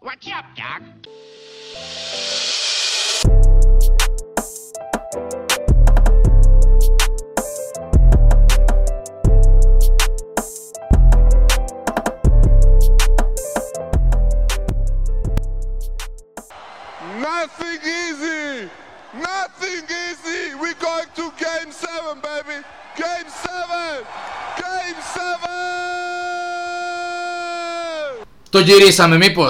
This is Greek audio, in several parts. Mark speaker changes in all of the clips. Speaker 1: What's up, Doc?
Speaker 2: Nothing easy. Nothing easy. We're going to game seven, baby. Game seven. Game seven.
Speaker 3: Το γυρίσαμε, μήπω.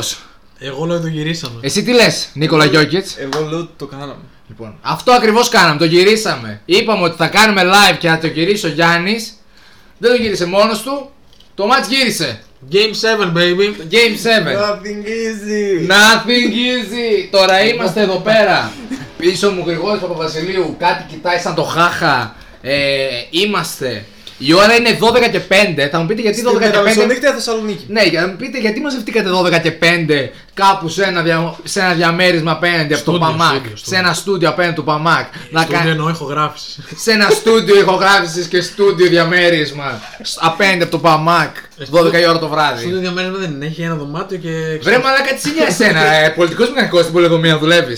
Speaker 4: Εγώ λέω το γυρίσαμε.
Speaker 3: Εσύ τι λες, Νίκολα Γιώκητ.
Speaker 5: Εγώ λέω ότι το κάναμε.
Speaker 3: Λοιπόν, αυτό ακριβώς κάναμε. Το γυρίσαμε. Είπαμε ότι θα κάνουμε live και θα το γυρίσει ο Γιάννης. Δεν το γύρισε μόνος του. Το match γύρισε.
Speaker 4: Game 7, baby.
Speaker 3: Game 7.
Speaker 5: Nothing easy.
Speaker 3: Nothing easy. Τώρα είμαστε εδώ πέρα. Πίσω μου Γρηγόρης Παπαβασιλείου. Κάτι κοιτάει σαν το χάχα. Ε, είμαστε. Η ώρα είναι 12 και 5. Θα μου πείτε γιατί 12 και 5.
Speaker 5: Μεσονύχτια Θεσσαλονίκη.
Speaker 3: Ναι, για να μου πείτε γιατί μαζευτήκατε 12 και 5 κάπου σε ένα, δια... σε ένα διαμέρισμα απέναντι από το
Speaker 4: Στούντιο,
Speaker 3: Παμάκ.
Speaker 4: στούντιο,
Speaker 3: Σε
Speaker 4: στούντιο.
Speaker 3: ένα στούντιο απέναντι του Παμάκ. Να
Speaker 4: Το
Speaker 3: κα-
Speaker 4: εννοώ ηχογράφησης.
Speaker 3: Σε ένα στούντιο ηχογράφησης και στούντιο διαμέρισμα σ- απέναντι από το Παμάκ
Speaker 4: Ε,
Speaker 3: 12 η ώρα το
Speaker 4: Στο ίδιο
Speaker 3: βράδυ.
Speaker 4: διαμέρισμα δεν είναι. Έχει ένα δωμάτιο και.
Speaker 3: Βρε μαλάκα κάτι σε νοιάζει εσένα, ε, πολιτικός μηχανικός στην πολεοδομία δουλεύει.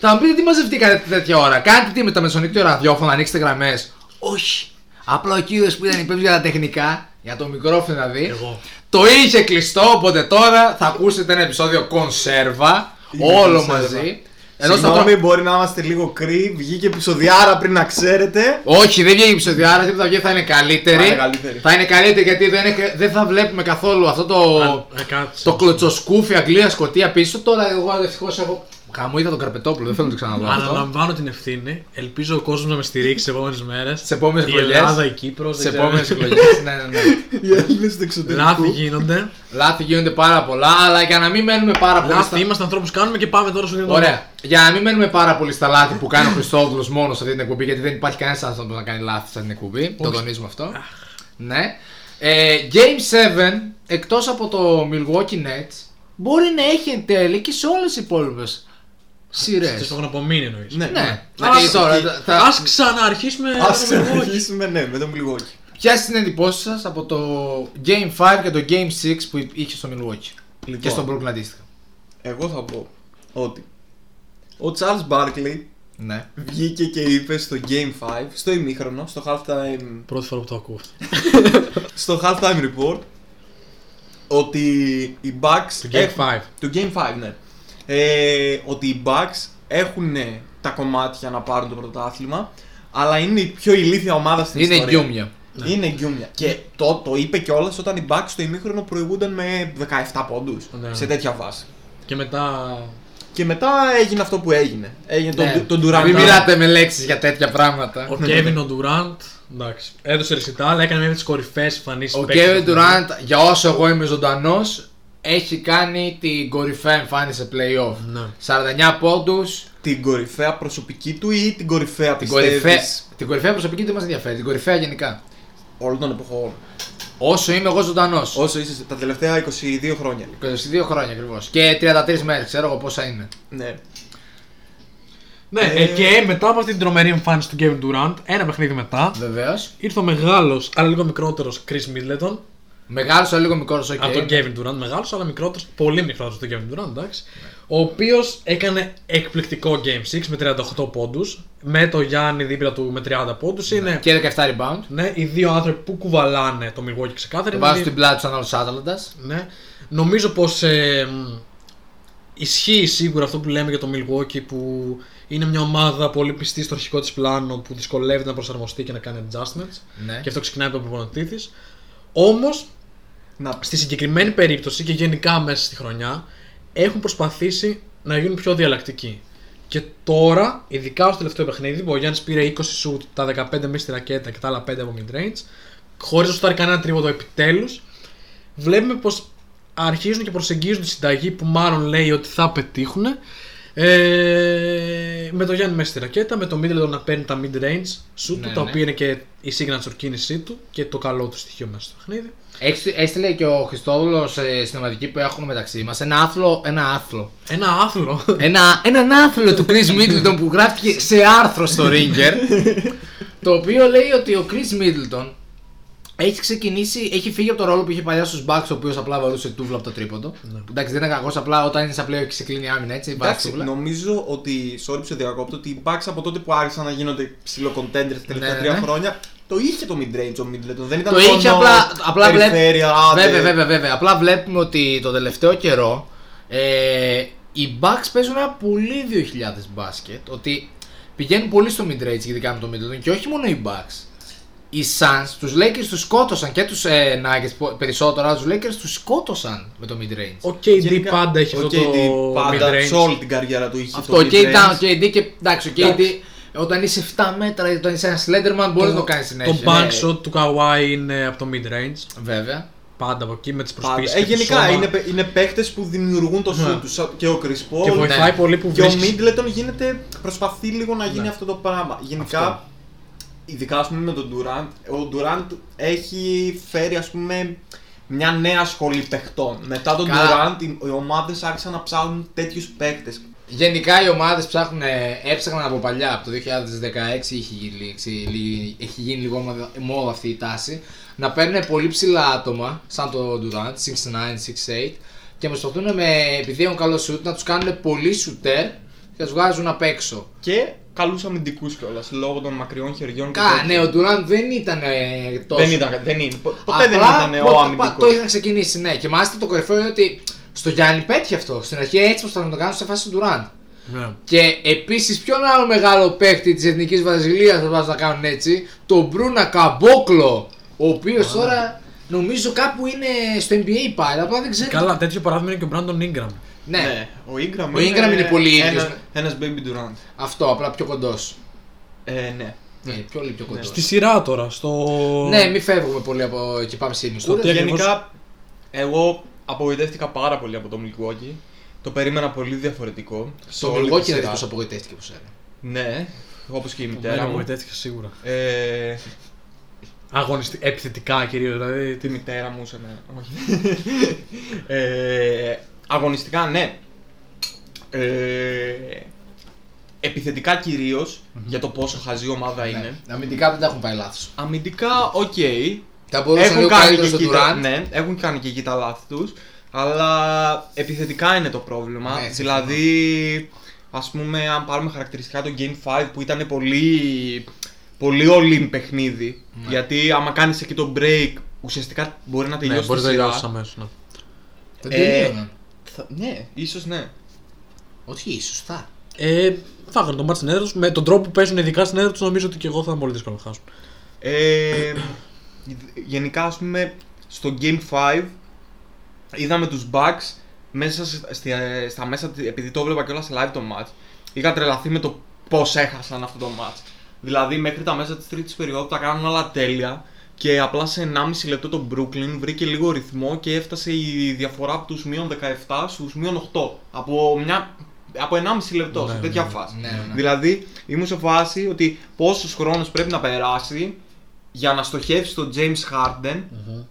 Speaker 3: Θα μου πείτε τι μαζευτήκατε τέτοια ώρα. Κάντε τι με τα μεσονύκτιο ραδιόφωνο, ανοίξτε γραμμές. Όχι. Απλά ο κύριος που ήταν υπεύθυνος για τα τεχνικά, για το μικρόφωνο δηλαδή,
Speaker 4: Εγώ.
Speaker 3: το είχε κλειστό, οπότε τώρα θα ακούσετε ένα επεισόδιο κονσέρβα.
Speaker 5: Είναι
Speaker 3: όλο
Speaker 5: κονσέρβα.
Speaker 3: μαζί. Ενώ στα
Speaker 5: Συγγνώμη, μπορεί να είμαστε λίγο κρύ. Βγήκε επεισοδιάρα πριν να ξέρετε.
Speaker 3: Όχι, δεν βγαίνει η ψευδιάρα, τίποτα βγαίνει, θα είναι καλύτερη.
Speaker 5: Θα είναι καλύτερη.
Speaker 3: Θα είναι καλύτερη γιατί δεν, έχε- δεν θα βλέπουμε καθόλου αυτό το,
Speaker 4: Α, ε, κάτσε.
Speaker 3: το κλωτσοσκούφι Αγγλία Σκοτία πίσω. Τώρα εγώ ευτυχώ έχω. Χαμοίδα τον Καρπετόπουλο, δεν θέλω να το ξαναδώ. αυτό.
Speaker 4: Αναλαμβάνω την ευθύνη. Ελπίζω ο κόσμος να με στηρίξει τις επόμενες μέρες.
Speaker 3: Σε επόμενες
Speaker 4: Η
Speaker 3: εκλογές.
Speaker 4: Ελλάδα, η Κύπρος.
Speaker 3: Σε επόμενες εκλογές. ναι, ναι, ναι.
Speaker 5: Οι Έλληνες του εξωτερικού.
Speaker 4: Λάθη γίνονται.
Speaker 3: Λάθη γίνονται πάρα πολλά, αλλά για να μην μένουμε πάρα πολύ. στα-
Speaker 4: Λάθη είμαστε ανθρώπους κάνουμε και πάμε τώρα στο διαδρόμο.
Speaker 3: Ωραία. Για να μην μένουμε πάρα πολύ στα λάθη που κάνει ο Χριστόδουλος μόνος σε αυτή την εκπομπή, γιατί δεν υπάρχει κανένας άνθρωπος να κάνει λάθη σε αυτή την εκπομπή. Το τονίζουμε αυτό. ναι. Ε, Game 7, εκτός από το Milwaukee Nets, μπορεί να έχει εν τέλει και σε όλες τις υπόλοιπες σειρές.
Speaker 4: Στο έχουν απομείνει εννοείς.
Speaker 5: Ναι.
Speaker 3: Ναι.
Speaker 5: Να
Speaker 3: Δηλαδή,
Speaker 5: ας-
Speaker 3: τώρα, θα- θα-
Speaker 4: Ας ξαναρχίσουμε.
Speaker 5: Ας
Speaker 4: με το Milwaukee.
Speaker 5: συνεχίσουμε, ναι, με τον Μιλγόκη.
Speaker 3: Ποιε είναι οι εντυπώσει σας από το Game 5 και το Game 6 που είχε στο Milwaukee
Speaker 5: Λοιπόν.
Speaker 3: και στον Brooklyn αντίστοιχα.
Speaker 5: Εγώ θα πω ότι ο Charles Barkley
Speaker 3: Ναι.
Speaker 5: βγήκε και είπε στο Game 5, στο ημίχρονο, στο halftime,
Speaker 4: Πρώτη φορά που το ακούω. αυτό.
Speaker 5: στο halftime report ότι οι Bucks
Speaker 4: Το Game
Speaker 3: Ε,
Speaker 5: έχουν-
Speaker 4: 5.
Speaker 5: του Game 5, ναι. Ε, ότι οι Bucks έχουν τα κομμάτια να πάρουν το πρωτάθλημα, αλλά είναι η πιο ηλίθια ομάδα στην
Speaker 3: Είναι
Speaker 5: ιστορία.
Speaker 3: γκιούμια. Ναι.
Speaker 5: Είναι γκιούμια. Και το, το είπε κιόλας όταν οι Bucks στο ημίχρονο προηγούνταν με 17 πόντους.
Speaker 4: Ναι.
Speaker 5: Σε τέτοια βάση.
Speaker 4: Και μετά.
Speaker 5: Και μετά έγινε αυτό που έγινε. Έγινε τον,
Speaker 3: Ναι.
Speaker 5: τον Durant.
Speaker 3: Μην μιλάτε με λέξεις για τέτοια πράγματα.
Speaker 4: Ο Κέβιν, ο Ντουραντ. Εντάξει. Έδωσε ρεσιτά, αλλά έκανε μια από τις κορυφαίε εμφανίσει.
Speaker 3: Ο Kevin Durant, για όσο εγώ είμαι ζωντανός, έχει κάνει την κορυφαία εμφάνιση σε playoff.
Speaker 4: Ναι.
Speaker 3: 49 πόντους.
Speaker 5: Την κορυφαία προσωπική του ή την κορυφαία
Speaker 3: Την,
Speaker 5: πιστεύεις,
Speaker 3: κορυφαία, την κορυφαία προσωπική δεν μας ενδιαφέρει. Την κορυφαία γενικά.
Speaker 5: όλων των εποχών.
Speaker 3: Όσο είμαι εγώ ζωντανός.
Speaker 5: Όσο είσαι τα τελευταία 22 χρόνια.
Speaker 3: 22 χρόνια ακριβώς. Και 33 μέρες, ξέρω εγώ πόσα είναι.
Speaker 5: Ναι.
Speaker 4: Ναι, ε, και μετά από αυτή την τρομερή εμφάνιση του Kevin Durant, ένα παιχνίδι μετά,
Speaker 3: Βεβαίως.
Speaker 4: ήρθε ο μεγάλος, αλλά λίγο μικρότερος Chris Middleton.
Speaker 3: Μεγάλος, αλλά λίγο μικρός, οκ.
Speaker 4: Από τον Kevin Durant, μεγάλος, αλλά μικρότερος, πολύ μικρότερος του Kevin Durant, εντάξει. Ο οποίος έκανε εκπληκτικό Game 6 με 38 πόντους. Με το Γιάννη δίπλα του με 30 πόντους.
Speaker 3: Ναι.
Speaker 4: Είναι
Speaker 3: Και 17 rebound.
Speaker 4: ναι, οι δύο άνθρωποι που κουβαλάνε το Milwaukee ξεκάθαρα.
Speaker 3: Το
Speaker 4: είναι
Speaker 3: βάζω
Speaker 4: δύο-
Speaker 3: στην πλάτη τους σαν άλλο Σάταλαντα.
Speaker 4: Ναι. Νομίζω πως ε, μ, ισχύει σίγουρα αυτό που λέμε για το Milwaukee που είναι μια ομάδα πολύ πιστή στο αρχικό της πλάνο που δυσκολεύεται να προσαρμοστεί και να κάνει adjustments
Speaker 3: Ναι.
Speaker 4: και αυτό ξεκινάει από τον προπονητή της. Όμως
Speaker 5: Να
Speaker 4: στη συγκεκριμένη περίπτωση και γενικά μέσα στη χρονιά έχουν προσπαθήσει να γίνουν πιο διαλλακτικοί. Και τώρα, ειδικά στο τελευταίο παιχνίδι, που ο Γιάννης πήρε 20 shoot, τα 15 μέσα στη ρακέτα και τα άλλα 5 από midrange, χωρίς να σουτάρει κανένα τρίποδο επιτέλους, βλέπουμε πως αρχίζουν και προσεγγίζουν τη συνταγή που μάλλον λέει ότι θα πετύχουν. Ε, με το Γιάννη μέσα στη ρακέτα, με το Middleton να παίρνει τα mid-range shoot του,
Speaker 3: Ναι,
Speaker 4: τα
Speaker 3: ναι.
Speaker 4: οποία είναι και η signature κίνησή του και το καλό του στοιχείο μέσα στο παιχνίδι.
Speaker 3: Έξι- Έστειλε και ο Χριστόδουλος στην ομαδική που έχουμε μεταξύ μας ένα άθλο. Ένα άθλο.
Speaker 4: Ένα άθλο.
Speaker 5: Ε,
Speaker 3: Ένα, έναν άθλο του Chris Middleton που γράφτηκε σε άρθρο στο Ringer το οποίο λέει ότι ο Chris Middleton Έχει ξεκινήσει, έχει φύγει από το ρόλο που είχε παλιά στους Bucks ο οποίος απλά βαρούσε τούβλα από το τρίποντο. Εντάξει, δεν είναι κακός, απλά όταν είναι σαν πλέον έχεις ξεκλίνει η άμυνα έτσι. βάζει
Speaker 5: Εντάξει,
Speaker 3: τούβλα.
Speaker 5: νομίζω ότι. Sorry που σε διακόπτω, ότι οι Bucks από τότε που άρχισαν να γίνονται ψηλό contenders τα τελευταία
Speaker 3: Ναι,
Speaker 5: τρία
Speaker 3: ναι.
Speaker 5: χρόνια. Το είχε το midrange ο Middleton. Δεν ήταν
Speaker 3: Το είχε
Speaker 5: μόνο
Speaker 3: απλά. απλά βλέπ-
Speaker 5: περιφέρεια, άντε.
Speaker 3: Βέβαια, βέβαια, βέβαια. Απλά βλέπουμε ότι το τελευταίο καιρό ε, οι Bucks παίζουν ένα πολύ 2000 μπάσκετ. Ότι πηγαίνουν πολύ στο midrange, ειδικά με το Middleton. Και όχι μόνο οι Bucks. Οι Suns, του Lakers του σκότωσαν και τους ε, Nuggets πο- περισσότερο, αλλά τους Lakers του σκότωσαν με το midrange.
Speaker 4: Ο KD
Speaker 5: Γενικά,
Speaker 4: πάντα έχει
Speaker 5: ο
Speaker 4: αυτό
Speaker 5: KD
Speaker 4: το
Speaker 5: πάντα,
Speaker 4: mid-range.
Speaker 5: Σε όλη την καριέρα του είχε
Speaker 3: Αυτό,
Speaker 5: το
Speaker 3: και ήταν ο
Speaker 5: midrange.
Speaker 3: KD και εντάξει, ο KD
Speaker 5: Εντάξει.
Speaker 3: όταν είσαι 7 μέτρα ή όταν είσαι ένας Slenderman μπορείς να το κάνεις
Speaker 4: Το
Speaker 3: συνέχεια.
Speaker 4: bank
Speaker 3: Ναι,
Speaker 4: shot του Kawhi είναι από το mid-range.
Speaker 3: Βέβαια.
Speaker 4: Πάντα από εκεί με τις
Speaker 5: Πάντα.
Speaker 4: προσπίσεις.
Speaker 5: Ε, γενικά είναι, παι- είναι παίχτες που δημιουργούν το
Speaker 4: Ναι.
Speaker 5: σου του. σαν- Και ο Chris Paul.
Speaker 4: Και βοηθάει
Speaker 3: Ναι.
Speaker 4: πολύ που
Speaker 5: Και ο
Speaker 4: βρίσκεις.
Speaker 5: Middleton γίνεται, προσπαθεί λίγο να γίνει
Speaker 4: Ναι.
Speaker 5: αυτό το πράγμα. Γενικά,
Speaker 3: Αυτό.
Speaker 5: ειδικά ας πούμε με τον Durant, ο Durant έχει φέρει ας πούμε μια νέα σχολή παιχτών. Μετά τον
Speaker 3: Καλά.
Speaker 5: Durant οι, οι ομάδες άρχισαν να ψάχνουν τέτοιους παίχτες.
Speaker 3: Γενικά οι ομάδες ψάχνουν, ε, έψαχναν από παλιά, από το 2016 έχει γίνει, λίξη- λί- έχει γίνει λίγο μόδα- μόδα αυτή η τάση, να παίρνουν πολύ ψηλά άτομα, σαν το Durant, 6'9, 6'8, και προσπαθούν με, επειδή έχουν καλό σουτ, να τους κάνουν πολύ σουτέρ και τους βγάζουν απ' έξω.
Speaker 5: Και καλούς αμυντικούς κιόλας, λόγω των μακριών χεριών και
Speaker 3: Κα,
Speaker 5: τέτοιων.
Speaker 3: ναι, ο Durant δεν ήταν ε, τόσο.
Speaker 5: δεν ήταν, δεν είναι. Πο- Ποτέ δεν
Speaker 3: Απλά
Speaker 5: ήταν ο
Speaker 3: πρώτα- Το
Speaker 5: αμυντικός.
Speaker 3: είχαν ξεκινήσει, ναι. Και μάλιστα το κορυφαίο είναι ότι στο Γιάννη πέτυχε αυτό. Στην αρχή έτσι προσπαθούν να το κάνουν σε φάση του Durant.
Speaker 4: Ναι.
Speaker 3: Και επίσης, ποιον άλλο μεγάλο παίκτη της Εθνικής Βραζιλίας θα βάζουν να κάνουν έτσι, τον Μπρούνα Καμπόκλο, ο οποίος τώρα νομίζω κάπου είναι στο NBA πάλι, απλά δεν ξέρω.
Speaker 4: Καλά, τέτοιο παράδειγμα είναι και ο Brandon Ingram.
Speaker 3: Ναι,
Speaker 5: ο Ingram,
Speaker 3: Ο Ingram είναι πολύ ίδιος.
Speaker 5: ένας, ένας baby Durant.
Speaker 3: αυτό απλά πιο κοντός.
Speaker 5: Ε, ναι.
Speaker 3: Ναι, πιο πολύ πιο κοντός.
Speaker 4: Στη σειρά τώρα, στο.
Speaker 3: Ναι, μην φεύγουμε πολύ από εκεί, πάμε σύντομα.
Speaker 4: Το τι ακριβώς-
Speaker 5: Γενικά, εγώ απογοητεύτηκα πάρα πολύ από το Milwaukee. Το περίμενα πολύ διαφορετικό. σε
Speaker 3: Στο
Speaker 5: όλη τη
Speaker 3: Μιλγόκι είναι
Speaker 5: σειρά.
Speaker 3: δικό απογοητεύτηκε που σένα.
Speaker 5: Ναι, όπως και η
Speaker 4: Μέρα
Speaker 5: μητέρα
Speaker 4: μου
Speaker 5: μου.
Speaker 4: ετέθηκε Ναι, σίγουρα.
Speaker 5: Ε,
Speaker 4: Αγωνιστή, επιθετικά κυρίως. Δηλαδή,
Speaker 5: τη
Speaker 4: τι...
Speaker 5: μητέρα μου σε μένα. Όχι. ε, αγωνιστικά, ναι. Ε, επιθετικά κυρίως, για το πόσο χαζή ομάδα είναι.
Speaker 3: Ναι. Αμυντικά δεν τα έχουν πάει λάθος.
Speaker 5: Αμυντικά, οκ.
Speaker 3: Τα μπορούσαν λίγο καλύτερα στον
Speaker 5: εκεί
Speaker 3: Τουράν.
Speaker 5: τα, ναι, έχουν κάνει και εκεί τα λάθη τους. Αλλά επιθετικά είναι το πρόβλημα.
Speaker 3: Ναι,
Speaker 5: δηλαδή, ας πούμε, αν πάρουμε χαρακτηριστικά το Game 5 που ήταν πολύ, πολύ all-in παιχνίδι. Γιατί άμα κάνεις εκεί το break, ουσιαστικά μπορεί να τελειώσει.
Speaker 4: Ναι. Ναι, μπορεί
Speaker 5: τη
Speaker 4: να
Speaker 5: σειρά.
Speaker 4: τελειώσεις αμέσως. Ναι.
Speaker 3: Δεν
Speaker 5: Ε,
Speaker 3: τελείωναν.
Speaker 5: Θα- ναι, ίσως ναι.
Speaker 3: Όχι, σωστά.
Speaker 4: Ε, θα έκανε το μάτι στην έδρα τους. Με τον τρόπο που παίζουν ειδικά στην έδρα τους, νομίζω ότι και εγώ θα ήταν πολύ δύσκολο να χάσουν.
Speaker 5: Ε, γενικά, ας πούμε, στο Game 5 είδαμε τους Bucks μέσα σ- στη, ε, στα μέσα, τη- επειδή το έβλεπα κιόλας live το match, είχα τρελαθεί με το πώς έχασαν αυτό το match. Δηλαδή, μέχρι τα μέσα της τρίτης περίοδου τα κάνουν όλα τέλεια και απλά σε 1,5 λεπτό το Brooklyn βρήκε λίγο ρυθμό και έφτασε η διαφορά από τους μείον 17 στους μείον 8. Από, μια, από 1,5 λεπτό, σε
Speaker 4: Ναι,
Speaker 5: τέτοια
Speaker 4: ναι,
Speaker 5: φάση.
Speaker 3: ναι, ναι.
Speaker 5: Δηλαδή, ήμουν σε φάση ότι πόσος χρόνος πρέπει να περάσει για να στοχεύσει τον James Harden,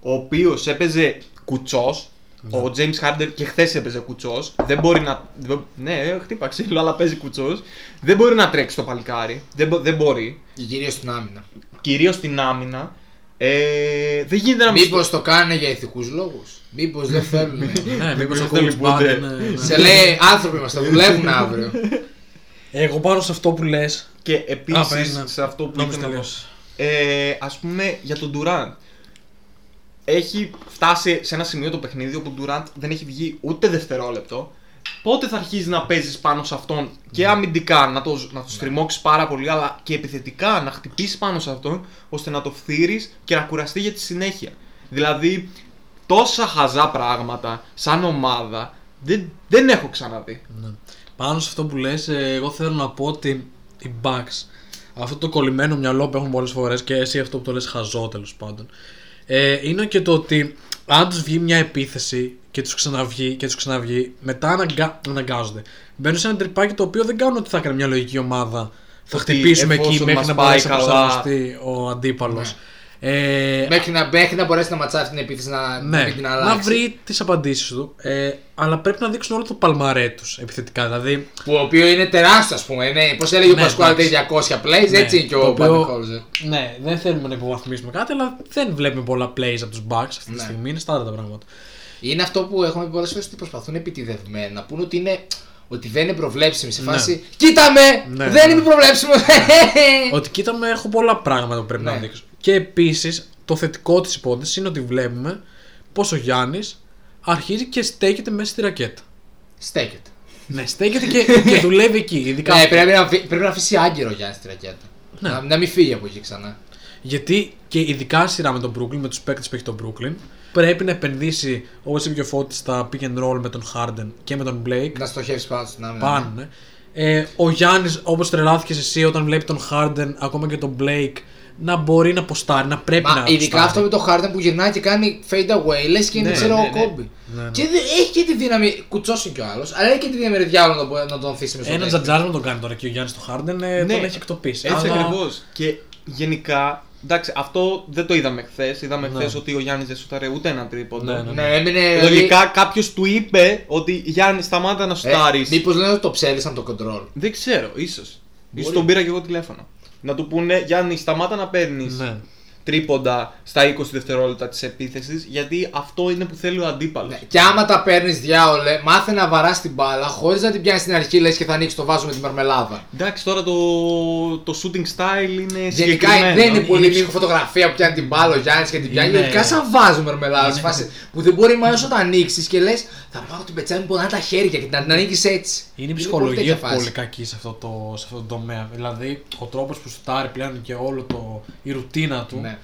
Speaker 5: ο οποίος έπαιζε κουτσός, Ο James Harden και χθες έπαιζε κουτσός, Δεν μπορεί να. δεν- Ναι, χτύπα ξύλο, αλλά παίζει κουτσός, Δεν μπορεί να τρέξει το παλικάρι. Δεν, μπο- δεν μπορεί.
Speaker 3: Κυρίως στην άμυνα.
Speaker 5: Κυρίως στην άμυνα. Ε, δεν γίνεται να μην.
Speaker 3: Μήπως το κάνουν για ηθικούς λόγους. Μήπως δεν θέλουν.
Speaker 4: Ναι, μήπως
Speaker 5: δεν
Speaker 4: ο coach
Speaker 5: λυπούνται.
Speaker 4: Bud είναι- ναι.
Speaker 3: Σε λέει άνθρωποι μας, θα δουλεύουν αύριο.
Speaker 4: Εγώ πάνω σε αυτό που λες.
Speaker 5: Και επίσης σε αυτό που
Speaker 4: ναι, νόμιζα
Speaker 5: ήθελα να πω.
Speaker 4: τελείωσε.
Speaker 5: ε, ας πούμε για τον Durant. Έχει φτάσει σε ένα σημείο το παιχνίδι όπου ο Durant δεν έχει βγει ούτε δευτερόλεπτο. Πότε θα αρχίσεις να παίζεις πάνω σε αυτόν και
Speaker 4: Ναι.
Speaker 5: αμυντικά να το, να το στριμώξεις πάρα πολύ, αλλά και επιθετικά να χτυπήσεις πάνω σε αυτόν ώστε να το φθείρεις και να κουραστεί για τη συνέχεια. Δηλαδή, τόσα χαζά πράγματα σαν ομάδα δεν, δεν έχω ξαναδεί.
Speaker 4: Ναι. Πάνω σε αυτό που λες, εγώ θέλω να πω ότι οι Bucks, αυτό το κολλημένο μυαλό που έχουν πολλές φορές και εσύ αυτό που το λες χαζό τέλος πάντων, ε, είναι και το ότι αν τους βγει μια επίθεση και τους ξαναβγεί και τους ξαναβγεί, μετά αναγκα... αναγκάζονται. Μπαίνουν σε ένα τρυπάκι το οποίο δεν κάνουν ότι θα έκανε μια λογική ομάδα. Θα
Speaker 5: Ότι
Speaker 4: χτυπήσουμε εκεί
Speaker 5: εφόσον
Speaker 4: μέχρι
Speaker 5: μας
Speaker 4: να
Speaker 5: πάει
Speaker 4: μπορέσει να
Speaker 5: καλά. Ναι.
Speaker 4: προσαρμοστεί ο αντίπαλος. Ε,
Speaker 3: Μέχρι να, μέχρι να μπορέσει να ματσάρει την επίθεση να,
Speaker 4: ναι,
Speaker 3: μην την
Speaker 4: να
Speaker 3: αλλάξει.
Speaker 4: βρει τις απαντήσεις του. Ε, αλλά πρέπει να δείξουν όλο το παλμαρέ τους επιθετικά. Δηλαδή,
Speaker 3: Που ο οποίος είναι τεράστιος, ας πούμε. Ναι, Πώς έλεγε
Speaker 4: Ναι,
Speaker 3: ο Πασκουάλ
Speaker 4: εντάξει.
Speaker 3: 200 plays,
Speaker 4: Ναι,
Speaker 3: έτσι είναι και
Speaker 4: το
Speaker 3: ο
Speaker 4: οποίο-
Speaker 3: Παντεχόλζερ.
Speaker 4: ναι, δεν θέλουμε να υποβαθμίσουμε κάτι, αλλά δεν βλέπουμε πολλά plays από τους Bucks αυτή τη
Speaker 3: Ναι.
Speaker 4: στιγμή. Είναι στάνταρ τα πράγματα.
Speaker 3: Είναι αυτό που έχουμε πει πολλές φορές ότι προσπαθούν επιτηδευμένα να πούνε ότι είναι. Ότι δεν είναι προβλέψιμη σε
Speaker 4: Ναι.
Speaker 3: φάση. Κοίτα με!
Speaker 4: Ναι,
Speaker 3: δεν
Speaker 4: ναι.
Speaker 3: είμαι προβλέψιμο!
Speaker 4: Ότι κοίτα με, έχω πολλά πράγματα που πρέπει να
Speaker 3: Ναι.
Speaker 4: δείξω. Και επίσης, το θετικό της υπόθεσης είναι ότι βλέπουμε πως ο Γιάννης αρχίζει και στέκεται μέσα στη ρακέτα.
Speaker 3: Στέκεται.
Speaker 4: ναι, στέκεται και, και δουλεύει εκεί. Ειδικά.
Speaker 3: Ναι, πρέπει να, φυ- πρέπει να αφήσει άγκυρο ο Γιάννη τη ρακέτα.
Speaker 4: Ναι.
Speaker 3: Να, να μην φύγει από εκεί ξανά.
Speaker 4: Γιατί και ειδικά σειρά με τον Brooklyn, με τους παίκτες που έχει τον Brooklyn, πρέπει να επενδύσει όπως είπε και ο Φώτης στα pick and roll με τον Harden και με τον Blake.
Speaker 3: Να στοχεύσεις πάνω στην άμυνα.
Speaker 4: Πάνω, ναι. Ε, ο Γιάννης, όπως τρελάθηκε εσύ όταν βλέπει τον Harden, ακόμα και τον Blake, να μπορεί να ποστάρει, να πρέπει
Speaker 3: Μα
Speaker 4: να.
Speaker 3: ειδικά
Speaker 4: ποστάρει.
Speaker 3: αυτό με το Harden που γυρνάει και κάνει fade away, λες και είναι
Speaker 5: Ναι,
Speaker 3: ξέρω
Speaker 5: ναι,
Speaker 3: ο
Speaker 5: ναι.
Speaker 3: Kobe.
Speaker 4: Ναι, ναι.
Speaker 3: Και δε- έχει και τη δύναμη, κουτσώσει κι ο άλλος, αλλά έχει και τη δύναμη ρε διάολο να τον, να τον θύσει με στο
Speaker 4: Ένα
Speaker 3: τέτοιο.
Speaker 4: τζατζάρισμα τον κάνει τώρα και ο Γιάννης του Χάρντεν ε,
Speaker 5: Ναι.
Speaker 4: τον έχει εκτοπίσει.
Speaker 5: Έτσι
Speaker 4: Αλλά-
Speaker 5: ακριβώς. Και γενικά, εντάξει, αυτό δεν το είδαμε χθες. Είδαμε
Speaker 4: Ναι.
Speaker 5: χθες χθε ότι ο Γιάννης δεν σουτάρε ούτε ένα τρίποντο. Ε,
Speaker 4: Ναι, ναι.
Speaker 3: Ναι, έμεινε.
Speaker 5: Λογικά κάποιος του είπε ότι Γιάννη, σταμάτα να σουτάρεις.
Speaker 3: Μήπως ε, λένε ότι το ψέλισαν το κοντρόλ.
Speaker 5: Δεν ξέρω, ίσως. σω
Speaker 3: Μπορεί.
Speaker 5: τον πήρα και εγώ τηλέφωνο. Να του πούνε Γιάννη, σταμάτα να παίρνεις
Speaker 4: Ναι.
Speaker 5: τρίποντα στα 20 δευτερόλεπτα της επίθεσης, γιατί αυτό είναι που θέλει ο αντίπαλος.
Speaker 3: Ναι. Και άμα τα παίρνεις διάολε, μάθε να βαράς την μπάλα χωρίς να την πιάνεις στην αρχή, λες και θα ανοίξεις το βάζο με τη μαρμελάδα.
Speaker 5: Εντάξει, τώρα το, το shooting style είναι
Speaker 3: Γενικά δεν
Speaker 5: συγκεκριμένο.
Speaker 3: ναι, είναι πολύ
Speaker 4: Είναι-
Speaker 3: λίγο φωτογραφία που πιάνει την μπάλα ο Γιάννης και την πιάνει.
Speaker 4: Είναι-
Speaker 3: Γενικά σαν βάζο μαρμελάδα.
Speaker 4: Είναι-
Speaker 3: Φάση που δεν μπορεί μάλλον να τα ανοίξεις και λες θα πάω την πετσάμι που να είναι τα χέρια και να την ανοίγεις έτσι.
Speaker 4: Είναι η
Speaker 3: πολύ
Speaker 4: ψυχολογία
Speaker 3: τέτοια
Speaker 4: πολύ,
Speaker 3: φάση.
Speaker 4: κακή σε αυτό, το, σε αυτό το τομέα. Δηλαδή, ο τρόπος που σουτάρει πλέον και όλο το, η ρουτίνα του
Speaker 3: Ναι.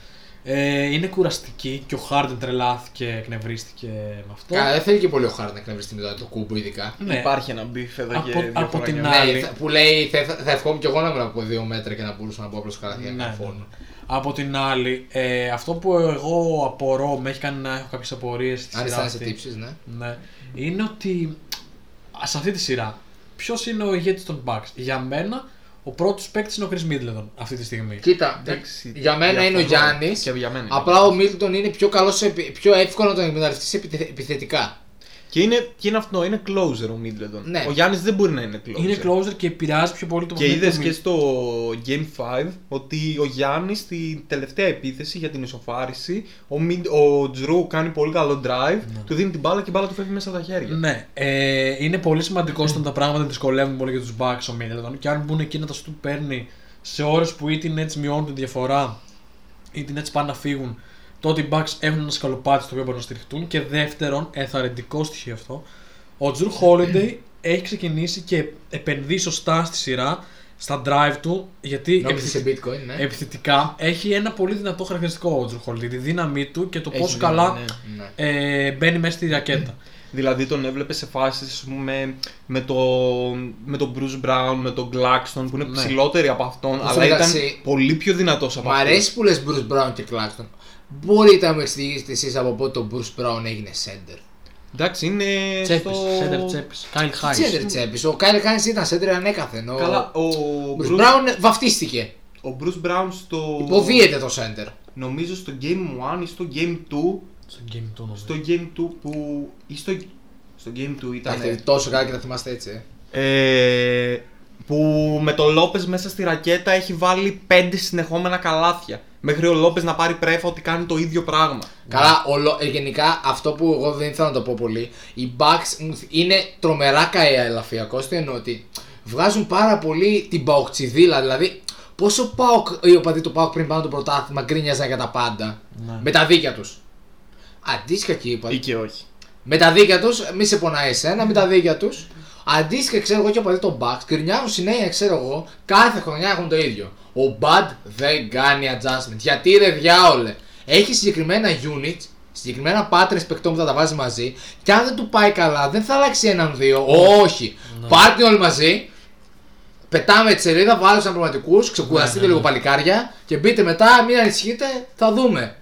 Speaker 4: ε, είναι κουραστική και ο Χάρντεν τρελάθηκε, εκνευρίστηκε με αυτό.
Speaker 3: Καλά, δεν ε, θέλει και πολύ ο Χάρντ να εκνευριστεί μετά το κούμπο, ειδικά.
Speaker 4: Ναι.
Speaker 5: Υπάρχει ένα μπιφ εδώ
Speaker 4: Από-
Speaker 5: και δύο
Speaker 4: από
Speaker 5: χρόνια.
Speaker 4: την
Speaker 5: Ναι.
Speaker 4: άλλη.
Speaker 3: Ναι, θα- που λέει θα, θα ευχόμουν και εγώ να ήμουν από δύο μέτρα και να μπορούσα να μπω απλώς
Speaker 4: Ναι,
Speaker 3: χαρακτήρα
Speaker 4: ναι,
Speaker 3: ναι,
Speaker 4: ναι. Από την άλλη, ε, αυτό που εγώ απορώ, με έχει κάνει να έχω κάποιες απορίες στη
Speaker 3: Αν
Speaker 4: σειρά
Speaker 3: αισθάνεσαι
Speaker 4: αυτή.
Speaker 3: τύψει, ναι.
Speaker 4: Ναι. Είναι ότι α, σε αυτή τη σειρά, ποιος είναι ο ηγέτης των Bucks. Για μένα, ο πρώτος παίκτης είναι ο Chris Middleton αυτή τη στιγμή.
Speaker 3: Κοίτα, ε,
Speaker 5: Εντάξει,
Speaker 3: για μένα είναι ο
Speaker 5: διαφωνώ.
Speaker 3: Γιάννης.
Speaker 5: Και για μένα είναι
Speaker 3: Απλά ο Μίλτον είναι πιο, καλός, σε επι- πιο εύκολο να τον εκμεταλλευτείς επιθετικά.
Speaker 5: Και είναι, και είναι αυτό, είναι closer ο Middleton.
Speaker 3: Ναι.
Speaker 5: Ο Γιάννης δεν μπορεί να είναι closer.
Speaker 4: Είναι closer και επηρεάζει πιο πολύ το
Speaker 5: Και είδες
Speaker 4: του
Speaker 5: και στο Game 5 ότι ο Γιάννης στην τελευταία επίθεση για την ισοφάριση, ο, Mid, ο Τζρου κάνει πολύ καλό drive, του δίνει την μπάλα και η μπάλα του φεύγει μέσα από τα χέρια.
Speaker 4: Ναι, ε, είναι πολύ σημαντικό όταν τα πράγματα δυσκολεύουν πολύ για τους Bucks ο Middleton και αν μπουν εκεί να τα σου παίρνει σε ώρες που είτε οι Nets μειώνουν τη διαφορά είτε οι Nets πάνε να φύγουν, τότε οι Bucks έχουν ένα σκαλοπάτι στο οποίο μπορούν να στηριχτούν. Και δεύτερον, εθαρρυντικό στοιχείο αυτό, ο Τζουρ Holiday έχει ξεκινήσει και επενδύει σωστά στη σειρά, στα drive του, γιατί
Speaker 3: Νόμιζε σε
Speaker 4: επιθυ-
Speaker 3: bitcoin, ναι.
Speaker 4: επιθετικά έχει ένα πολύ δυνατό χαρακτηριστικό ο Τζουρ Holiday, τη δύναμή του και το
Speaker 5: Έχει
Speaker 4: πόσο
Speaker 5: δύναμη,
Speaker 4: καλά
Speaker 5: ναι.
Speaker 3: Ναι.
Speaker 4: ε, μπαίνει μέσα στη ρακέτα.
Speaker 5: Δηλαδή τον έβλεπε σε φάσεις με, με, το, με τον Bruce Brown, με τον Glaxton που είναι
Speaker 4: Ναι.
Speaker 5: ψηλότεροι από αυτόν, αλλά
Speaker 3: εντάξει,
Speaker 5: ήταν πολύ πιο δυνατός από
Speaker 3: Μου
Speaker 5: αυτόν.
Speaker 3: αρέσει που λες Bruce Brown και Claxton. Μπορείτε να μου εξηγήσετε εσείς από πότε ο Bruce Brown έγινε center.
Speaker 5: Εντάξει, είναι
Speaker 4: Τσέπης,
Speaker 5: στο-
Speaker 4: σέντερ τσέπη. Κάιλ Χάι.
Speaker 3: Center τσέπης. Ο Κάιλ Χάιν ήταν center ανέκαθεν. Ο
Speaker 5: Καλά, ο,
Speaker 3: ο Bruce
Speaker 5: Bruce,
Speaker 3: Brown βαφτίστηκε.
Speaker 5: ο Bruce Brown στο...
Speaker 3: Υποβίεται το center.
Speaker 5: Νομίζω στο Game 1 ή στο Game 2
Speaker 4: Στο game του ναι. νομίζω.
Speaker 5: στο Game 2 που. ή στο, στο Game 2
Speaker 3: Τα έχετε δει
Speaker 5: ήταν.
Speaker 3: τόσο καλά και τα θυμάστε έτσι. ε.
Speaker 5: Ε, που με το Λόπε μέσα στη ρακέτα έχει βάλει 5 συνεχόμενα καλάθια. Μέχρι ο Λόπες να πάρει πρέφα ότι κάνει το ίδιο πράγμα.
Speaker 3: Καλά, ολο- ε, γενικά αυτό που εγώ δεν ήθελα να το πω πολύ, οι Bucks μου θ- είναι τρομερά καέα ελαφιακώς, τι εννοώ ότι βγάζουν πάρα πολύ την παοκτσιδίλα, δηλαδή πόσο ΠΑΟΚ, οι οπαδοί του ΠΑΟΚ πριν πάνω το πρωτάθλημα γκρίνιαζαν για τα πάντα,
Speaker 4: Ναι.
Speaker 3: με τα δίκια τους. Αντίστοιχα και οι οπαδοί,
Speaker 5: και όχι.
Speaker 3: με τα δίκια τους, μη σε πονάει εσένα, με τα δίκια τους, αντίστοιχα ξέρω εγώ και οι οπαδοί των Bucks, γκρινιάζουν συνέχεια ξέρω εγώ, κάθε χρονιά έχουν το ίδιο. Ο Bad δεν κάνει adjustment, γιατί ρε διάολε, έχει συγκεκριμένα units, συγκεκριμένα patterns παικτών που θα τα βάζει μαζί και αν δεν του πάει καλά δεν θα αλλάξει έναν-δύο, όχι, πάρτε όλοι μαζί, πετάμε τη σελίδα, βάλω σαν πραγματικούς,
Speaker 4: Ναι,
Speaker 3: ξεκουραστείτε λίγο παλικάρια και μπείτε μετά, μην ανησυχείτε, θα δούμε.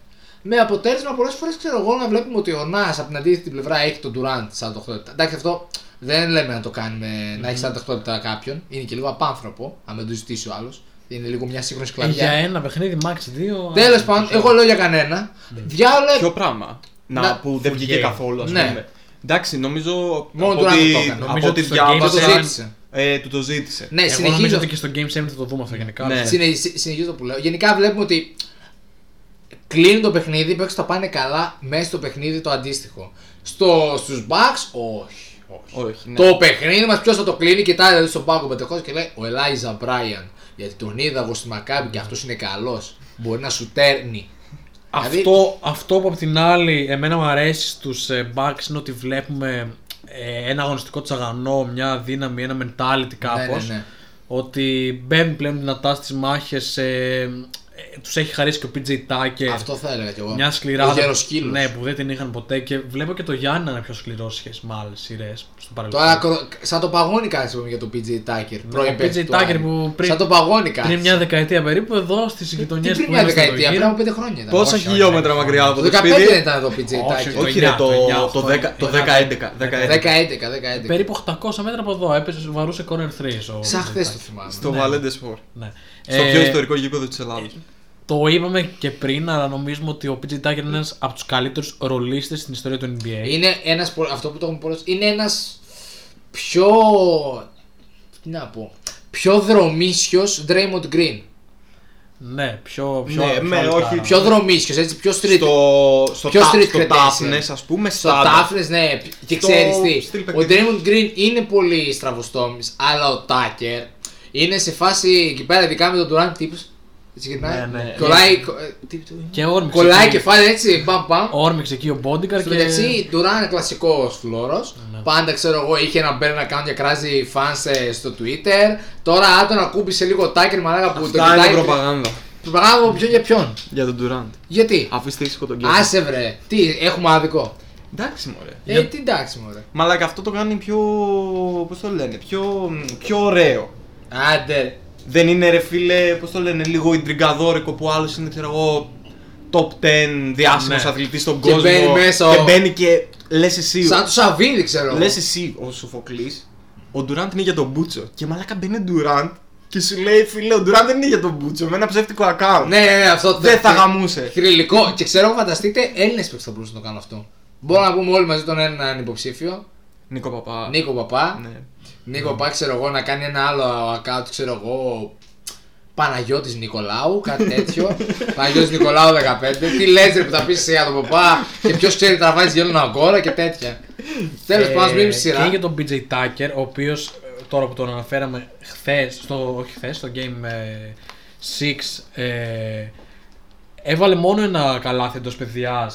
Speaker 3: Με αποτέλεσμα πολλές φορές ξέρω εγώ να βλέπουμε ότι ο Νάς από την αντίθετη πλευρά έχει τον Durant σαν το 8 λεπτά. Εντάξει, αυτό δεν λέμε να το κάνουμε, να έχει σαν το 8 λεπτά κάποιον. Είναι και λίγο απάνθρωπο, αν δεν το ζητήσει ο άλλος. Είναι λίγο μια σύγχρονη
Speaker 4: Για
Speaker 3: σκλαβιά.
Speaker 4: ένα παιχνίδι Max 2.
Speaker 3: Τέλο πάντων, ε, εγώ λέω για κανένα.
Speaker 5: Ε, Ποιο
Speaker 3: Διάολε.
Speaker 5: πράγμα. Να,
Speaker 3: Να-
Speaker 5: που δεν
Speaker 4: full
Speaker 5: βγήκε
Speaker 4: game.
Speaker 5: καθόλου, ας
Speaker 3: Ναι.
Speaker 5: πούμε. Εντάξει, νομίζω.
Speaker 3: Μόνο
Speaker 5: από
Speaker 3: του
Speaker 5: ό,τι-
Speaker 3: Άντων το έκανε.
Speaker 5: Από
Speaker 4: Νομίζω
Speaker 5: ό,τι
Speaker 4: ότι στο game
Speaker 3: Το
Speaker 5: διάβασα.
Speaker 3: ζήτησε.
Speaker 5: ε, του το ζήτησε.
Speaker 3: Ναι,
Speaker 4: Εγώ νομίζω
Speaker 3: συνεχίζω.
Speaker 4: ότι και στο Game 7 θα το δούμε αυτό γενικά.
Speaker 5: Ναι.
Speaker 4: αλλά-
Speaker 3: Συνε- συ- Συνεχίζω το που λέω. Γενικά βλέπουμε ότι κλείνει το παιχνίδι, παίξει τα πάνε καλά μέσα στο παιχνίδι το αντίστοιχο. Στο, στους bugs, όχι. όχι.
Speaker 5: Όχι, ναι.
Speaker 3: Το παιχνίδι μας, ποιος θα το κλείνει, κοιτάει δηλαδή, στον πάγκο πεντεχώ και λέει ο Ελάιζα Μπράιαν. Γιατί τον είδα εγώ στη Μακάμπη και αυτός είναι καλός. Μπορεί να σου τέρνει. Δηλαδή-
Speaker 4: Αυτό, αυτό που απ' την άλλη εμένα μου αρέσει στους ε, Bucks είναι ότι βλέπουμε ε, ένα αγωνιστικό τσαγανό, μια δύναμη, ένα mentality κάπως.
Speaker 3: ναι, ναι.
Speaker 4: Ότι μπαίνουν πλέον δυνατά στις μάχες, ε, ε, τους έχει χαρίσει και ο PJ Tucker.
Speaker 3: Αυτό θα έλεγα κι εγώ.
Speaker 4: Ε, Μια σκληρά.
Speaker 3: Ο γεροσκύλος.
Speaker 4: Ναι, που δεν την είχαν ποτέ και βλέπω και το Γιάννη να είναι πιο σκληρός σε σχέση με άλλες σειρές στο παρελθόν.
Speaker 3: Τώρα, ακρο- σαν το παγώνει κάτι που είπαμε για τον PJ Tucker. πρώην
Speaker 4: Ναι, ο
Speaker 3: παίκτη
Speaker 4: PJ
Speaker 3: του
Speaker 4: Tucker
Speaker 3: Άρη.
Speaker 4: που πριν-
Speaker 3: Σαν το παγώνει κάτι.
Speaker 4: Πριν μια δεκαετία περίπου εδώ στις
Speaker 3: Τι
Speaker 4: γειτονιές που
Speaker 3: πριν μια
Speaker 4: είναι στο
Speaker 3: δεκαετία, πριν
Speaker 4: Ευρωγύρο.
Speaker 3: από πέντε χρόνια ήταν.
Speaker 5: Πόσα
Speaker 4: Ναι, όχι, όχι,
Speaker 5: χιλιόμετρα
Speaker 4: όχι.
Speaker 5: μακριά από
Speaker 3: Το
Speaker 5: το
Speaker 3: 15
Speaker 5: σπίτι.
Speaker 3: ήταν το PJ
Speaker 4: Όχι,
Speaker 3: Tucker.
Speaker 4: το
Speaker 5: Όχι, ρε,
Speaker 4: 9,
Speaker 5: το,
Speaker 4: το 9,
Speaker 5: το,
Speaker 4: αυτό
Speaker 5: 10,
Speaker 4: είναι-
Speaker 5: το
Speaker 4: είναι
Speaker 5: 10-11. 10-11.
Speaker 3: 10-11, 10-11.
Speaker 4: Περίπου 800 μέτρα από εδώ έπεσε, βαρούσε corner 3. Ο
Speaker 3: Σαν χθες το
Speaker 4: Ζητάκης.
Speaker 3: θυμάμαι.
Speaker 5: Στο
Speaker 4: Ναι.
Speaker 5: Valente Sport.
Speaker 4: Ναι.
Speaker 5: Στο
Speaker 4: Ε,
Speaker 5: πιο ιστορικό γήπεδο της Ελλάδα.
Speaker 3: ε,
Speaker 4: Το είπαμε και πριν, αλλά νομίζουμε ότι ο PJ Tucker είναι ένας από τους καλύτερους ρολίστες στην ιστορία του NBA.
Speaker 3: Είναι ένας, πο- αυτό που το έχουμε πολλές, είναι ένας πιο, τι να πω, πιο δρομίσιος Draymond Green.
Speaker 4: Ναι, πιο. πιο
Speaker 5: Ναι,
Speaker 4: πιο
Speaker 5: με,
Speaker 4: αλτάρα.
Speaker 5: όχι,
Speaker 3: Πιο δρομίσιος, έτσι, πιο street.
Speaker 5: Στο, στο,
Speaker 3: Ποιο
Speaker 5: τα-
Speaker 3: street
Speaker 5: στο
Speaker 3: cred
Speaker 5: Τάφνες,
Speaker 3: είσαι?
Speaker 5: ας πούμε,
Speaker 3: Στο
Speaker 5: στάνταρ.
Speaker 3: Τάφνες, ναι, π- και
Speaker 5: Στο
Speaker 3: ξέρεις τι,
Speaker 5: στυλ
Speaker 3: ο
Speaker 5: παιχνίδι.
Speaker 3: Draymond Green είναι πολύ στραβοστόμης, αλλά ο Tucker είναι σε φάση εκεί πέρα, ειδικά με τον Durant τύπος, έτσι γυρνάει,
Speaker 4: Ναι, ναι.
Speaker 3: κολλάει, κο- ε, τι- τι-
Speaker 4: Και όρμηξε.
Speaker 3: κολλάει
Speaker 4: εκεί-
Speaker 3: κεφάλι έτσι, μπαμ μπαμ.
Speaker 4: Όρμηξε εκεί ο Μπόντιγκαρ
Speaker 3: Στο
Speaker 4: και.
Speaker 3: μεταξύ, Ντουράν είναι κλασικός φλόρος.
Speaker 5: Ναι.
Speaker 3: Πάντα ξέρω εγώ, είχε ένα μπέρν να κάνει και κράζει φαν ε, στο Twitter. Τώρα, αν τον ακούμπησε λίγο ο Τάκερ Μαλάκα που τον
Speaker 5: Αυτά είναι
Speaker 3: κοιτάει.
Speaker 5: προπαγάνδα.
Speaker 3: Προπαγάνδα από ποιον για ποιον.
Speaker 5: Για τον Durant.
Speaker 3: Γιατί.
Speaker 5: Αφήστε ήσυχο τον κύριο.
Speaker 3: Άσε βρε, τι, έχουμε άδικο.
Speaker 5: Εντάξει, μωρέ.
Speaker 3: Ε, τι εντάξει, μωρέ.
Speaker 5: Μαλάκα αυτό το κάνει πιο. Πώς το λένε, πιο, πιο ωραίο.
Speaker 3: Άντε.
Speaker 5: Δεν είναι ρε φίλε, πώς το λένε, λίγο ιντριγκαδόρικο που άλλος είναι, ξέρω εγώ, top 10 διάσημος
Speaker 4: Ναι.
Speaker 5: αθλητής στον
Speaker 3: Και
Speaker 5: κόσμο.
Speaker 3: μπαίνει μέσα
Speaker 5: Και
Speaker 3: ο-
Speaker 5: μπαίνει και λες εσύ.
Speaker 3: Σαν του Σαββίδη, ξέρω εγώ.
Speaker 5: Λες εσύ, ο Σοφοκλή, ο Ντουραντ είναι για τον Μπούτσο. Και μαλάκα μπαίνει Ντουραντ και σου λέει, φίλε, ο Ντουραντ δεν είναι για τον Μπούτσο. Με ένα ψεύτικο account.
Speaker 3: Ναι, ναι, ναι, αυτό
Speaker 5: Δεν θα
Speaker 3: τε-
Speaker 5: γαμούσε.
Speaker 3: Χρυλικό. Και ξέρω, εγώ, φανταστείτε, Έλληνες που θα μπορούσαν να το κάνουν αυτό. Μπορούμε να πούμε όλοι μαζί τον έναν υποψήφιο.
Speaker 5: Νίκο Παπά.
Speaker 3: Νίκο Παπά.
Speaker 5: Ναι.
Speaker 3: Νίκο Παπά, ξέρω εγώ, να κάνει ένα άλλο account, ξέρω εγώ, Παναγιώτης Νικολάου, κάτι τέτοιο. Παναγιώτης Νικολάου 15. Τι λες ρε που θα πεις εσύ για τον Παπά και ποιος ξέρει τραβάει γέλιο αγκόρα και τέτοια. Τέλος πάντων, μην
Speaker 4: Ε, Και
Speaker 3: σειρά.
Speaker 4: για τον BJ Tucker, ο οποίος τώρα που τον αναφέραμε χθες, στο, όχι χθες, στο Game 6, ε, έβαλε μόνο ένα καλάθι εντός παιδιάς,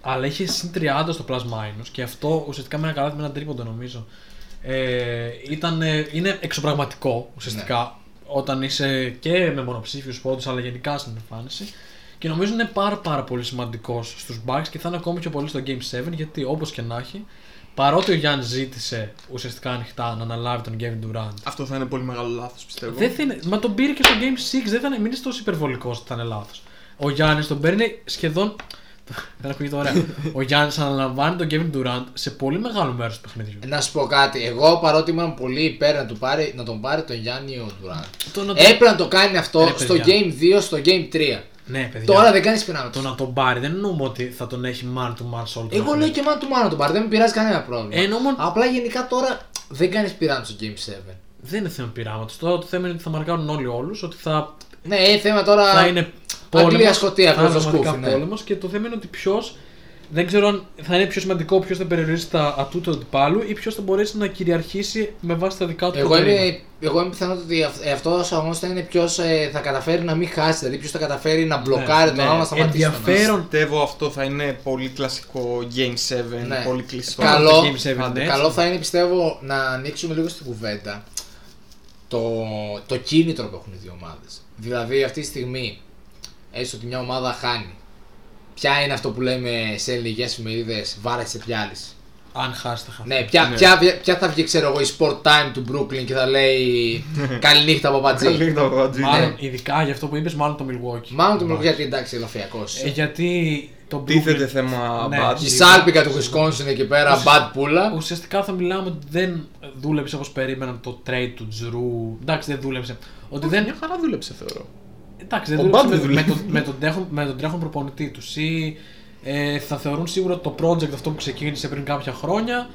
Speaker 4: αλλά είχε συν 30 στο plus minus και αυτό ουσιαστικά με ένα καλάθι με έναν τρίποντο νομίζω. Ε, ήταν, ε, είναι εξωπραγματικό ουσιαστικά όταν είσαι και με μονοψήφιους πόντου, αλλά γενικά στην εμφάνιση. Και νομίζω είναι πάρα πάρα πολύ σημαντικός στους Bucks και θα είναι ακόμη πιο πολύ στο Game 7 γιατί όπως και να έχει, παρότι ο Γιάννης ζήτησε ουσιαστικά ανοιχτά να αναλάβει τον Kevin Durant.
Speaker 5: Αυτό θα είναι πολύ μεγάλο λάθος, πιστεύω.
Speaker 4: Δεν θα είναι, μα τον πήρε και στο Game 6, δεν θα είναι, μην είσαι τόσο υπερβολικός ότι θα είναι λάθος. Ο Γιάννης τον παίρνει σχεδόν. δεν ακούγεται ωραία. ο Γιάννης αναλαμβάνει τον Kevin Durant σε πολύ μεγάλο μέρος του παιχνιδιού.
Speaker 3: Να σου πω κάτι. Εγώ παρότι ήμουν πολύ υπέρ να, του πάρει, να τον πάρει τον Γιάννη ο Ντουράν.
Speaker 4: Το να τον-
Speaker 3: Έπρεπε να το κάνει αυτό
Speaker 4: Ρε,
Speaker 3: στο
Speaker 4: παιδιά.
Speaker 3: Game 2, στο Game 3.
Speaker 4: Ναι, παιδιά.
Speaker 3: Τώρα δεν κάνεις πειράματα.
Speaker 4: Το να τον πάρει δεν εννοούμε ότι θα τον έχει man to man σε όλο το
Speaker 3: Εγώ λέω
Speaker 4: παιχνίδι.
Speaker 3: και μάνα του μάνα τον πάρει, δεν με πειράζει κανένα πρόβλημα.
Speaker 4: Ενώ μόνο-
Speaker 3: Απλά γενικά τώρα δεν κάνεις πειράματα στο Game 7.
Speaker 4: Δεν είναι θέμα πειράματος. Τώρα το θέμα είναι ότι θα μαρκάρουν όλοι όλους, ότι θα
Speaker 3: Ναι, ε, θέμα τώρα.
Speaker 4: θα είναι πόλεμος.
Speaker 3: Αγγλία, Σκωτία, αυτό το σκούφι. Ναι.
Speaker 4: πόλεμος και το θέμα είναι ότι ποιος. Δεν ξέρω αν θα είναι πιο σημαντικό ποιος θα περιορίσει τα ατού του αντιπάλου ή ποιος θα μπορέσει να κυριαρχήσει με βάση τα δικά του
Speaker 3: Εγώ
Speaker 4: κοντρίνια.
Speaker 3: είμαι, εγώ είμαι πιθανό ότι αυτός ο αγώνας θα είναι ποιος θα καταφέρει να μην χάσει. Δηλαδή, ποιος θα καταφέρει να μπλοκάρει τον
Speaker 5: ναι.
Speaker 3: άλλο να σταματήσει. τον
Speaker 4: Ενδιαφέρον.
Speaker 3: άλλο.
Speaker 5: Πιστεύω αυτό θα είναι πολύ κλασικό Game 7,
Speaker 3: Ναι.
Speaker 5: πολύ κλειστό.
Speaker 3: Καλό,
Speaker 4: Game seven,
Speaker 3: Άντε,
Speaker 4: έτσι.
Speaker 3: καλό θα είναι πιστεύω να ανοίξουμε λίγο στην κουβέντα το, το κίνητρο που έχουν οι δύο ομάδες. Δηλαδή, αυτή τη στιγμή, έστω ότι μια ομάδα χάνει, ποια είναι αυτό που λέμε σε ελληνικές εφημερίδες, βάρεσαι πιάλης.
Speaker 4: Αν χάσει, θα χάσει.
Speaker 3: Ναι, ποια,
Speaker 5: Ναι.
Speaker 3: Ποια, ποια θα βγει, ξέρω εγώ, η Sport Time του Brooklyn και θα λέει Καληνύχτα, παπατζή.
Speaker 5: Καλή τα παπατζή.
Speaker 4: Ναι. μάλλον, ειδικά για αυτό που είπες, μάλλον το Milwaukee.
Speaker 3: Μάλλον του Μιλουκού γιατί εντάξει, ελαφριακός.
Speaker 4: Ε, γιατί Το
Speaker 5: Τίθεται
Speaker 4: Brooklyn.
Speaker 5: θέμα
Speaker 4: Ναι.
Speaker 5: μπατ.
Speaker 3: Η σάλπικα του Wisconsin εκεί πέρα,
Speaker 4: Ουσιαστικά-
Speaker 3: bad πουλα.
Speaker 4: Ουσιαστικά θα μιλάμε ότι δεν δούλεψε όπως περίμεναν το trade του Τζρου. Εντάξει, δεν δούλεψε. Ότι δεν.
Speaker 1: Μια χαρά δούλεψε θεωρώ.
Speaker 4: Εντάξει,
Speaker 5: Ο
Speaker 4: δεν δούλεψε
Speaker 5: Μπαντ
Speaker 4: με,
Speaker 5: δεν
Speaker 4: με,
Speaker 5: δουλεύει.
Speaker 4: τον, με, τον τρέχον, με τον τρέχον προπονητή τους. Ή ε, θα θεωρούν σίγουρα ότι το project αυτό που ξεκίνησε πριν κάποια χρόνια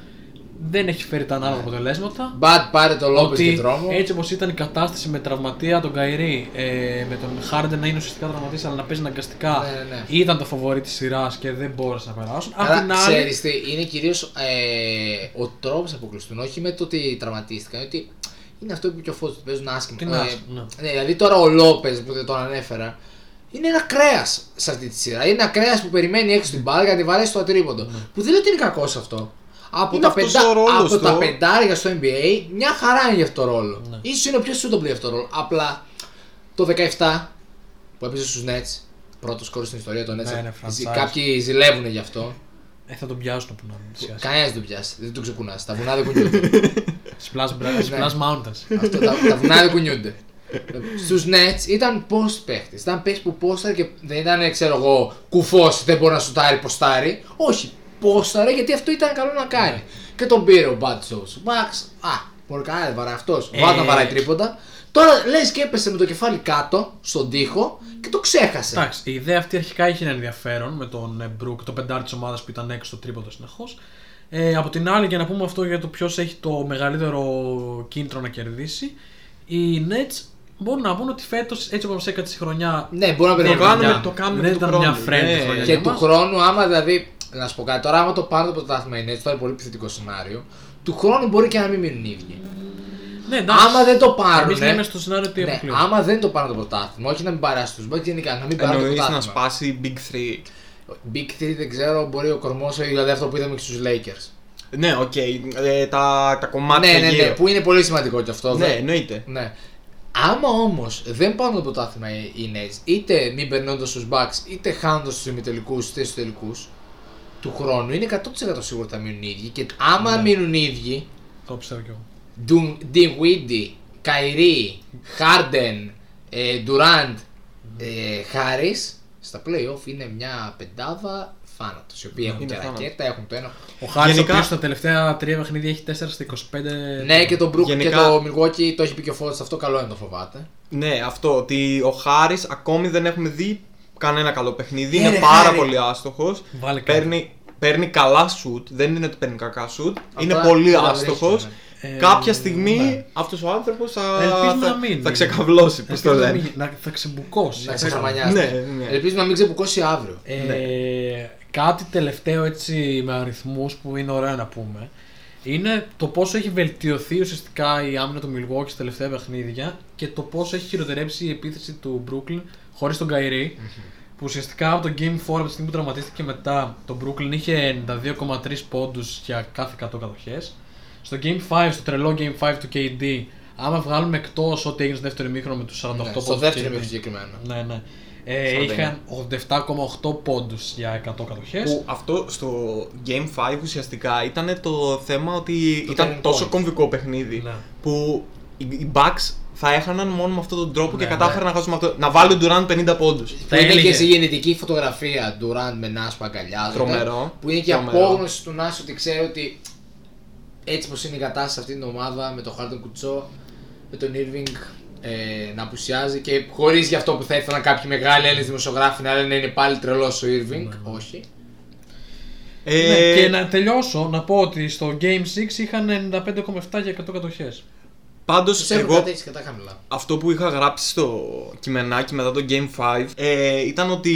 Speaker 4: δεν έχει φέρει τα ανάλογα αποτελέσματα.
Speaker 3: Bad πάρε το Λόπε
Speaker 4: ότι
Speaker 3: και δρόμο.
Speaker 4: έτσι όπως ήταν η κατάσταση με τραυματία τον Καϊρή, ε, με τον Χάρντεν να είναι ουσιαστικά τραυματή αλλά να παίζει αναγκαστικά,
Speaker 3: Ναι, ναι, ναι.
Speaker 4: ήταν το φοβορή της σειράς και δεν μπόρεσαν να περάσουν. Απ'
Speaker 3: Άρα,
Speaker 4: την άλλη,
Speaker 3: ξέρεις τι, είναι κυρίως ε, ο τρόπος που αποκλειστούν, όχι με το ότι τραυματίστηκαν, ότι είναι αυτό που είπε και ο Φώτης, ότι παίζουν άσχημα.
Speaker 4: Τι είναι άσχημα, ναι.
Speaker 3: ναι, δηλαδή τώρα ο Λόπες που δεν τον ανέφερα, είναι ένα κρέας σε αυτή τη σειρά. Είναι ένα κρέας που περιμένει έξω την μπάλα για να τη βαρέσει το ατρίποντο.
Speaker 4: Ναι.
Speaker 3: Που δεν λέω ότι είναι κακός αυτό. Από,
Speaker 5: Είναι
Speaker 3: τα,
Speaker 5: αυτός
Speaker 3: πεντα-
Speaker 5: ο ρόλος
Speaker 3: από
Speaker 5: του.
Speaker 3: τα πεντάρια στο NBA, μια χαρά είναι για αυτό το ρόλο.
Speaker 4: Ναι.
Speaker 3: Ίσως είναι ο πιο suitable για αυτό το ρόλο. Απλά το 17 που έπαιζε στους Nets, πρώτος σκόρ στην ιστορία των Nets.
Speaker 4: Ναι, είναι
Speaker 3: ζη-
Speaker 4: franchise.
Speaker 3: Κάποιοι ζηλεύουν γι' αυτό.
Speaker 4: ε, θα τον πιάσουν που να μην
Speaker 3: Κανένας δεν τον πιάσει, δεν τον ξεκουνάς. Τα βουνά δεν κουνιούνται.
Speaker 4: Splash,
Speaker 3: Ναι.
Speaker 4: Bra- Splash Mountains.
Speaker 3: Αυτό, τα, τα βουνά δεν κουνιούνται. Στους Nets ήταν post παίχτη. Ήταν παίχτη που πόσταρε και δεν ήταν, ξέρω εγώ, κουφός, δεν μπορεί να σουτάρει, ποστάρει. Όχι, πόσταρε γιατί αυτό ήταν καλό να κάνει. Και τον πήρε ο Μπάτ Τζόου. Μπαξ, α, μπορεί κανένα δεν βαράει αυτό.
Speaker 4: Ε.
Speaker 3: Βάτα βαράει τρίποντα. Τώρα λες και έπεσε με το κεφάλι κάτω στον τοίχο και το ξέχασε.
Speaker 4: Εντάξει, η ιδέα αυτή αρχικά είχε ένα ενδιαφέρον με τον ε, Μπρουκ, το πεντάρι της ομάδας που ήταν έξω στο τρίποντο συνεχώς. Ε, από την άλλη, για να πούμε αυτό για το ποιος έχει το μεγαλύτερο κίνητρο να κερδίσει, οι Nets μπορούν να πούν ότι φέτος έτσι όπως έκανε τη χρονιά.
Speaker 3: Ναι, μπορεί να
Speaker 5: Το
Speaker 3: περιμένει.
Speaker 5: κάνουμε,
Speaker 4: μια-
Speaker 5: το κάνουμε
Speaker 4: δεν
Speaker 5: και
Speaker 4: ήταν
Speaker 5: του
Speaker 4: μια
Speaker 5: χρόνου.
Speaker 4: friendly
Speaker 5: Ναι.
Speaker 4: χρονιά.
Speaker 3: Και
Speaker 4: για
Speaker 3: του
Speaker 4: μας.
Speaker 3: χρόνου, άμα δηλαδή. Να σου πω κάτι τώρα, άμα το πάρουν το πρωτάθλημα οι Nets, τώρα είναι πολύ επιθετικό σενάριο. Του χρόνου μπορεί και να μην μείνουν οι ίδιοι.
Speaker 4: Ναι, εντάξει.
Speaker 3: Άμα δεν το πάρουν.
Speaker 4: Εμεί λέμε στο σενάριο ότι
Speaker 3: ναι,
Speaker 4: αποκλείονται.
Speaker 3: άμα δεν το πάρουν το πρωτάθλημα, όχι να μην παράσει τους Bucks γενικά, να μην πάρουν το
Speaker 5: Εννοείς να
Speaker 3: πρωτάθλημα.
Speaker 5: σπάσει Big 3.
Speaker 3: Big 3 δεν ξέρω, μπορεί ο κορμός, δηλαδή αυτό που είδαμε και στους Lakers.
Speaker 5: Ναι, οκ. ε, τα, τα κομμάτια
Speaker 3: ναι, ναι, ναι,
Speaker 5: γύρω.
Speaker 3: που είναι πολύ σημαντικό και αυτό.
Speaker 5: Ναι,
Speaker 3: βέβαια.
Speaker 5: εννοείται.
Speaker 3: Ναι. Άμα όμως δεν πάνε το πρωτάθλημα οι οι Nets, είτε μην περνώντας του Bucks, είτε χάνοντας τους ημιτελικούς, είτε στους τελικούς του χρόνου, είναι 100% σίγουρο ότι θα μείνουν οι ίδιοι. Και άμα
Speaker 5: Ναι.
Speaker 3: μείνουν οι ίδιοι,
Speaker 4: Το πιστεύω κι εγώ.
Speaker 3: Dun- Dinwiddie, Καϊρή, Harden, ε, Durant, ε, Harris, στα playoff είναι μια πεντάδα θάνατος, οι οποίοι έχουν
Speaker 5: Είναι
Speaker 3: και
Speaker 5: θάνατος.
Speaker 3: ρακέτα, έχουν το ένα.
Speaker 4: Ο Χάρη
Speaker 5: Γενικά-
Speaker 4: Γενικά... στα τελευταία τρία παιχνίδια έχει 4 στα 25.
Speaker 3: Ναι, και τον Brook και
Speaker 5: γενικά-
Speaker 3: το Milwaukee το έχει πει και ο Φώτης, αυτό καλό είναι να το φοβάται.
Speaker 5: Ναι, αυτό. Ότι ο Χάρη ακόμη δεν έχουμε δει κανένα καλό παιχνίδι.
Speaker 3: Ε,
Speaker 5: είναι
Speaker 3: ρε,
Speaker 5: πάρα
Speaker 3: Χάρη.
Speaker 5: πολύ άστοχος.
Speaker 4: Βάλε κάτι.
Speaker 5: Παίρνει, παίρνει καλά σουτ. Δεν είναι ότι παίρνει κακά σουτ.
Speaker 3: Αυτά
Speaker 5: Είναι πολύ
Speaker 3: τα
Speaker 5: άστοχος.
Speaker 3: βρίσκουμε.
Speaker 4: Ε,
Speaker 5: Κάποια στιγμή
Speaker 4: ναι.
Speaker 5: αυτός αυτό ο άνθρωπος θα,
Speaker 4: Ελπίζω
Speaker 5: θα,
Speaker 4: να μείνει.
Speaker 5: θα ξεκαβλώσει. Πώς το
Speaker 4: Ελπίζω να
Speaker 5: λένε.
Speaker 4: μην- να- θα ξεμπουκώσει.
Speaker 3: Να ξεχαμανιάσει.
Speaker 5: Ναι, ναι.
Speaker 3: Ελπίζω να μην ξεπουκώσει αύριο.
Speaker 4: Ε,
Speaker 3: Ναι.
Speaker 4: Κάτι τελευταίο έτσι με αριθμούς που είναι ωραίο να πούμε είναι το πόσο έχει βελτιωθεί ουσιαστικά η άμυνα του Milwaukee στα τελευταία παιχνίδια και το πόσο έχει χειροτερέψει η επίθεση του Brooklyn χωρίς τον καηρη που ουσιαστικά από το Game 4 από τη στιγμή που τραυματίστηκε μετά το Brooklyn είχε 92,3 πόντους για κάθε 100 κατοχές στο Game 5, στο τρελό Game 5 του KD άμα βγάλουμε εκτός ό,τι έγινε στο δεύτερο μήχρονο με τους 48
Speaker 3: Ναι,
Speaker 4: πόντους
Speaker 3: στο
Speaker 4: του
Speaker 3: δεύτερο
Speaker 4: KD.
Speaker 3: μήκο συγκεκριμένα.
Speaker 4: Ναι, ναι. Ε, είχαν 87,8 πόντους για 100 κατοχές.
Speaker 5: Που αυτό στο Game 5 ουσιαστικά ήταν το θέμα ότι
Speaker 3: Το
Speaker 5: ήταν
Speaker 3: turning
Speaker 5: τόσο
Speaker 3: point.
Speaker 5: κομβικό παιχνίδι
Speaker 4: Ναι.
Speaker 5: που οι- οι Bucks θα έχαναν μόνο με αυτόν τον τρόπο
Speaker 4: Ναι,
Speaker 5: και κατάφεραν να χάσουν με αυτό. Να βάλει ο Durant 50 πόντους.
Speaker 3: Που
Speaker 4: Τα
Speaker 3: είναι
Speaker 4: έλεγε.
Speaker 3: και σε γεννητική φωτογραφία Durant με Νάσ που αγκαλιάζονται.
Speaker 5: Τρομερό.
Speaker 3: Που είναι και η
Speaker 5: Τρομερό.
Speaker 3: απόγνωση του Νάσ ότι ξέρει ότι έτσι πως είναι η κατάσταση σε αυτή την ομάδα με τον Χάρτον Κουτσό, με τον Irving ε, να απουσιάζει και χωρίς γι' αυτό που θα ήθελαν κάποιοι μεγάλοι Έλληνες δημοσιογράφοι να λένε είναι πάλι τρελός ο Irving. Όχι.
Speaker 5: Ε,
Speaker 4: Ναι, και να τελειώσω, να πω ότι στο Game 6 είχαν 95,7 για 100 κατοχές.
Speaker 5: Πάντως
Speaker 3: Τους έχουν
Speaker 5: εγώ
Speaker 3: κατέξει κατά χαμηλά.
Speaker 5: αυτό που είχα γράψει στο κειμενάκι μετά το Game 5 ε, ήταν ότι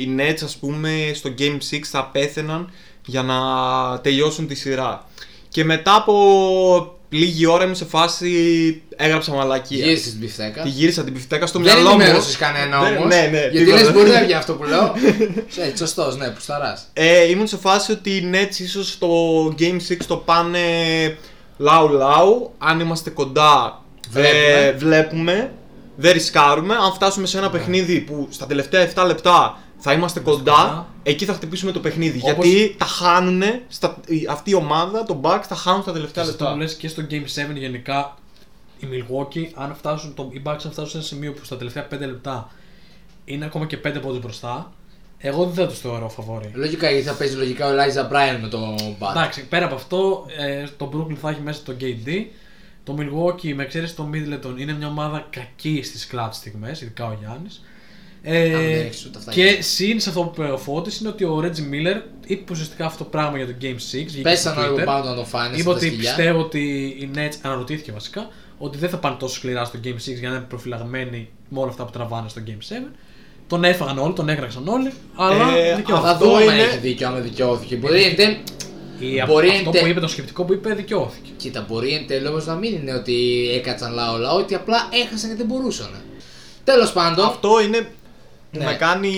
Speaker 5: οι Nets ας πούμε στο Game 6 θα πέθαιναν για να τελειώσουν τη σειρά. Και μετά από λίγη ώρα είμαι σε φάση έγραψα μαλακία.
Speaker 3: Γύρισες στην πιφτέκα.
Speaker 5: Τη γύρισα την πιφτέκα στο
Speaker 3: Δεν
Speaker 5: μυαλό μου.
Speaker 3: ενημέρωσες κανένα
Speaker 5: Δεν-
Speaker 3: όμως.
Speaker 5: Ναι, ναι.
Speaker 3: γιατί
Speaker 5: τίποτα.
Speaker 3: λες μπορεί να βγει αυτό που λέω. Έτσι, σωστός, ναι, πουσταράς.
Speaker 5: Ε, ήμουν σε φάση ότι οι Nets ίσως στο Game 6 το πάνε λαου λαου. Αν είμαστε κοντά,
Speaker 3: Βλέπουμε.
Speaker 5: Ε, βλέπουμε. Δεν ρισκάρουμε. Αν φτάσουμε σε ένα παιχνίδι που στα τελευταία 7 λεπτά θα είμαστε κοντά,
Speaker 4: κοντά.
Speaker 5: εκεί θα χτυπήσουμε το παιχνίδι.
Speaker 4: Όπως-
Speaker 5: Γιατί τα χάνουν, στα, η- αυτή η ομάδα, το Bucks, τα χάνουν στα τελευταία
Speaker 4: Αυτό που
Speaker 5: λεπτά.
Speaker 4: λες και στο Game 7 γενικά, οι Milwaukee, αν φτάσουν, το, οι Bucks αν φτάσουν σε ένα σημείο που στα τελευταία 5 λεπτά είναι ακόμα και 5 πόντους μπροστά, Εγώ δεν θα τους θεωρώ φαβόροι.
Speaker 3: Λογικά γιατί θα παίζει λογικά ο Eliza Bryan με το Μπάτ.
Speaker 4: Εντάξει, πέρα από αυτό, ε, το Brooklyn θα έχει μέσα το KD. Το Milwaukee, με εξαίρεση το Middleton, είναι μια ομάδα κακή στις clutch στιγμές, ειδικά ο Γιάννης.
Speaker 3: Αν δεν έχεις ούτε αυτά
Speaker 4: και
Speaker 3: γίνεται.
Speaker 4: συν σε αυτό που είπε ο Φώτης είναι ότι ο Reggie Miller είπε ουσιαστικά αυτό το πράγμα για το Game 6. βγήκε
Speaker 3: Πες
Speaker 4: στο
Speaker 3: ένα
Speaker 4: Twitter.
Speaker 3: rebound να το φάνε.
Speaker 4: Είπε ότι πιστεύω ότι οι Nets αναρωτήθηκε βασικά ότι δεν θα πάνε τόσο σκληρά στο Game 6 για να είναι προφυλαγμένοι με όλα αυτά που τραβάνε στο Game 7. Τον έφαγαν όλοι, τον έγραξαν όλοι, αλλά
Speaker 5: Ε,
Speaker 4: δικαιώθηκε.
Speaker 3: Θα δούμε
Speaker 5: Αυτό
Speaker 3: αν
Speaker 5: είναι-
Speaker 3: έχει δίκιο, αν δεν δικαιώθηκε. Μπορεί εν τέλει.
Speaker 4: Ή α-
Speaker 3: μπορεί
Speaker 4: αυτό
Speaker 3: εν τε-
Speaker 4: που είπε, το σκεπτικό που είπε, δικαιώθηκε.
Speaker 3: Κοίτα, μπορεί εν τέλει όμως να μην είναι ότι έκατσαν λαό λαό, ότι απλά έχασαν και δεν μπορούσαν. Τέλος πάντων.
Speaker 5: Αυτό είναι που
Speaker 3: Ναι.
Speaker 5: με κάνει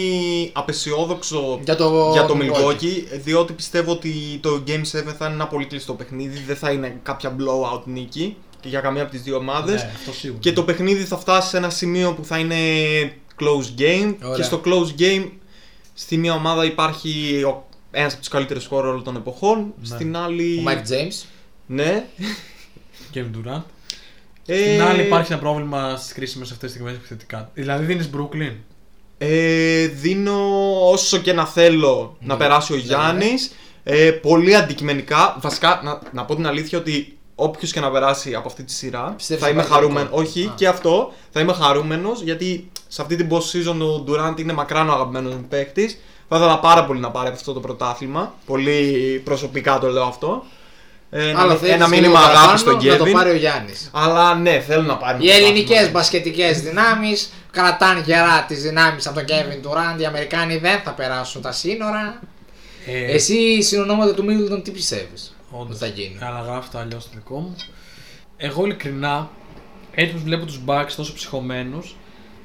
Speaker 5: απεσιόδοξο
Speaker 3: Για το,
Speaker 5: για το
Speaker 3: Milwaukee.
Speaker 5: Milwaukee, διότι πιστεύω ότι το Game 7 θα είναι ένα πολύ κλειστό παιχνίδι, δεν θα είναι κάποια blowout νίκη και για καμία από τις δύο ομάδες.
Speaker 4: Ναι, αυτό σίγουρα.
Speaker 5: Και το παιχνίδι θα φτάσει σε ένα σημείο που θα είναι close game
Speaker 3: Ωραία.
Speaker 5: και στο close game στη μία ομάδα υπάρχει ο, ένας από τους καλύτερους χώρους όλων των εποχών,
Speaker 4: Ναι.
Speaker 5: στην άλλη...
Speaker 3: Ο Mike James.
Speaker 5: Ναι.
Speaker 4: Kevin Durant.
Speaker 5: Ε,
Speaker 4: Στην άλλη υπάρχει ένα πρόβλημα στις κρίσιμες αυτές τις στιγμές επιθετικά. Δηλαδή δίνει Brooklyn.
Speaker 5: Ε, δίνω όσο και να θέλω να
Speaker 3: Ναι.
Speaker 5: περάσει ο
Speaker 3: Ναι,
Speaker 5: Γιάννης. Ε, πολύ αντικειμενικά. Βασικά, να, να πω την αλήθεια ότι όποιος και να περάσει από αυτή τη σειρά
Speaker 3: Πιστεύεις
Speaker 5: θα
Speaker 3: ότι
Speaker 5: είμαι
Speaker 3: υπάρχει
Speaker 5: χαρούμενο.
Speaker 3: τελικό.
Speaker 5: Όχι,
Speaker 3: Α.
Speaker 5: και αυτό θα είμαι χαρούμενος γιατί σε αυτή την post season ο Durant είναι μακράν ο αγαπημένος μου παίκτης. Θα ήθελα πάρα πολύ να πάρει αυτό το πρωτάθλημα. Πολύ προσωπικά το λέω αυτό. Ε, ένα-
Speaker 3: Άλλο θέλεις
Speaker 5: ένα
Speaker 3: και λίγο
Speaker 5: μήνυμα
Speaker 3: παραπάνω
Speaker 5: αγάπη στον
Speaker 3: Να το
Speaker 5: Kevin.
Speaker 3: πάρει ο Γιάννης.
Speaker 5: Αλλά ναι, θέλω να πάρει.
Speaker 3: Οι
Speaker 5: το
Speaker 3: ελληνικές
Speaker 5: πρωτάθλημα.
Speaker 3: μπασκετικές δυνάμεις κρατάνε γερά τις δυνάμεις από τον Kevin Durant. Οι Αμερικάνοι δεν θα περάσουν τα σύνορα.
Speaker 4: Ε,
Speaker 3: Εσύ συνονόματα του Middleton τι πιστεύεις
Speaker 4: όντως.
Speaker 3: ότι θα γίνει.
Speaker 4: Αλλά γράφει αλλιώ το δικό μου. Εγώ ειλικρινά, έτσι που βλέπω τους Bucks τόσο ψυχωμένους,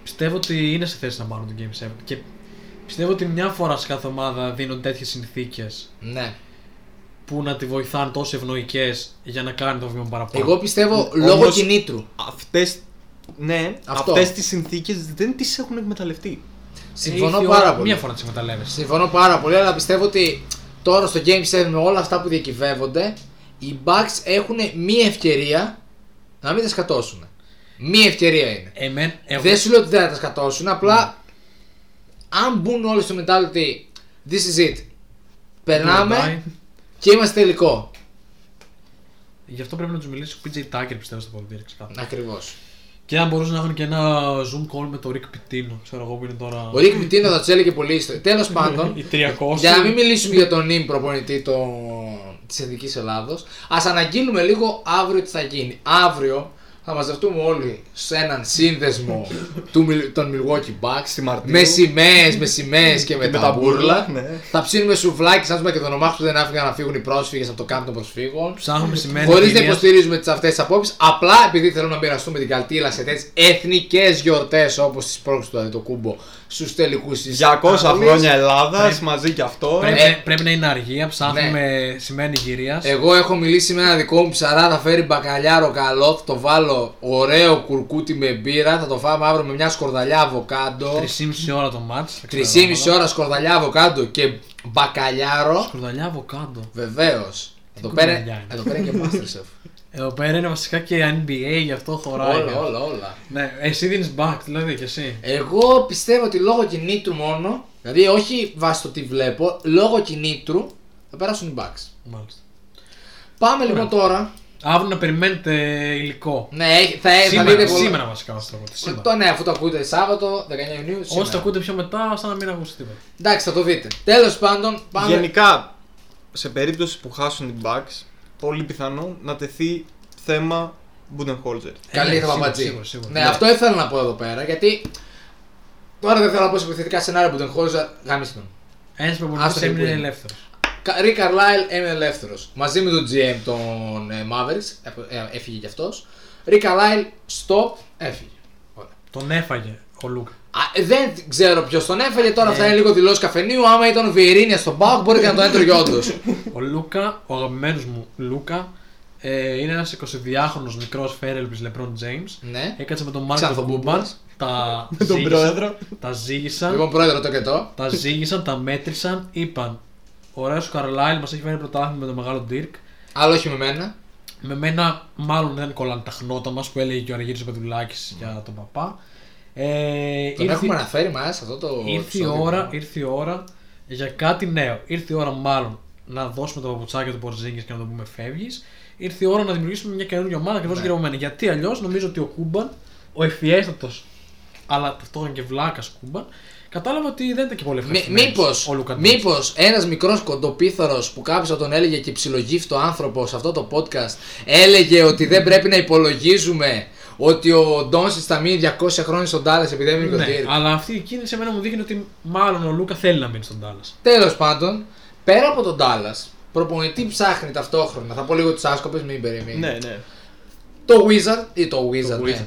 Speaker 4: πιστεύω ότι είναι σε θέση να πάρουν το Game 7. Και πιστεύω ότι μια φορά σε κάθε ομάδα δίνουν τέτοιες συνθήκες
Speaker 3: Ναι.
Speaker 4: που να τη βοηθάνε τόσο ευνοϊκές για να κάνει το βήμα παραπάνω.
Speaker 3: Εγώ πιστεύω
Speaker 5: Όμως-
Speaker 3: λόγω κινήτρου.
Speaker 5: αυτές, ναι,
Speaker 3: Αυτό.
Speaker 5: αυτές τις συνθήκες δεν τις έχουν εκμεταλλευτεί.
Speaker 3: Συμφωνώ
Speaker 4: Ήρθε η
Speaker 3: πάρα
Speaker 4: ώρα-
Speaker 3: πολύ.
Speaker 4: Μια φορά τις εκμεταλλεύεσαι.
Speaker 3: Συμφωνώ πάρα πολύ, αλλά πιστεύω ότι τώρα στο Game 7 με όλα αυτά που διακυβεύονται, οι Bucks έχουν μία ευκαιρία να μην τα σκατώσουν. Μία ευκαιρία είναι.
Speaker 4: Εμένα, εγώ...
Speaker 3: Ε, Δεν σου λέω ότι δεν θα τα σκατώσουν, απλά αν μπουν όλοι στο mentality This is it. Περνάμε και είμαστε τελικό.
Speaker 4: Γι' αυτό πρέπει να τους μιλήσει ο PJ Tucker πιστεύω στο πολιτήριο ξεκάθαρα.
Speaker 3: Ακριβώς.
Speaker 4: Και αν μπορούσαν να έχουν και ένα Zoom call με τον Rick Pitino, ξέρω εγώ που είναι τώρα.
Speaker 3: Ο Ρίκ Μιτίνο θα του έλεγε πολύ ιστορία. Τέλος πάντων,
Speaker 4: Οι 300.
Speaker 3: Για να μην μιλήσουμε για τον νυν προπονητή το... τη Εθνική Ελλάδος, ας αναγγείλουμε λίγο αύριο τι θα γίνει. Αύριο θα μαζευτούμε όλοι σε έναν σύνδεσμο του, Μιλ- των Milwaukee
Speaker 5: Στη
Speaker 3: Bucks
Speaker 5: Μαρτίου.
Speaker 3: με σημαίες, με σημαίες και με, τα, μπούρλα.
Speaker 5: ναι.
Speaker 3: Θα ψήνουμε σουβλάκι σαν του Μακεδονομάχου που δεν άφηγαν να φύγουν οι πρόσφυγες από το κάμπ των προσφύγων.
Speaker 4: Ψάχνουμε σημαίνει.
Speaker 3: Χωρίς να
Speaker 4: κυρία-
Speaker 3: υποστηρίζουμε τις αυτές τις απόψεις, απλά επειδή θέλουμε να μοιραστούμε την καλτήλα σε τέτοιες εθνικές γιορτές όπως τη πρόξη του Αντιτοκούμπο στους τελικούς της.
Speaker 5: 200 χρόνια Ελλάδας
Speaker 4: Πρέπει-
Speaker 5: μαζί και αυτό.
Speaker 4: Πρέπει,
Speaker 3: Ε. Ναι.
Speaker 4: πρέπει να είναι αργία, ψάχνουμε σημαίνει γυρίας.
Speaker 3: Εγώ έχω μιλήσει με ένα δικό μου ψαρά, θα φέρει μπακαλιάρο καλό, θα το βάλω ωραίο κουρκούτι με μπύρα, θα το φάμε αύριο με μια σκορδαλιά αβοκάντο.
Speaker 4: 3,5 ώρα το match.
Speaker 3: 3,5 ώρα σκορδαλιά αβοκάντο και μπακαλιάρο.
Speaker 4: Σκορδαλιά αβοκάντο.
Speaker 3: Βεβαίως. Θα το
Speaker 4: κουνελιά
Speaker 3: παίρνει
Speaker 4: είναι.
Speaker 3: θα το παίρνει και Masterchef.
Speaker 4: Εδώ πέρα είναι βασικά και NBA, γι' αυτό χωράει.
Speaker 3: όλα, όλα, όλα.
Speaker 4: Ναι, εσύ δίνεις back, δηλαδή και εσύ.
Speaker 3: Εγώ πιστεύω ότι λόγω κινήτρου μόνο, δηλαδή όχι βάσει το τι βλέπω, λόγω κινήτρου θα περάσουν οι Bucks.
Speaker 4: Μάλιστα.
Speaker 3: Πάμε λοιπόν τώρα.
Speaker 4: Αύριο να περιμένετε υλικό.
Speaker 3: Ναι, έχει- θα, θα
Speaker 4: σήμερα,
Speaker 3: δείτε πολλά.
Speaker 4: σήμερα βασικά όσο το ακούτε. Σήμερα.
Speaker 3: Το, ναι, αφού το ακούτε Σάββατο 19 Ιουνίου. σήμερα.
Speaker 4: Όσοι το ακούτε πιο μετά, σαν να μην ακούσετε τίποτα.
Speaker 3: Εντάξει, θα το δείτε. Τέλος πάντων, πάμε.
Speaker 5: Γενικά, σε περίπτωση που χάσουν οι Bucks, πολύ πιθανό να τεθεί θέμα Budenholzer.
Speaker 3: Καλή
Speaker 4: Ε,
Speaker 3: θα
Speaker 4: σίγουρα,
Speaker 3: παπατζή.
Speaker 4: σίγουρα, σίγουρα.
Speaker 3: Ναι,
Speaker 4: Ναι.
Speaker 3: αυτό ήθελα να πω εδώ πέρα γιατί. Τώρα δεν θέλω να πω σε επιθετικά σενάρια που τον χώριζα. Γάμισε τον.
Speaker 4: Ένας
Speaker 3: Άστο
Speaker 4: προπονητή
Speaker 3: που
Speaker 4: έμεινε
Speaker 3: είναι.
Speaker 4: ελεύθερος.
Speaker 3: Κα- Ρί Καρλάιλ έμεινε ελεύθερος. Μαζί με τον GM των ε, Mavericks, ε, ε, έφυγε κι αυτός. Ρί Καρλάιλ, stop, έφυγε. Ωραία.
Speaker 4: Τον έφαγε ο Λούκα.
Speaker 3: Α, ε, δεν ξέρω ποιος τον έφαγε,
Speaker 4: Ναι.
Speaker 3: τώρα αυτά είναι λίγο δηλώσεις καφενείου. Άμα ήταν ο Βιερίνια στον Πάοκ, μπορεί και να τον έτρωγε όντως.
Speaker 4: Ο Λούκα, ο αγαπημένος μου Λούκα, ε, είναι ένας 22χρονο μικρός φέρελπης Λεπρόν Τζέιμ.
Speaker 3: ναι.
Speaker 4: Έκατσε με τον
Speaker 3: Ξανά
Speaker 4: Μάρκο
Speaker 3: τον
Speaker 4: Μπούμπαν. Τα
Speaker 5: Τον
Speaker 4: ζήγησαν.
Speaker 5: πρόεδρο.
Speaker 4: Τα ζήγησαν,
Speaker 3: Λοιπόν, πρόεδρο το και το.
Speaker 4: τα ζήγησαν, τα μέτρησαν, είπαν. Ωραίο Καρλάιλ μας έχει φέρει πρωτάθλημα με τον μεγάλο Ντίρκ.
Speaker 3: Αλλά όχι με μένα.
Speaker 4: Με μένα, μάλλον δεν κολλάνε τα χνότα μας που έλεγε και ο Αργύρης Πετουλάκη για τον παπά. Ε,
Speaker 3: Τον έχουμε αναφέρει μας σε αυτό το.
Speaker 4: ήρθε η,
Speaker 3: επεισόδιο.
Speaker 4: ώρα, ήρθε η ώρα για κάτι νέο. Ήρθε η ώρα, μάλλον, να δώσουμε τα παπουτσάκια του Μπορζίνγκη και να το πούμε φεύγεις. Ήρθε η ώρα να δημιουργήσουμε μια καινούργια ομάδα ακριβώς
Speaker 3: Ναι.
Speaker 4: γυρευμένη. Γιατί αλλιώς νομίζω ότι ο Κούμπαν, ο ευφιέστατο, αλλά ταυτόχρονα και βλάκας Κούμπαν, κατάλαβε ότι δεν ήταν και πολύ ευχαριστημένος ο Λουκαντίνης.
Speaker 3: Μήπως ένας μικρός κοντοπίθαρος που κάποιος τον έλεγε και ψιλογύφτο άνθρωπο σε αυτό το podcast έλεγε ότι δεν πρέπει να υπολογίζουμε ότι ο Ντόνσιτ θα μείνει 200 χρόνια στον Τάλλας επειδή δεν μείνει
Speaker 4: Ναι,
Speaker 3: ο Ντέρκ.
Speaker 4: αλλά αυτή η κίνηση εμένα μου δείχνει ότι μάλλον ο Λούκα θέλει να μείνει στον Τάλλας.
Speaker 3: Τέλος πάντων, πέρα από τον Τάλλας, προπονητή ψάχνει ταυτόχρονα. Θα πω λίγο του άσκοπες, μην περιμένει.
Speaker 5: Ναι, ναι.
Speaker 3: Το Wizard ή το Wizard, ναι.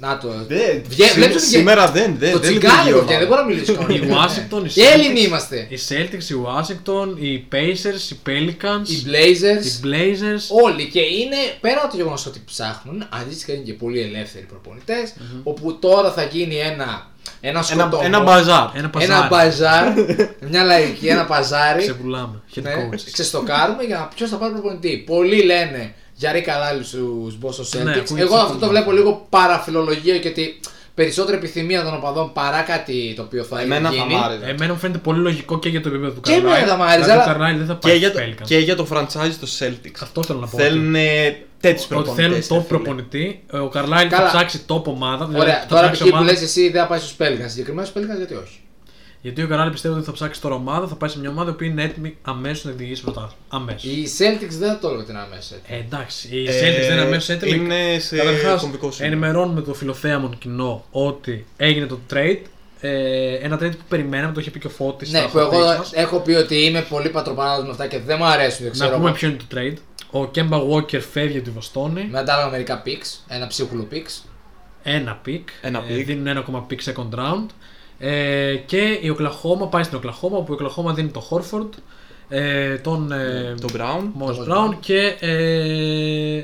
Speaker 3: Να το. Βγε- βλέπεις ότι βγαίνει-
Speaker 5: Σήμερα δεν, δεν.
Speaker 3: το
Speaker 5: δεν
Speaker 3: τσιγκάρι
Speaker 5: λειτουργεί η
Speaker 3: βγαίνει, δεν μπορώ να μιλήσω.
Speaker 4: Η
Speaker 3: κανονικά.
Speaker 4: Washington, οι
Speaker 3: Και Ναι. Έλληνοι
Speaker 4: Celtics-
Speaker 3: είμαστε.
Speaker 4: Οι Celtics, οι Washington, οι Pacers, οι Pelicans,
Speaker 3: Οι Blazers.
Speaker 4: οι Blazers.
Speaker 3: Όλοι και είναι πέρα από το γεγονός ότι ψάχνουν, αντίστοιχα είναι και πολύ ελεύθεροι προπονητές, Όπου τώρα θα γίνει ένα, ένα σκοτώμα.
Speaker 5: Ένα, ένα μπαζάρ.
Speaker 4: Ένα
Speaker 3: ένα
Speaker 4: παζάρι.
Speaker 3: μπαζάρ, μια λαϊκή, ένα παζάρι.
Speaker 4: Ξεπουλάμε. Head
Speaker 3: ναι,
Speaker 4: coaches.
Speaker 3: ξεστοκάρουμε για να ποιος θα πάρει προπονητή. Πολλοί λένε για Ρίκα Λάλη στου Boston Celtics.
Speaker 4: Ναι, ακούγεται
Speaker 3: Εγώ αυτό το
Speaker 4: πολύ.
Speaker 3: βλέπω λίγο παραφιλολογία και ότι περισσότερη επιθυμία των οπαδών παρά κάτι το οποίο θα
Speaker 5: Εμένα θα
Speaker 3: γίνει.
Speaker 5: μ' άρεσε.
Speaker 4: Εμένα μου φαίνεται πολύ λογικό και για το επίπεδο του
Speaker 3: Και εμένα
Speaker 4: Καρνάιλ.
Speaker 3: θα μ' άρεσε,
Speaker 4: Δηλαδή, ο
Speaker 3: αλλά-
Speaker 4: Καρνάιλ δεν θα
Speaker 5: Και
Speaker 4: πάει
Speaker 5: για,
Speaker 4: στους
Speaker 5: το,
Speaker 4: Pelicans.
Speaker 5: και για το franchise το Celtics.
Speaker 4: Αυτό θέλω να πω.
Speaker 5: Θέλουν τέτοιους
Speaker 4: Ότι
Speaker 5: προπονητές.
Speaker 4: θέλουν top
Speaker 5: ρε φίλε.
Speaker 4: προπονητή. Ε, Ο Καρνάιλ θα
Speaker 3: Καλά.
Speaker 4: ψάξει top ομάδα. δηλαδή
Speaker 3: Ωραία,
Speaker 4: θα
Speaker 3: τώρα
Speaker 4: ψάξει
Speaker 3: π.χ. που
Speaker 4: ομάδα-
Speaker 3: λες εσύ δεν θα πάει στους Pelicans. Συγκεκριμένα στους Pelicans γιατί όχι.
Speaker 4: Γιατί ο Καρνάιλ πιστεύω ότι θα ψάξει τώρα ομάδα, θα πάει σε μια ομάδα που είναι έτοιμη αμέσως να διηγήσει πρωτάθλημα. Αμέσως.
Speaker 3: Οι Celtics δεν θα το έλεγα την άμεση.
Speaker 4: Ε, εντάξει, η
Speaker 5: Ε,
Speaker 4: Celtics δεν είναι αμέσω έτοιμη.
Speaker 5: είναι σε
Speaker 4: Καταρχάς,
Speaker 5: κομβικό σημείο.
Speaker 4: ενημερώνουμε το φιλοθέαμον κοινό ότι έγινε το trade. Ε, ένα trade που περιμέναμε, το είχε πει και ο Φώτης
Speaker 3: Ναι,
Speaker 4: στα
Speaker 3: που
Speaker 4: hot
Speaker 3: εγώ
Speaker 4: takes μας.
Speaker 3: έχω πει ότι είμαι πολύ πατροπανάδο με αυτά και δεν μου αρέσουν. Δεν
Speaker 4: Να
Speaker 3: ξέρω.
Speaker 4: πούμε ποιο είναι το trade. Ο Kemba Walker φεύγει από τη Βοστόνη.
Speaker 5: Ναι.
Speaker 3: Μετά άλλα μερικά picks, ένα ψίχουλο picks.
Speaker 4: Ένα pick.
Speaker 5: Ένα
Speaker 4: Ε,
Speaker 5: pick.
Speaker 4: δίνουν ένα ακόμα pick second round. Ε, και η Οκλαχώμα πάει στην Οκλαχώμα που η Οκλαχώμα δίνει το Χόρφορντ, ε, τον ε,
Speaker 5: Το Ναι, Brown.
Speaker 4: Μόρις
Speaker 3: Moses
Speaker 4: Brown
Speaker 3: Brown.
Speaker 4: και, ε,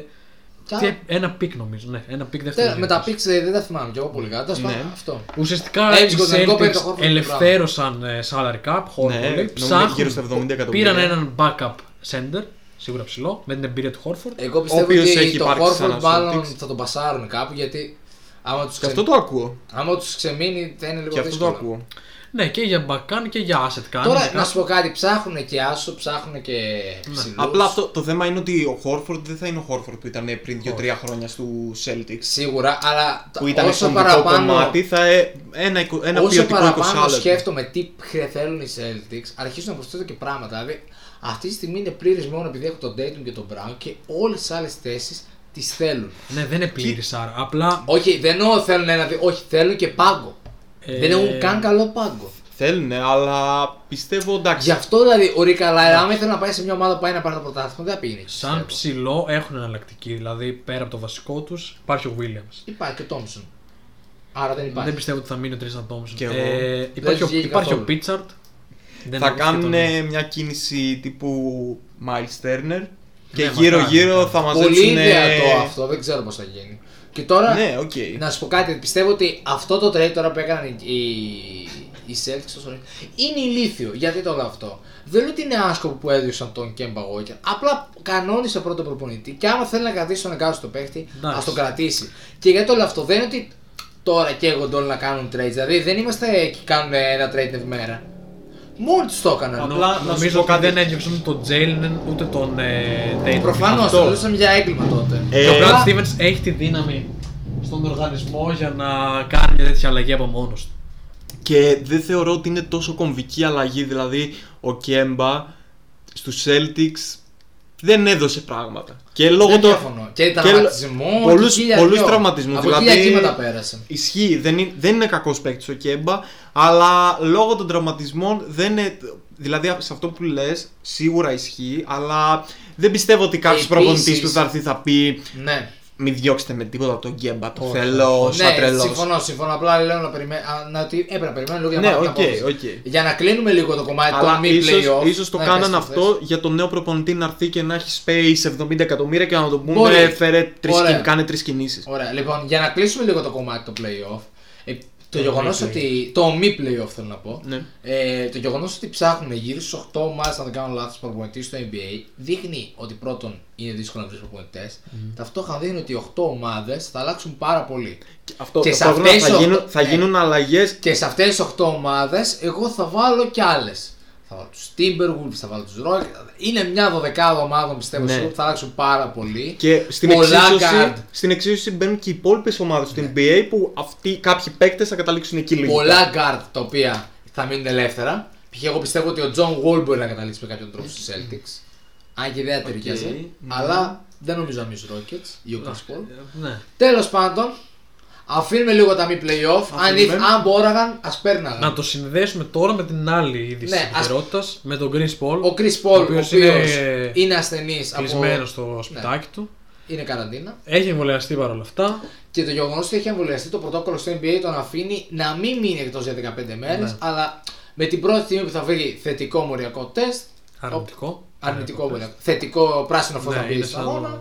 Speaker 3: Και
Speaker 4: και
Speaker 3: άλλα-
Speaker 4: ένα pick νομίζω. Ναι, ένα pick δεύτερο.
Speaker 3: Τε- Με τα Ε,
Speaker 4: γύρος.
Speaker 3: picks ε, δεν τα θυμάμαι κι εγώ πολύ καλά. Τέλος πάντων,
Speaker 5: Ναι.
Speaker 3: Αυτό.
Speaker 4: Ουσιαστικά οι
Speaker 3: Έβγαινε το ελληνικό πέντε
Speaker 4: Celtics
Speaker 3: χώρο,
Speaker 4: ελευθέρωσαν ε, salary cap, χώρο
Speaker 5: Ναι,
Speaker 4: πολύ.
Speaker 5: νομίζω
Speaker 4: Ψάχνουν-
Speaker 5: γύρω στα 70 εκατομμύρια.
Speaker 4: Πήραν έναν backup center, σίγουρα ψηλό, με την εμπειρία του Χόρφορντ.
Speaker 3: Εγώ πιστεύω
Speaker 5: οποίος
Speaker 3: ότι
Speaker 5: έχει
Speaker 3: το
Speaker 5: υπάρξει ξανά
Speaker 3: Horford
Speaker 5: στους
Speaker 3: μάλλον
Speaker 5: Celtics.
Speaker 3: θα τον πασάρουν κάπου γιατί άμα τους
Speaker 5: Και αυτό το ακούω.
Speaker 3: ξεμείνει θα είναι λίγο
Speaker 5: Και αυτό το
Speaker 3: δύσκολο.
Speaker 5: ακούω.
Speaker 4: Ναι, και για backup και για asset κάνουν.
Speaker 3: Τώρα
Speaker 4: για
Speaker 3: να
Speaker 4: κάτι.
Speaker 3: σου πω κάτι, ψάχνουν και άσο, ψάχνουν και ψηλούς.
Speaker 5: Ναι. Απλά αυτό το θέμα είναι ότι ο Χόρφορντ δεν θα είναι ο Χόρφορντ που ήταν πριν 2-3 χρόνια στου Celtics.
Speaker 3: Σίγουρα, αλλά
Speaker 5: Που ήταν
Speaker 3: όσο
Speaker 5: στο
Speaker 3: παραπάνω.
Speaker 5: κομμάτι, θα ε, ένα, εικο- ένα
Speaker 3: Όσο
Speaker 5: ποιοτικό
Speaker 3: παραπάνω
Speaker 5: 20 λεπτό.
Speaker 3: σκέφτομαι τι θέλουν οι Celtics, αρχίζουν να προσθέτω και πράγματα. Δηλαδή, αυτή τη στιγμή είναι πλήρε μόνο επειδή έχουν τον Dayton και τον Brown και όλες τις άλλες θέσεις τις θέλουν.
Speaker 4: Ναι, δεν είναι πλήρης άρα. Απλά.
Speaker 3: Όχι, δεν εννοώ θέλουν ένα, δι- όχι, θέλουν και πάγκο.
Speaker 4: Ε,
Speaker 3: Δεν έχουν καν καλό πάγκο.
Speaker 5: Θέλουν, αλλά πιστεύω εντάξει.
Speaker 3: Γι' αυτό δηλαδή ο Ρίκα
Speaker 4: Ναι.
Speaker 3: Λάιλ, άμα ήθελε να πάει σε μια ομάδα που πάει να πάρει το πρωτάθλημα, δεν θα πήγαινε. εκεί,
Speaker 4: Σαν
Speaker 3: πιστεύω.
Speaker 4: ψηλό έχουν εναλλακτική. Δηλαδή πέρα από το βασικό τους υπάρχει ο Williams.
Speaker 3: Υπάρχει και ο Τόμψον. Άρα δεν υπάρχει.
Speaker 4: Δεν πιστεύω ότι θα μείνει ο Τρίσταν Τόμσον.
Speaker 5: Και εγώ.
Speaker 4: Ε, υπάρχει,
Speaker 3: Δεν
Speaker 4: ο,
Speaker 3: βγήκε
Speaker 4: υπάρχει ο
Speaker 3: καθόλου.
Speaker 4: Πίτσαρτ. Δεν
Speaker 5: θα
Speaker 4: έχω
Speaker 5: κάνουν
Speaker 4: σκεφτεί τον-
Speaker 5: ε, μια κίνηση τύπου Miles Turner και
Speaker 4: μακάρι
Speaker 5: γύρω-γύρω
Speaker 4: να
Speaker 5: θα Ε, μαζέψουν.
Speaker 3: Πολύ ιδεατό αυτό, δεν ξέρω πώς θα γίνει. Και τώρα
Speaker 5: Ναι, οκ.
Speaker 3: Να σου πω κάτι, πιστεύω ότι αυτό το trade τώρα που έκαναν οι, οι- οι Celtics όσο- είναι ηλίθιο. Γιατί το λέω αυτό. Δεν λέω ότι είναι άσκοπο που έδιωσαν τον Kemba Walker. Απλά κανόνισε πρώτο προπονητή και άμα θέλει να κρατήσει τον εκάστοτε παίχτη,
Speaker 4: Εντάξει.
Speaker 3: ας τον κρατήσει. Και γιατί το λέω αυτό, δεν είναι ότι τώρα καίγονται όλοι να κάνουν trades. Δηλαδή δεν είμαστε εκεί κάνουν ένα trade την ημέρα. Μόλι του το έκαναν.
Speaker 5: Απλά να σου
Speaker 4: Νομίζω
Speaker 5: πω
Speaker 4: ότι
Speaker 5: κάτι.
Speaker 4: δεν έδιωξαν ούτε τον Τζέιλεν ούτε τον Τέιτ.
Speaker 3: Προφανώ το μιλούσαμε για έγκλημα τότε.
Speaker 5: Ε,
Speaker 4: Και ο Brad
Speaker 3: Απλά-
Speaker 4: Stevens έχει τη δύναμη στον οργανισμό για να κάνει μια τέτοια αλλαγή από μόνος του.
Speaker 5: Και δεν θεωρώ ότι είναι τόσο κομβική αλλαγή. Δηλαδή, ο Κέμπα στους Celtics δεν έδωσε πράγματα. Και λόγω
Speaker 3: Δεν
Speaker 5: του.
Speaker 3: διαφωνώ. Και
Speaker 5: και-
Speaker 3: τραυματισμό.
Speaker 5: πολλούς-
Speaker 3: και χίλια
Speaker 5: πολλούς
Speaker 3: δυο.
Speaker 5: τραυματισμούς,
Speaker 3: Από
Speaker 5: δηλαδή-
Speaker 3: χίλια κύματα πέρασε.
Speaker 5: Ισχύει, δεν είναι, δεν είναι κακός παίκτης ο Κέμπα, αλλά λόγω των τραυματισμών δεν είναι... Δηλαδή σε αυτό που λες σίγουρα ισχύει, αλλά δεν πιστεύω ότι κάποιος
Speaker 3: Επίσης-
Speaker 5: προπονητής που θα έρθει θα πει
Speaker 3: Ναι.
Speaker 5: μη διώξετε με τίποτα τον Κέμπα, το
Speaker 4: Όχι.
Speaker 5: θέλω σαν
Speaker 3: ναι,
Speaker 5: τρελός.
Speaker 3: συμφωνώ, συμφωνώ. Απλά λέω να περιμένω. Να, ότι έπρεπε να περιμένω λίγο για να
Speaker 5: Ναι,
Speaker 3: πάρω την
Speaker 5: οκ,
Speaker 3: απόφασης.
Speaker 5: οκ.
Speaker 3: Για να κλείνουμε λίγο το κομμάτι
Speaker 5: Αλλά
Speaker 3: των μη
Speaker 5: ίσως,
Speaker 3: Ε, playoff. Ναι,
Speaker 5: ίσως το
Speaker 3: να
Speaker 5: κάνανε
Speaker 3: επιστρέψεις.
Speaker 5: αυτό για τον νέο προπονητή να έρθει και να έχει space 70 εκατομμύρια και να του πούμε «Ε,
Speaker 3: Μπορεί.
Speaker 5: φέρε τρεις
Speaker 3: Ωραία.
Speaker 5: κιν- κάνε τρεις κινήσεις.
Speaker 3: Ωραία, λοιπόν, για να κλείσουμε λίγο το κομμάτι των playoff. Ε, Το γεγονός
Speaker 4: μη
Speaker 3: ότι. Το μη playoff θέλω να πω.
Speaker 5: Ναι.
Speaker 3: Ε, το γεγονός ότι ψάχνουν γύρω στου 8 μάτς να δεν κάνω λάθος προπονητής στο NBA δείχνει ότι πρώτον είναι δύσκολο να βρεις προπονητές. Ταυτόχρονα δείχνει ότι οι 8 ομάδες θα αλλάξουν πάρα πολύ.
Speaker 5: Και Αυτό
Speaker 3: Και
Speaker 5: το
Speaker 3: σε
Speaker 5: πρόβλημα
Speaker 3: αυτές
Speaker 5: θα,
Speaker 3: ο-
Speaker 5: γίνουν, θα
Speaker 3: ναι.
Speaker 5: γίνουν αλλαγές.
Speaker 3: Και σε αυτές τις 8 ομάδες, εγώ θα βάλω και άλλες. Θα βάλω τους Timberwolves, θα βάλω τους Rockets. Είναι μια δωδεκάδα ομάδων πιστεύω
Speaker 5: Ναι.
Speaker 3: σίγουρα που θα αλλάξουν πάρα πολύ.
Speaker 5: Και στην
Speaker 3: Πολλά guard. Ναι.
Speaker 5: εξίσωση, στην εξίσωση μπαίνουν και οι υπόλοιπες ομάδες του NBA που αυτοί κάποιοι παίκτες θα καταλήξουν εκεί λίγο.
Speaker 3: Πολλά guard τα οποία θα μείνουν ελεύθερα. Π.χ. εγώ πιστεύω ότι ο John Wall μπορεί να καταλήξει με κάποιον τρόπο στους Celtics. Αν και δεν θα ταιριάζει. Αλλά δεν νομίζω να μείνει στους Rockets ή ο Chris Paul.
Speaker 4: Ναι.
Speaker 3: Τέλος πάντων, αφήνουμε λίγο τα μη playoff. Αν,
Speaker 5: Αφήνουμε.
Speaker 3: ήθε- αν μπόραγαν, ας παίρναγαν.
Speaker 4: Να το συνδέσουμε τώρα με την άλλη είδηση
Speaker 3: Ναι,
Speaker 4: ναι, επικαιρότητας, με τον Chris Paul.
Speaker 3: Ο Chris Paul, ο οποίος, είναι,
Speaker 4: είναι
Speaker 3: είναι ασθενής, από... Ναι.
Speaker 4: κλεισμένος στο σπιτάκι του.
Speaker 3: είναι καραντίνα.
Speaker 4: Έχει εμβολιαστεί παρόλα αυτά.
Speaker 3: Και το γεγονός ότι έχει εμβολιαστεί το πρωτόκολλο στο NBA τον αφήνει να μην μείνει εκτός για 15 μέρες,
Speaker 4: Ναι.
Speaker 3: αλλά με την πρώτη στιγμή που θα βρει θετικό μοριακό τεστ.
Speaker 4: Αρνητικό.
Speaker 3: Αρνητικό μοριακό. Θετικό πράσινο φως
Speaker 4: Ναι,
Speaker 3: θα πήγε
Speaker 4: είναι
Speaker 3: στον
Speaker 4: σαν-
Speaker 3: αγώνα.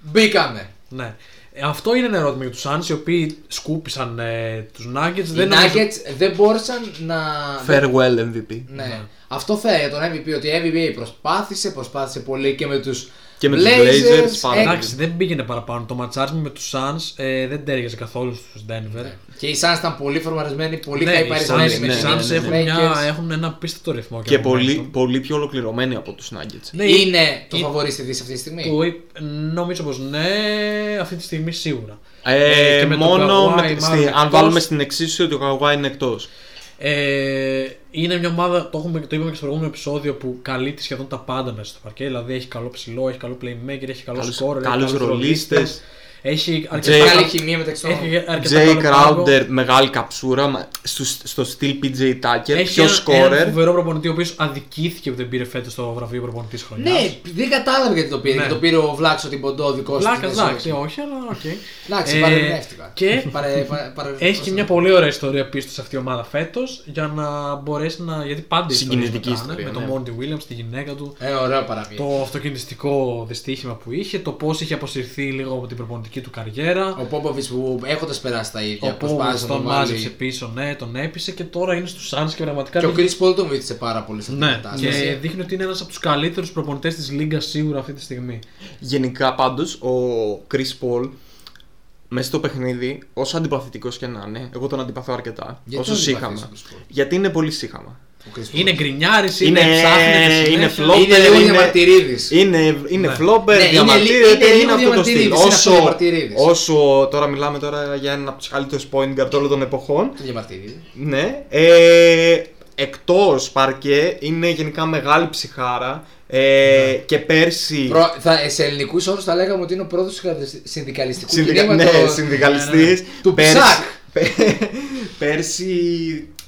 Speaker 3: Μπήκαμε.
Speaker 4: Ναι. Ε, Αυτό είναι ένα ερώτημα για τους Suns, οι οποίοι σκούπισαν ε, τους Nuggets.
Speaker 3: Οι Nuggets δεν μπόρεσαν να.
Speaker 5: Farewell MVP.
Speaker 3: Ναι. Αυτό θα για τον MVP ότι η MVP προσπάθησε, προσπάθησε πολύ και με Ε, τους
Speaker 5: Και με τους Blazers, πάρα
Speaker 3: έκ-
Speaker 5: πολύ.
Speaker 4: Εντάξει, δεν πήγαινε παραπάνω. Το ματσάρισμα με τους Suns ε, δεν τέριαζε καθόλου στους Denver.
Speaker 3: Και οι Suns ήταν πολύ φορμαρισμένοι, Ναι. πολύ
Speaker 4: Ναι, οι Suns-
Speaker 3: καϊπαρισμένοι.
Speaker 4: οι
Speaker 3: με τους
Speaker 4: Suns
Speaker 5: ναι,
Speaker 4: έχουν,
Speaker 3: Lakers.
Speaker 4: μια, έχουν ένα απίστευτο ρυθμό.
Speaker 5: Και πολύ,
Speaker 4: πολύ.
Speaker 5: πολύ πιο ολοκληρωμένοι από τους Nuggets.
Speaker 4: Ναι,
Speaker 3: Είναι το
Speaker 4: είναι-
Speaker 3: φαβορή στη Δύση αυτή τη στιγμή.
Speaker 4: Του είπ- νομίζω πως ναι, αυτή τη στιγμή σίγουρα.
Speaker 5: Ε,
Speaker 4: και με τον
Speaker 5: μόνο
Speaker 4: Kawhi,
Speaker 5: με-
Speaker 4: μάλλον
Speaker 5: στη- αν
Speaker 4: εκτός.
Speaker 5: βάλουμε στην εξίσωση ότι ο Καουάι είναι εκτός.
Speaker 4: Ε, είναι μια ομάδα, το, έχουμε, το είπαμε και στο προηγούμενο επεισόδιο, που καλύπτει σχεδόν τα πάντα μέσα στο παρκέ. Δηλαδή έχει καλό ψηλό, έχει καλό playmaker, έχει καλό
Speaker 5: Καλούς-
Speaker 4: scorer, έχει
Speaker 5: καλούς
Speaker 4: καλούς
Speaker 5: ρολίστες.
Speaker 4: ρολίστες. Έχει
Speaker 5: Jay-
Speaker 3: Μεγάλη
Speaker 4: αρκετά.
Speaker 3: χημεία μεταξύ των
Speaker 4: Έχει αρκετά
Speaker 5: Τζέι
Speaker 4: καλό πάγκο.
Speaker 5: Κράουντερ, μεγάλη καψούρα μα- στο, στο στυλ PJ Tucker,
Speaker 4: Έχει ένα,
Speaker 5: πιο
Speaker 4: έναν
Speaker 5: σκόρερ.
Speaker 4: φοβερό προπονητή ο οποίος αδικήθηκε που δεν πήρε φέτος το βραβείο προπονητής χρονιάς.
Speaker 3: Ναι, δεν κατάλαβε γιατί το πήρε.
Speaker 4: Ναι.
Speaker 3: Και το πήρε ο Βλάξο την ποντό δικό του.
Speaker 4: Πλάκα, εντάξει, όχι, αλλά οκ.
Speaker 3: Εντάξει,
Speaker 4: Ε,
Speaker 3: παρεμπνεύτηκα.
Speaker 4: και
Speaker 3: Παρε- παρε- παρε-
Speaker 4: Έχει και μια πολύ ωραία ιστορία πίσω σε αυτή η ομάδα φέτος για να μπορέσει να. Γιατί πάντα οι ιστορίες
Speaker 5: Συγκινητική
Speaker 4: μετράνε,
Speaker 5: ιστορία,
Speaker 4: Με
Speaker 5: ναι.
Speaker 4: τον Μόντι Βίλιαμ, τη γυναίκα του.
Speaker 3: Ε, ωραίο παραμύθι.
Speaker 4: Το αυτοκινηστικό δυστύχημα που είχε, το πώς είχε αποσυρθεί λίγο από την προπονητική του καριέρα.
Speaker 3: Ο Πόποβιτ που έχοντας περάσει τα ίδια,
Speaker 4: Ο Πόμπας
Speaker 3: προσπάθησε να
Speaker 4: τον
Speaker 3: τον βάλει.
Speaker 4: μάζεψε πίσω, ναι, τον έπεισε και τώρα είναι στους Suns και πραγματικά.
Speaker 3: Και ο
Speaker 4: δείχνει-
Speaker 3: Κρι Πολ τον βοήθησε πάρα πολύ σε αυτή την
Speaker 4: Ναι, και
Speaker 3: κατάσταση.
Speaker 4: δείχνει ότι είναι ένας από τους καλύτερους προπονητές της Λίγκας σίγουρα αυτή τη στιγμή.
Speaker 5: Γενικά πάντως ο Chris Paul μέσα στο παιχνίδι, όσο αντιπαθητικός και να είναι, εγώ τον αντιπαθώ αρκετά.
Speaker 3: Γιατί
Speaker 5: όσο
Speaker 3: τον
Speaker 5: σύγχαμα.
Speaker 3: αντιπαθείς τον Chris Paul?
Speaker 5: Γιατί είναι πολύ σύγχαμα.
Speaker 3: Ο Chris Paul.
Speaker 4: Είναι γκρινιάρης, είναι,
Speaker 5: Είναι-
Speaker 4: ψάχνεται συνέχεια.
Speaker 5: είναι φλό.
Speaker 3: Είναι
Speaker 5: Flopper,
Speaker 3: λίγο
Speaker 5: είναι-
Speaker 3: διαμαρτυρίδης.
Speaker 5: Είναι, είναι
Speaker 4: Ναι.
Speaker 5: φλόμπερ,
Speaker 3: Ναι, είναι
Speaker 5: διαμαρτύρεται,
Speaker 3: λίγο-
Speaker 5: είναι,
Speaker 3: είναι λίγο
Speaker 5: αυτό το στυλ.
Speaker 3: διαμαρτυρίδης, είναι αυτό
Speaker 5: Όσο,
Speaker 3: διαμαρτυρίδης.
Speaker 5: όσο τώρα μιλάμε τώρα για έναν από τους καλύτερους point guard όλων των εποχών,
Speaker 3: Το διαμαρτυρίδη.
Speaker 5: ναι. Ε, εκτός παρκέ είναι γενικά μεγάλη ψυχάρα ε, και πέρσι
Speaker 3: Ναι. Προ- θα- Σε ελληνικούς όρους θα λέγαμε ότι είναι ο πρώτος συνδικαλιστικού
Speaker 5: συνδικα-
Speaker 3: κινήματος. ναι.
Speaker 5: ναι, συνδικαλιστής
Speaker 3: Του Ψακ.
Speaker 5: πέρσι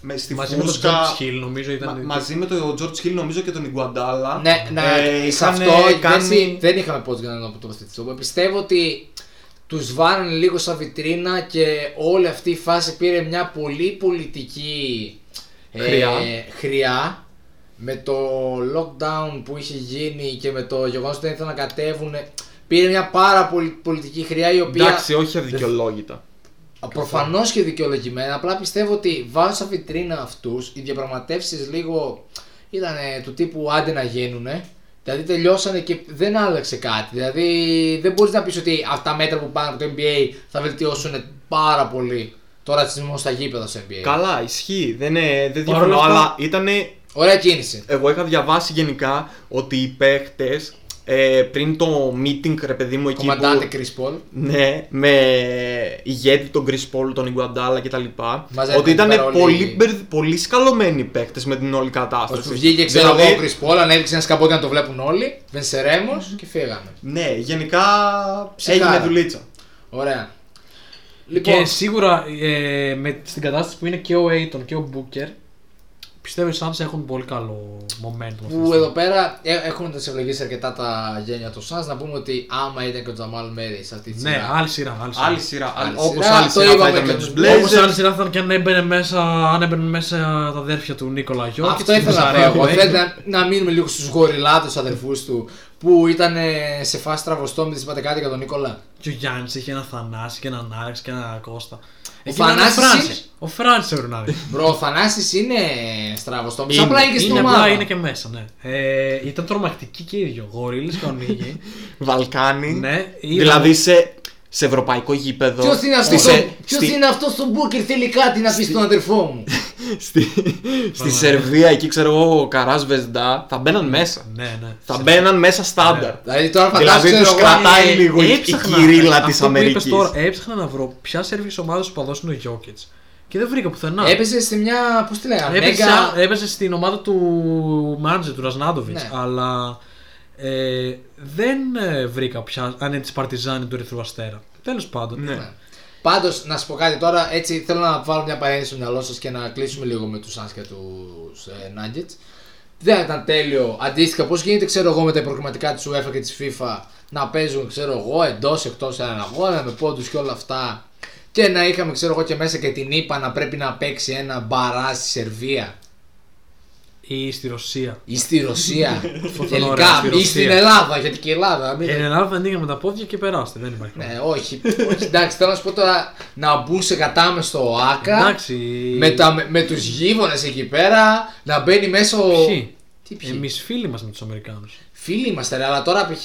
Speaker 5: με, στη
Speaker 4: Μαζί με τον
Speaker 5: φούσκα
Speaker 4: George Hill, δηλαδή. νομίζω
Speaker 5: μα-
Speaker 4: ήταν.
Speaker 5: μαζί με τον George Hill νομίζω και τον Ιγκουαντάλα
Speaker 3: Ναι, να,
Speaker 5: ε,
Speaker 3: σε
Speaker 5: είχαν,
Speaker 3: αυτό
Speaker 5: ε,
Speaker 3: δεν
Speaker 5: κάνει-
Speaker 3: συ- δεν είχαμε πώ να το τοποθετηθούμε. Πιστεύω ότι τους βάρανε λίγο σαν βιτρίνα και όλη αυτή η φάση πήρε μια πολύ πολιτική ε,
Speaker 5: Χρειά.
Speaker 3: χρειά με το lockdown που είχε γίνει και με το γεγονός ότι δεν ήθελαν να κατέβουν. Πήρε μια πάρα πολύ πολιτική χρειά η οποία
Speaker 5: εντάξει όχι αδικαιολόγητα
Speaker 3: Προφανώς και δικαιολογημένα. Απλά πιστεύω ότι βάζω βιτρίνα αυτούς. Οι διαπραγματεύσεις λίγο ήταν του τύπου άντε να γίνουνε. Δηλαδή τελειώσανε και δεν άλλαξε κάτι. Δηλαδή δεν μπορείς να πεις ότι αυτά τα μέτρα που πάνε από το NBA θα βελτιώσουν πάρα πολύ το ρατσισμό στα γήπεδα στο NBA.
Speaker 5: καλά ισχύει δεν, ε, δεν
Speaker 4: Παρ' όλα
Speaker 5: διαφωνώ
Speaker 4: αυτά-
Speaker 5: αλλά ήτανε
Speaker 3: Ωραία κίνηση.
Speaker 5: Εγώ είχα διαβάσει γενικά ότι οι παίχτες ε, πριν το meeting, ρε παιδί μου, εκεί
Speaker 3: Κομμαντάτε
Speaker 5: που.
Speaker 3: Chris Paul.
Speaker 5: Ναι, με ηγέτη τον Chris Paul, τον Ιγκουαντάλα κτλ.
Speaker 3: Μαζεύτηκαν
Speaker 5: Ότι ήταν
Speaker 3: εκεί πέρα όλοι.
Speaker 5: πολύ, μπερδ- πολύ σκαλωμένοι οι παίχτε με την όλη κατάσταση.
Speaker 3: Ώσπου βγήκε, ξέρω εγώ,
Speaker 5: Δηλαδή-
Speaker 3: ο Chris Paul, ανέβηξε ένα σκαμπότι να το βλέπουν όλοι. Βενσερέμο και φύγαμε.
Speaker 5: Ναι, γενικά
Speaker 3: Ψυχάρα.
Speaker 5: έγινε δουλίτσα.
Speaker 3: Ωραία. λοιπόν-
Speaker 4: Και σίγουρα ε, με, στην κατάσταση που είναι και ο Aiton και ο Booker, πιστεύω οι Suns έχουν πολύ καλό momentum. αυτή τη
Speaker 3: Που
Speaker 4: στιγμή.
Speaker 3: εδώ πέρα ε, έχουν τις ευλογίες αρκετά τα γένια του Σανς να πούμε ότι άμα ήταν και ο Τζαμάλ Μέρις σε αυτή τη
Speaker 4: Ναι,
Speaker 3: σειρά.
Speaker 4: άλλη σειρά. Άλλη σειρά.
Speaker 5: Άλλη σειρά.
Speaker 3: Άλλη
Speaker 5: Όπως
Speaker 3: σειρά,
Speaker 5: άλλη
Speaker 3: το
Speaker 5: σειρά θα
Speaker 3: είπαμε
Speaker 5: ήταν
Speaker 3: και
Speaker 5: με τους
Speaker 3: τους
Speaker 4: Όπως
Speaker 5: Blazers.
Speaker 4: άλλη σειρά θα ήταν και αν έμπαινε μέσα, αν έμπαινε μέσα τα αδέρφια του Νίκολα Γιώργη.
Speaker 3: Αυτό ήθελα να πω εγώ. Θέλετε να μείνουμε λίγο στους γοριλάδους αδερφούς του που ήταν ε, σε φάση τραβοστόμητης, είπατε κάτι για τον Νίκολα.
Speaker 4: Και ο Γιάννης είχε ένα Θανάση και έναν Άρεξ και ένα Κώστα.
Speaker 3: Ο
Speaker 4: Εκεί ήταν
Speaker 3: Θανάσης
Speaker 4: Ο
Speaker 3: είναι-
Speaker 4: Φράνσης. Ο Φράνσης ο Ρονάδη.
Speaker 3: Μπρο, ο Θανάσης είναι στραβός τόπος.
Speaker 5: Είναι.
Speaker 3: Απλά είναι και στην
Speaker 4: είναι απλά,
Speaker 3: ομάδα.
Speaker 4: είναι και μέσα, ναι. Ε, ήταν τρομακτική και οι δύο. Γορίλες και ονίγοι.
Speaker 5: Βαλκάνι.
Speaker 4: ναι, είδα-
Speaker 5: Δηλαδή σε, σε ευρωπαϊκό γήπεδο.
Speaker 3: Ποιος είναι
Speaker 5: στη-
Speaker 3: αυτός,
Speaker 5: σε-
Speaker 3: ποιος
Speaker 5: στη-
Speaker 3: είναι αυτός ο Μπούκερ θέλει κάτι να πει στον αδερφό μου.
Speaker 5: στη, στη Σερβία, εκεί ξέρω εγώ, ο Καράς Βεσντά, θα μπαίναν μέσα.
Speaker 4: Ναι, ναι.
Speaker 5: Θα μπαίναν μέσα στάνταρ.
Speaker 3: δηλαδή τώρα φαντάζομαι
Speaker 5: Δηλαδή του κρατάει λίγο η- η
Speaker 4: Ε, Έψαχνα-
Speaker 5: κυρίλα της
Speaker 4: αυτό που είπες
Speaker 5: Αμερικής.
Speaker 4: τώρα, έψαχνα να βρω ποια σερβικής ομάδας σου παδός είναι ο Γιώκετ. Και δεν βρήκα πουθενά.
Speaker 3: Έπεσε σε μια, πώς τη λέγανε,
Speaker 4: Έπαιζε,
Speaker 3: Μέγα...
Speaker 4: έπαιζε στην ομάδα του Μάντζε, του Ρασνάντοβιτ.
Speaker 3: Ναι.
Speaker 4: Αλλά ε, δεν ε, βρήκα πια αν είναι της Παρτιζάνη του Ερυθρού Αστέρα. Τέλος πάντων.
Speaker 5: Ναι.
Speaker 3: Πάντως, να σου πω κάτι τώρα, έτσι θέλω να βάλω μια παρένθεση στο μυαλό σας και να κλείσουμε λίγο με τους Suns και τους ε, Nuggets. Δεν ήταν τέλειο. Αντίστοιχα, πώς γίνεται, ξέρω εγώ, με τα προκριματικά της UEFA και της FIFA να παίζουν, ξέρω εγώ, εντός εκτός έναν αγώνα με πόντους και όλα αυτά. Και να είχαμε, ξέρω εγώ, και μέσα και την είπα να πρέπει να παίξει ένα μπαρά στη Σερβία
Speaker 4: Ή στη Ρωσία.
Speaker 3: ή στη Ρωσία.
Speaker 4: Αυτό ήταν ωραίο,
Speaker 3: τελικά,
Speaker 4: στη
Speaker 3: ή
Speaker 4: Ρωσία.
Speaker 3: στην Ελλάδα, γιατί και η Ελλάδα. Μην...
Speaker 4: Ε, Εν Ελλάδα ανοίγαμε τα πόδια και περάστε. Δεν υπάρχει. πρόβλημα.
Speaker 3: Ναι, όχι, όχι. Εντάξει, θέλω να σου πω τώρα να μπουν σε κατάμεστο άκα.
Speaker 4: Εντάξει.
Speaker 3: Με, τα, με, με τους γείτονες εκεί πέρα να μπαίνει μέσα ο...
Speaker 4: Ποιοι.
Speaker 3: Τι ποιοι.
Speaker 4: Εμείς φίλοι μας με τους Αμερικάνους.
Speaker 3: Φίλοι είμαστε ρε, αλλά τώρα π.χ.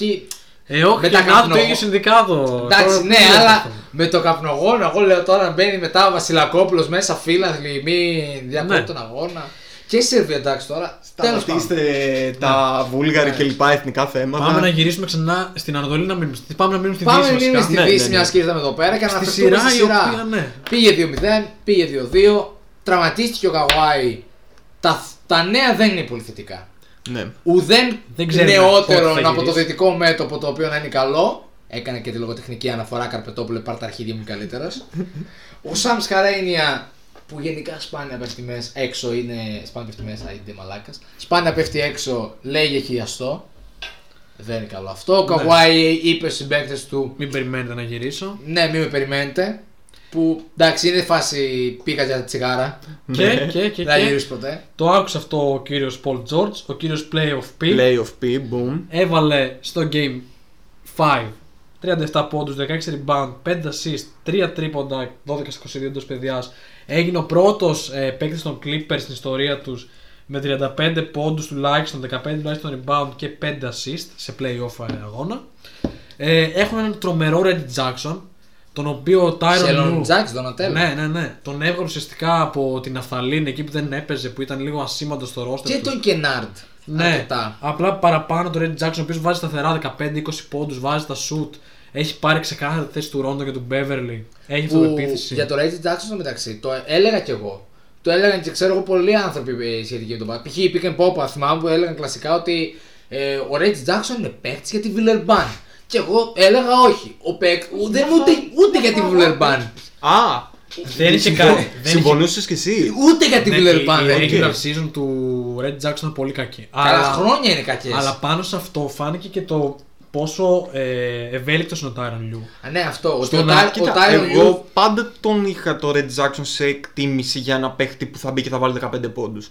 Speaker 4: Ε, όχι,
Speaker 3: Με τα
Speaker 4: και κάτω
Speaker 3: καπνό.
Speaker 4: το ίδιο συνδικάτο.
Speaker 3: Εντάξει,
Speaker 4: Τώρα,
Speaker 3: ναι,
Speaker 4: πού είναι αυτό.
Speaker 3: αλλά με το καπνογόνο, εγώ λέω τώρα να μπαίνει μετά ο Βασιλακόπουλος μέσα φίλαθλοι, μη διακόπτει
Speaker 4: Ναι.
Speaker 3: τον αγώνα. Και η Σερβία, εντάξει τώρα. Τέλος πάντων. Ναι.
Speaker 5: Σταματήστε τα βούλγαρη και λοιπά εθνικά θέματα.
Speaker 4: Πάμε να γυρίσουμε ξανά στην Ανατολή να μείνουμε. στη- Πάμε να μείνουμε στη
Speaker 3: Πάμε
Speaker 4: Δύση.
Speaker 3: να μείνουμε
Speaker 4: βασικά.
Speaker 3: στη
Speaker 5: Ναι, ναι,
Speaker 3: Δύση,
Speaker 5: ναι.
Speaker 3: μιας και ήρθαμε εδώ πέρα και να αναφερθούμε
Speaker 4: σειρά
Speaker 3: στη
Speaker 4: η
Speaker 3: σειρά.
Speaker 4: οποία, ναι.
Speaker 3: Πήγε 2-0, πήγε 2-2, τραυματίστηκε ο Καβάη. Τα, τα νέα δεν είναι πολύ θετικά.
Speaker 5: Ναι.
Speaker 3: ουδέν
Speaker 4: Δεν ξέρουμε πότε
Speaker 3: νεότερον
Speaker 4: θα
Speaker 3: από το
Speaker 4: γυρίσει.
Speaker 3: δυτικό μέτωπο το οποίο να είναι καλό. Έκανε και τη λογοτεχνική αναφορά Καρπετόπουλε, πάρ' τα αρχίδια μου καλύτερα. ο Σαμ Χαρένια που γενικά σπάνια πέφτει μέσα έξω, είναι. Σπάνια πέφτει μέσα, είναι μαλάκας. Σπάνια πέφτει έξω, λέγε χιλιαστό. Δεν είναι καλό αυτό. Ο
Speaker 4: Ναι.
Speaker 3: Καβάη είπε στους συμπαίκτες του,
Speaker 4: Μην περιμένετε να γυρίσω.
Speaker 3: Ναι, μην με περιμένετε. Που εντάξει, είναι φάση πήγα για τσιγάρα.
Speaker 4: και, και, και,
Speaker 3: Δεν θα
Speaker 4: και.
Speaker 3: γυρίσεις ποτέ.
Speaker 4: Το άκουσε αυτό ο κύριος Πολ Τζόρτζ, ο κύριος Play of P.
Speaker 5: Play of P, boom.
Speaker 4: Έβαλε στο game 5 37 πόντους, 16 rebound, 5 assist, 3 τρίποντα, 12 στα 22 εντός παιδιάς. Έγινε ο πρώτος ε, παίκτης των Clippers στην ιστορία τους με 35 πόντους τουλάχιστον, 15 τουλάχιστον rebound και 5 assist σε playoff ε, αγώνα. Ε, έχουμε έναν τρομερό Reggie Jackson, τον οποίο ο Tyron
Speaker 3: Σελον
Speaker 4: Lue-
Speaker 3: Τζάξ, Ντονατέλο.
Speaker 4: ναι, ναι, ναι. Τον έβγαλε ουσιαστικά από την Αθαλήνη εκεί που δεν έπαιζε, που ήταν λίγο ασήμαντο στο ρόστερ.
Speaker 3: Και
Speaker 4: τους.
Speaker 3: τον Κενάρντ.
Speaker 4: Ναι,
Speaker 3: Αρκετά.
Speaker 4: απλά παραπάνω τον Reggie Jackson, ο οποίος βάζει σταθερά 15-20 πόντους, βάζει τα σουτ. Έχει πάρει ξεκάθαρα τη θέση του Ρόντο και του Μπέβερλι. Έχει
Speaker 3: που
Speaker 4: αυτοπεποίθηση.
Speaker 3: για το Reggie Jackson στο μεταξύ, το έλεγα κι εγώ. Το έλεγαν και ξέρω εγώ πολλοί άνθρωποι ε, σχετικοί με τον Μπάτ. Π.χ. η Pick and Pop, θυμάμαι που έλεγαν κλασικά ότι ε, ο Reggie Jackson είναι παίκτης για τη Βιλερμπάν. Και εγώ έλεγα όχι. Ο παίκ, ούτε, ούτε, ούτε για τη Βιλερμπάν.
Speaker 5: Α!
Speaker 4: δεν είχε
Speaker 5: συμφω-
Speaker 4: κάνει. δεν είχε-
Speaker 5: Συμφωνούσες κι εσύ.
Speaker 3: Ούτε για τη
Speaker 4: Ναι,
Speaker 3: Βιλερμπάν.
Speaker 4: η- η
Speaker 3: δεν
Speaker 4: regular
Speaker 3: είναι.
Speaker 4: season του Reggie Jackson ήταν πολύ κακή.
Speaker 3: Καλά, χρόνια είναι κακές.
Speaker 4: αλλά πάνω σε αυτό φάνηκε και το πόσο ε, ευέλικτος είναι ο Tyron Λιού.
Speaker 3: Ναι, αυτό. Ότι
Speaker 4: Στο
Speaker 3: ο,
Speaker 4: να-
Speaker 3: Τάι- ο
Speaker 5: Κοίτα,
Speaker 3: Tyron
Speaker 5: εγώ
Speaker 3: Lue-
Speaker 5: πάντα τον είχα το Red Jackson σε εκτίμηση για ένα παίχτη που θα μπει και θα βάλει 15 πόντους.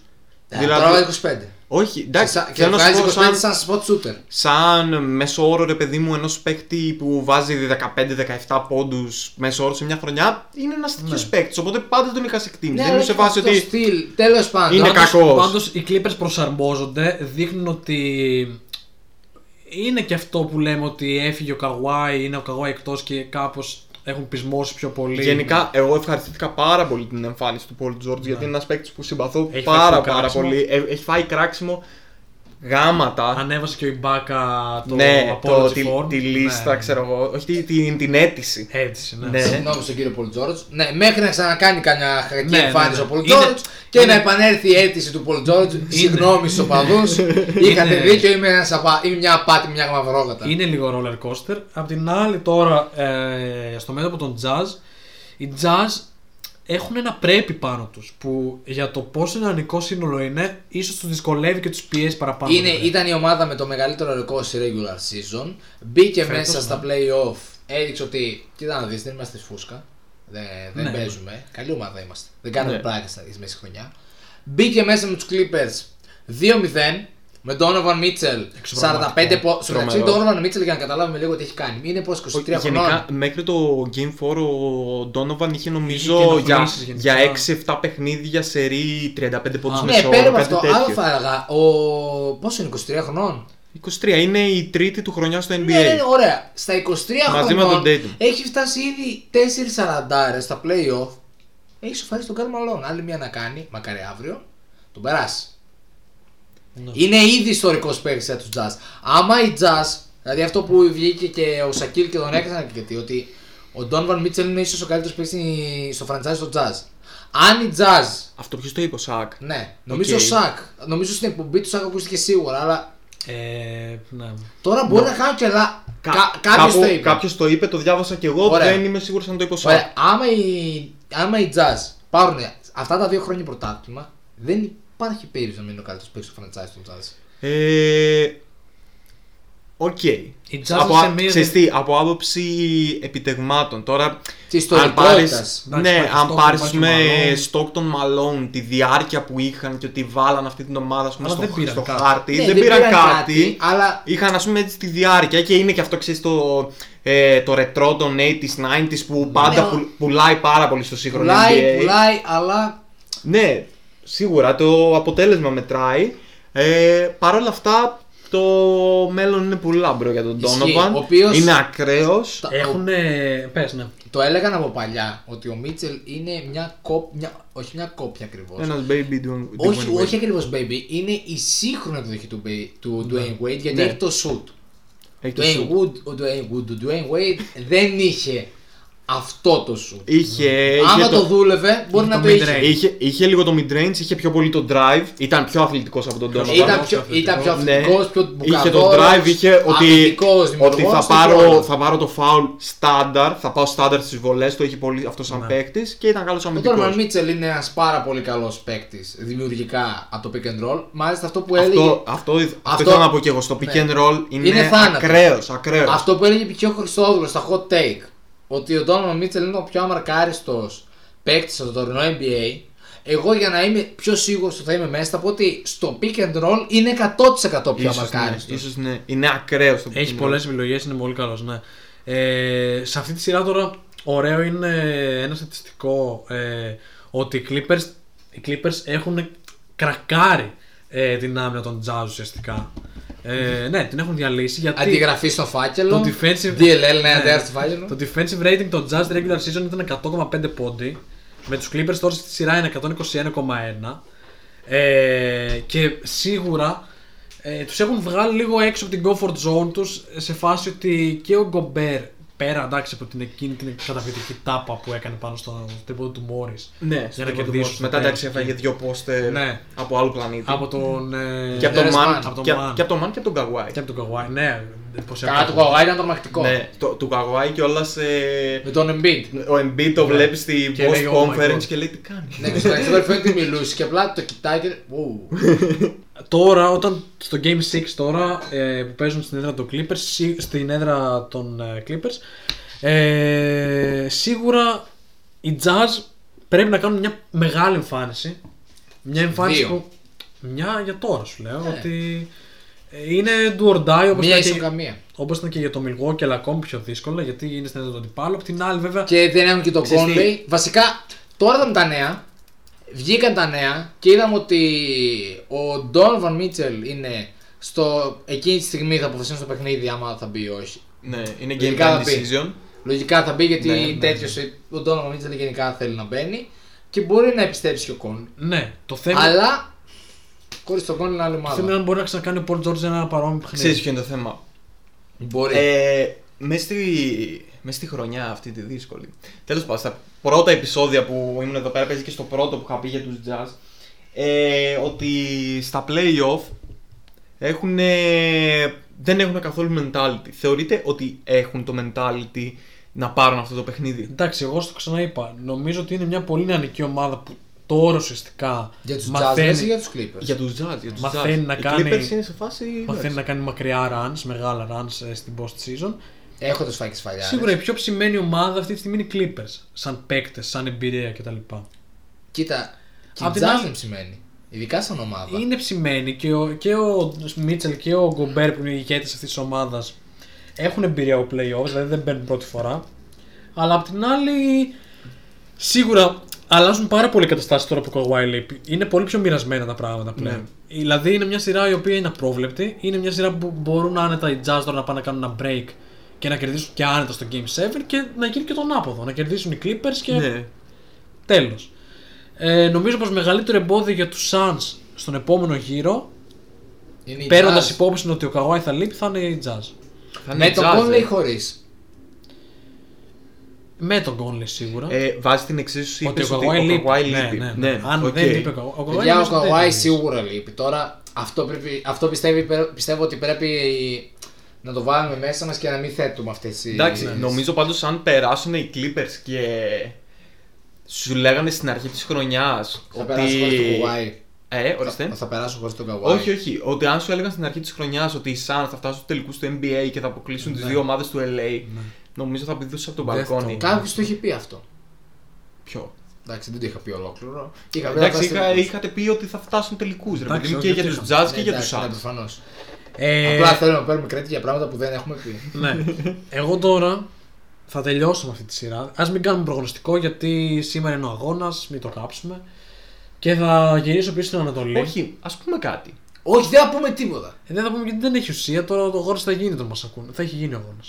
Speaker 5: Δηλαδή,
Speaker 3: Ε, Τώρα βάλε 25.
Speaker 5: Όχι,
Speaker 3: Και
Speaker 5: εντάξει,
Speaker 3: σα- Και
Speaker 5: θέλω να
Speaker 3: βγάζει
Speaker 5: σου πω
Speaker 3: 25
Speaker 5: σαν,
Speaker 3: σαν spot shooter.
Speaker 5: σαν μέσο όρο ρε παιδί μου ενός παίχτη που βάζει 15-17 πόντους μέσο όρο σε μια χρονιά είναι ένας τέτοιος παίχτης, οπότε πάντα τον είχα σε εκτίμηση. Δεν
Speaker 3: Ναι. αλλά
Speaker 5: μου σε
Speaker 3: και
Speaker 5: φάση
Speaker 3: αυτό
Speaker 5: ότι
Speaker 3: στυλ, τέλος πάντων.
Speaker 5: Είναι
Speaker 4: Πάντως-
Speaker 5: κακός.
Speaker 4: Πάντως οι Clippers προσαρμόζονται, δείχνουν ότι είναι και αυτό που λέμε ότι έφυγε ο Καουάι, είναι ο Καουάι εκτός και κάπως έχουν πεισμώσει πιο πολύ.
Speaker 5: Γενικά, εγώ ευχαριστήθηκα πάρα πολύ την εμφάνιση του Πολ Τζόρτζ γιατί είναι ένας παίκτης που συμπαθώ
Speaker 4: Έχει φάει
Speaker 5: πάρα
Speaker 4: το
Speaker 5: πάρα
Speaker 4: κράξιμο.
Speaker 5: πολύ. Ε, Έχει φάει κράξιμο γάματα.
Speaker 4: Ανέβασε και ο Ιμπάκα το
Speaker 5: ναι,
Speaker 4: Apology
Speaker 5: το, τη,
Speaker 4: Form.
Speaker 5: τη λίστα,
Speaker 4: Ναι.
Speaker 5: ξέρω εγώ. Όχι τη- την, την αίτηση.
Speaker 4: Έτσι, ναι.
Speaker 5: Ναι.
Speaker 3: Συγγνώμη στον κύριο Πολ Τζόρτζ. Ναι, μέχρι να ξανακάνει καμιά
Speaker 4: Ναι,
Speaker 3: χακή
Speaker 4: ναι,
Speaker 3: εμφάνιση
Speaker 4: ναι.
Speaker 3: ο Πολ
Speaker 4: Είναι-
Speaker 3: Τζόρτζ και
Speaker 4: είναι-
Speaker 3: να επανέλθει η αίτηση του Πολ Τζόρτζ. Συγγνώμη στους οπαδούς. Είχατε
Speaker 4: Είναι-
Speaker 3: δίκιο, είμαι, ένας απα... είμαι μια απάτη, μια γαμαυρόγατα.
Speaker 4: Είναι λίγο roller coaster. Απ' την άλλη τώρα ε, στο μέτωπο των jazz, οι jazz έχουν ένα πρέπει πάνω τους που για το πόσο ιδανικό σύνολο είναι ίσως τους δυσκολεύει και τους πιέζει παραπάνω. Δηλαδή,
Speaker 3: Είναι,
Speaker 4: το πρέπει.
Speaker 3: ήταν η ομάδα με το μεγαλύτερο ρεκόρ στη regular season. Μπήκε μέσα στα playoff. Έδειξε ότι. Κοίτα να δεις, δεν είμαστε στη φούσκα. Δεν, δεν
Speaker 4: Ναι.
Speaker 3: παίζουμε. Καλή ομάδα είμαστε. Δεν κάνουμε
Speaker 5: Ναι.
Speaker 3: πράγματα στα μέσα στη χρονιά. Μπήκε μέσα με τους Clippers 2-0. με Donovan Mitchell. 45
Speaker 4: Εξωπραγματικό.
Speaker 3: πόντου. Στο μεταξύ,
Speaker 5: Τρομερό.
Speaker 3: Donovan Mitchell για να καταλάβουμε λίγο τι έχει κάνει. Είναι πόσο 23
Speaker 5: Γενικά,
Speaker 3: χρονών.
Speaker 5: μέχρι το Game 4 ο Donovan είχε
Speaker 4: Είχε
Speaker 5: νομίζω
Speaker 4: και
Speaker 5: για,
Speaker 4: ενοχλήσεις γενικά.
Speaker 5: για 6-7 παιχνίδια σε ρί 35 πόντους
Speaker 4: Α.
Speaker 5: μεσόωρο,
Speaker 3: Ναι, πέρα από
Speaker 5: κάτι
Speaker 3: αυτό, άλλο
Speaker 5: τέτοιο.
Speaker 3: θα έλεγα. Ο... Πόσο είναι, 23 χρονών.
Speaker 5: 23 είναι η τρίτη του χρονιά στο NBA.
Speaker 3: Ναι, ναι, ναι, ωραία. Στα 23
Speaker 5: Μαζί με
Speaker 3: χρονών
Speaker 5: τον Tatum.
Speaker 3: έχει φτάσει ήδη 4 40 στα playoff. Έχει σοφαρίσει τον Καρλ Μαλόν. Άλλη μία να κάνει, μακάρι αύριο, τον περάσει.
Speaker 4: Ναι.
Speaker 3: Είναι ήδη ιστορικός παίκτης για τους Jazz. Άμα οι Jazz, δηλαδή αυτό που βγήκε και ο Σακίλ και τον έκαναν αρκετή, ότι ο Ντόνβαν Μίτσελ είναι ίσως ο καλύτερος παίκτης στο franchise του Jazz. Αν οι Jazz
Speaker 5: Αυτό ποιος το είπε, ο Σάκ.
Speaker 3: ναι, νομίζω
Speaker 5: Οκ.
Speaker 3: ο Σακ. Νομίζω στην εκπομπή του Σακ ακούστηκε σίγουρα, αλλά
Speaker 4: Ε, ναι.
Speaker 3: τώρα μπορεί να κάνω και λα... Κα... κάποιος
Speaker 5: Κάπου-
Speaker 3: το είπε.
Speaker 5: κάποιος το είπε, το διάβασα και εγώ.
Speaker 3: Ωραία.
Speaker 5: Δεν είμαι σίγουρος αν το είπε ο Σάκ.
Speaker 3: Ωραία, ε, άμα οι, άμα οι Jazz πάρουν αυτά τα δύο χρόνια πρωτάθλημα, δεν υπάρχει περίπτωση να μην είναι ο καλύτερος παίκτης στο franchise του Jazz.
Speaker 5: Ε, Οκ.
Speaker 4: Οι Jazz
Speaker 5: Από,
Speaker 4: σε
Speaker 5: α-
Speaker 4: μία-
Speaker 5: ξέρεις τι, από άποψη επιτεγμάτων. Τώρα,
Speaker 3: Τη
Speaker 5: αν πάρεις,
Speaker 3: ιστορικότητα.
Speaker 4: Εντάξει,
Speaker 5: ναι,
Speaker 4: υπάρχει
Speaker 5: αν
Speaker 4: Stockton,
Speaker 5: πάρεις
Speaker 4: υπάρχει
Speaker 5: με
Speaker 4: Malone.
Speaker 5: Stockton Malone τη διάρκεια που είχαν και ότι βάλαν αυτή την ομάδα ας πούμε,
Speaker 4: Αλλά
Speaker 5: στο,
Speaker 4: δεν πήραν
Speaker 5: στο
Speaker 4: κάτι.
Speaker 5: χάρτη,
Speaker 3: Ναι,
Speaker 5: δεν, πήραν, κάτι.
Speaker 3: αλλά
Speaker 5: Είχαν ας πούμε έτσι τη διάρκεια και είναι και αυτό ξέρεις το, ε, το ρετρό των 80s, 90s που πάντα
Speaker 3: Ναι.
Speaker 5: που, πουλάει πάρα πολύ στο σύγχρονο
Speaker 3: πουλάει,
Speaker 5: NBA.
Speaker 3: πουλάει, αλλά
Speaker 5: Ναι, σίγουρα το αποτέλεσμα μετράει. Ε, Παρ' όλα αυτά, το μέλλον είναι πολύ λαμπρό για τον
Speaker 3: Ισχύει,
Speaker 5: Donovan.
Speaker 3: ο οποίος-
Speaker 5: Είναι ακραίος.
Speaker 3: τα-
Speaker 4: Έχουν. ε, Πες, ναι.
Speaker 3: το έλεγαν από παλιά ότι ο Μίτσελ είναι μια κόπια. Μια... Όχι μια κόπια ακριβώς.
Speaker 5: Ένας baby doing
Speaker 3: Όχι,
Speaker 5: doing
Speaker 3: όχι
Speaker 5: well.
Speaker 3: ακριβώς baby, είναι η σύγχρονη εκδοχή του, Bay- του Dwayne Wade γιατί
Speaker 5: Ναι.
Speaker 3: έχει το shoot.
Speaker 5: Έχει το
Speaker 3: Dwayne
Speaker 5: shoot.
Speaker 3: Wood, ο Dwayne Wood, ο Dwayne Wade δεν είχε αυτό το shoot.
Speaker 5: Ε, Είχε,
Speaker 3: Άμα
Speaker 5: είχε,
Speaker 3: το, δούλευε, μπορεί
Speaker 4: είχε
Speaker 3: να
Speaker 4: το
Speaker 3: το είχε.
Speaker 4: mid-range.
Speaker 5: είχε, είχε λίγο το midrange, είχε πιο πολύ το drive. Ήταν πιο αθλητικός από τον Donovan.
Speaker 3: Ήταν
Speaker 4: Βαλός,
Speaker 3: πιο,
Speaker 4: αθλητικός.
Speaker 3: ήταν πιο
Speaker 5: Ναι.
Speaker 3: αθλητικός, πιο
Speaker 5: Είχε το
Speaker 3: μπουκαδόρος,
Speaker 5: drive, είχε ότι,
Speaker 3: αμυντικός,
Speaker 5: ότι
Speaker 3: δημιουργός,
Speaker 5: θα,
Speaker 3: τι
Speaker 5: πάρω,
Speaker 3: πρόβλημα.
Speaker 5: θα πάρω το foul στάνταρ, θα πάω στάνταρ στις βολές, το είχε πολύ αυτός σαν
Speaker 4: Ναι.
Speaker 5: παίκτης και ήταν καλός
Speaker 3: Ο
Speaker 5: αμυντικός.
Speaker 3: Τόρμαν Μίτσελ είναι ένας πάρα πολύ καλός παίκτης, δημιουργικά, από το pick and roll. Μάλιστα αυτό που έλεγε,
Speaker 5: Αυτό,
Speaker 3: αυτό,
Speaker 5: αυτό, αυτό,
Speaker 3: Αυτό-
Speaker 5: ήθελα να πω και εγώ. Στο pick
Speaker 3: Ναι.
Speaker 5: and roll είναι,
Speaker 3: Είναι θάνατος.
Speaker 5: ακραίος, ακραίος.
Speaker 3: που έλεγε και ο Χριστόδουλος στα hot take, ότι ο Τόρμαν Μίτσελ είναι ο πιο αμαρκάριστος παίκτης στο τωρινό NBA. Εγώ για να είμαι πιο σίγουρος ότι θα είμαι μέσα, θα πω ότι στο pick and roll είναι 100% πιο
Speaker 5: Ίσως ναι,
Speaker 3: αμαρκάριστος.
Speaker 5: ίσως ναι. Είναι ακραίος το pick
Speaker 4: Έχει
Speaker 5: and roll.
Speaker 4: πολλές επιλογές, είναι πολύ καλός. Ναι. Ε, σε αυτή τη σειρά τώρα, ωραίο είναι ένα στατιστικό ε, ότι οι Clippers, οι Clippers έχουν κρακάρει ε, την άμυνα των Jazz ουσιαστικά. Ε, ναι, την έχουν διαλύσει γιατί.
Speaker 3: Αντιγραφή στο φάκελο,
Speaker 4: Το defensive-
Speaker 3: DLL, ναι,
Speaker 4: Ναι.
Speaker 3: αντιγραφή στο φάκελο.
Speaker 4: Το defensive rating των Jazz regular season ήταν 100,5 πόντι. Με τους Clippers τώρα στη σειρά είναι 121,1. Ε, και σίγουρα ε, τους έχουν βγάλει λίγο έξω από την comfort zone τους σε φάση ότι και ο Γκομπέρ πέρα εντάξει από την εκείνη την καταπληκτική τάπα που έκανε πάνω στο τρίποντο του Μόρις
Speaker 5: Ναι, στο
Speaker 4: να
Speaker 5: τρίτο
Speaker 4: κερδίσουν
Speaker 5: του
Speaker 4: στο
Speaker 5: Μετά
Speaker 4: τέλος.
Speaker 5: εντάξει έφαγε δύο πόστε
Speaker 4: Ναι.
Speaker 5: από άλλο πλανήτη.
Speaker 4: από τον... ε,
Speaker 5: Και από τον
Speaker 3: Terrence Mann,
Speaker 5: Μαν
Speaker 4: από τον
Speaker 5: και
Speaker 4: Mann.
Speaker 5: και από τον Μαν και από τον Καγουάι.
Speaker 4: και από τον Καουάι, ναι. εντυπωσιακό.
Speaker 3: Καλά του Καβάη ήταν τρομακτικό.
Speaker 5: Ναι, το- του Καγουάι κιόλας ε,
Speaker 3: Με τον Embiid.
Speaker 5: ο Embiid το βλέπεις στη
Speaker 4: Ναι. Και λέει,
Speaker 5: post
Speaker 4: «Oh my
Speaker 5: conference
Speaker 4: God».
Speaker 5: και λέει τι κάνεις.
Speaker 3: Ναι, και στο μεταξύ περιφέρει ότι μιλούσε και απλά το κοιτάει και. Ου.
Speaker 4: Τώρα, όταν στο Game 6 τώρα ε, που παίζουν στην έδρα των Clippers, σι- στην έδρα των ε, Clippers, ε, σίγουρα οι Jazz πρέπει να κάνουν μια μεγάλη εμφάνιση. Μια εμφάνιση
Speaker 3: Δύο.
Speaker 4: που. Μια για τώρα σου λέω.
Speaker 3: Ναι.
Speaker 4: Ότι ε, είναι do or die όπως
Speaker 3: Μία
Speaker 4: ήταν,
Speaker 3: ίσο
Speaker 4: και-
Speaker 3: καμία.
Speaker 4: όπως ήταν και για το Milwaukee, αλλά ακόμη πιο δύσκολα γιατί είναι στην έδρα του αντιπάλου. Απ' την άλλη, βέβαια.
Speaker 3: Και δεν έχουν και τον
Speaker 5: Ξέρεις τι?
Speaker 3: Conley. Βασικά, τώρα είδαμε τα νέα. Βγήκαν τα νέα και είδαμε ότι ο Donovan Mitchell είναι στο. εκείνη τη στιγμή θα αποφασίσουν στο παιχνίδι άμα θα μπει ή όχι.
Speaker 5: Ναι, είναι game
Speaker 3: Λογικά θα
Speaker 5: time
Speaker 3: πει. Ναι.
Speaker 5: decision.
Speaker 3: Λογικά θα μπει γιατί
Speaker 5: Ναι, ναι, ναι.
Speaker 3: τέτοιος ο Donovan Mitchell γενικά θέλει να μπαίνει και μπορεί να επιστρέψει και ο Conley.
Speaker 4: Ναι, το
Speaker 5: Ε,
Speaker 4: θέμα,
Speaker 3: Αλλά χωρίς τον Conley είναι άλλη
Speaker 4: το θέμα είναι
Speaker 3: ομάδα.
Speaker 4: αν μπορεί να ξανακάνει ο Paul George ένα παρόμοιο
Speaker 5: Ξέρεις
Speaker 4: παιχνίδι.
Speaker 5: ποιο είναι το θέμα.
Speaker 3: Μπορεί.
Speaker 5: Ε, μες στη, μες στη χρονιά αυτή τη δύσκολη. Τέλος πάντων, στα πρώτα επεισόδια που ήμουν εδώ πέρα, παίζει και στο πρώτο που είχα πει για τους jazz, ε, ότι στα play-off έχουν, ε, δεν έχουν καθόλου mentality. Θεωρείτε ότι έχουν το mentality να πάρουν αυτό το παιχνίδι.
Speaker 4: Εντάξει, εγώ στο ξαναείπα. Νομίζω ότι είναι μια πολύ νεανική ομάδα που τώρα ουσιαστικά
Speaker 3: Για τους Jazz
Speaker 4: μαθαίνει,
Speaker 3: ή για τους Clippers.
Speaker 5: Για τους jazz, για τους
Speaker 4: Μαθαίνει
Speaker 5: jazz.
Speaker 4: να
Speaker 5: Οι
Speaker 4: κάνει-
Speaker 5: Clippers είναι σε φάση...
Speaker 4: μαθαίνει να κάνει μακριά runs, μεγάλα runs ε, στην post season.
Speaker 3: Έχω το σφάκι σφαλιά.
Speaker 4: Σίγουρα η πιο ψημένη ομάδα αυτή τη στιγμή είναι οι Clippers. Σαν παίκτες, σαν εμπειρία κτλ.
Speaker 3: Κοίτα, και
Speaker 4: Απ'
Speaker 3: η
Speaker 4: την
Speaker 3: Jazz
Speaker 4: άλλη-
Speaker 3: δεν ψημένη. Ειδικά σαν ομάδα.
Speaker 4: Είναι ψημένοι και ο, και ο Μίτσελ και ο Γκομπέρ που είναι οι ηγέτες αυτής της ομάδας έχουν εμπειρία ο playoffs, δηλαδή δεν μπαίνουν πρώτη φορά. Αλλά απ' την άλλη, σίγουρα αλλάζουν πάρα πολύ καταστάσεις τώρα που ο Kawhi λείπει. Είναι πολύ πιο μοιρασμένα τα πράγματα πλέον. Δηλαδή είναι μια σειρά η οποία είναι απρόβλεπτη, είναι μια σειρά που μπορούν άνετα οι Jazz τώρα να πάνε να κάνουν ένα break και να κερδίσουν και άνετα στο Game 7 και να γίνει και τον άποδο. Να κερδίσουν οι Clippers και
Speaker 5: Ναι.
Speaker 4: Τέλος. Ε, νομίζω πως μεγαλύτερο εμπόδιο για τους Suns στον επόμενο γύρο,
Speaker 3: Είναι η
Speaker 4: παίρνοντας
Speaker 3: Jazz.
Speaker 4: υπόψη ότι ο Καβάη θα λείπει, θα είναι η Jazz.
Speaker 5: Θα είναι
Speaker 3: Με τον
Speaker 5: jazz,
Speaker 3: Conley
Speaker 5: ε.
Speaker 3: ή χωρίς.
Speaker 4: Με τον Conley σίγουρα.
Speaker 5: Ε, βάζει την εξίσωση
Speaker 4: ότι ο
Speaker 5: είπες
Speaker 4: Καβάη λείπει.
Speaker 5: Kawhi
Speaker 4: Ναι,
Speaker 5: λείπει.
Speaker 4: ναι, ναι.
Speaker 5: Ναι,
Speaker 4: Αν
Speaker 5: οκ.
Speaker 4: δεν λείπει ο Καβάη. Ο Kawhi
Speaker 3: Παιδιά, ο
Speaker 4: νομίζω ότι δεν
Speaker 3: Καβάη
Speaker 4: λείπει.
Speaker 3: σίγουρα λείπει. Τώρα αυτό, πρέπει, αυτό πιστεύει, πιστεύω ότι πρέπει να το βάλουμε μέσα μας και να μην θέτουμε αυτές τι.
Speaker 5: Εντάξει, νομίζω πάντως αν περάσουν οι Clippers και σου λέγανε στην αρχή της χρονιάς
Speaker 3: Θα
Speaker 5: ότι.
Speaker 3: περάσω χωρίς τον Καβάη.
Speaker 5: Ε, ορίστε.
Speaker 3: Θα, θα περάσω χωρίς τον Καβάη.
Speaker 5: Όχι, όχι. Ότι αν σου έλεγαν στην αρχή της χρονιάς ότι οι Suns θα φτάσουν στου τελικού του NBA και θα αποκλείσουν τις τι δύο ομάδες του LA, νομίζω θα πηδούσε από τον
Speaker 4: Δεν
Speaker 5: μπαλκόνι.
Speaker 4: το-
Speaker 3: Κάποιος το είχε πει αυτό.
Speaker 5: Ποιο.
Speaker 3: Εντάξει, δεν το είχα πει ολόκληρο. Είχα πει
Speaker 5: Εντάξει,
Speaker 3: απλά
Speaker 5: είχα,
Speaker 3: στην-
Speaker 5: είχατε πει ότι θα φτάσουν τελικούς. Ρε
Speaker 4: Εντάξει,
Speaker 5: παιδί μου,
Speaker 4: όχι,
Speaker 5: και για
Speaker 4: δεν
Speaker 5: του
Speaker 4: το
Speaker 5: Jazz
Speaker 3: Ναι,
Speaker 5: και για του
Speaker 3: εντάξει, ναι,
Speaker 5: Suns.
Speaker 3: προφανώς.
Speaker 4: Ε,
Speaker 3: Απλά θέλουμε να παίρνουμε credit για πράγματα που δεν έχουμε πει.
Speaker 4: ναι. Εγώ τώρα θα τελειώσω με αυτή τη σειρά. Ας μην κάνουμε προγνωστικό γιατί σήμερα είναι ο αγώνας, μην το κάψουμε. Και θα γυρίσω πίσω στην Ανατολή.
Speaker 5: Όχι, ας πούμε κάτι.
Speaker 3: Όχι, δεν θα πούμε τίποτα.
Speaker 4: Ε, Δεν θα πούμε γιατί δεν έχει ουσία. Τώρα ο αγώνα θα γίνει όταν μας ακούνε. Θα έχει γίνει ο αγώνας.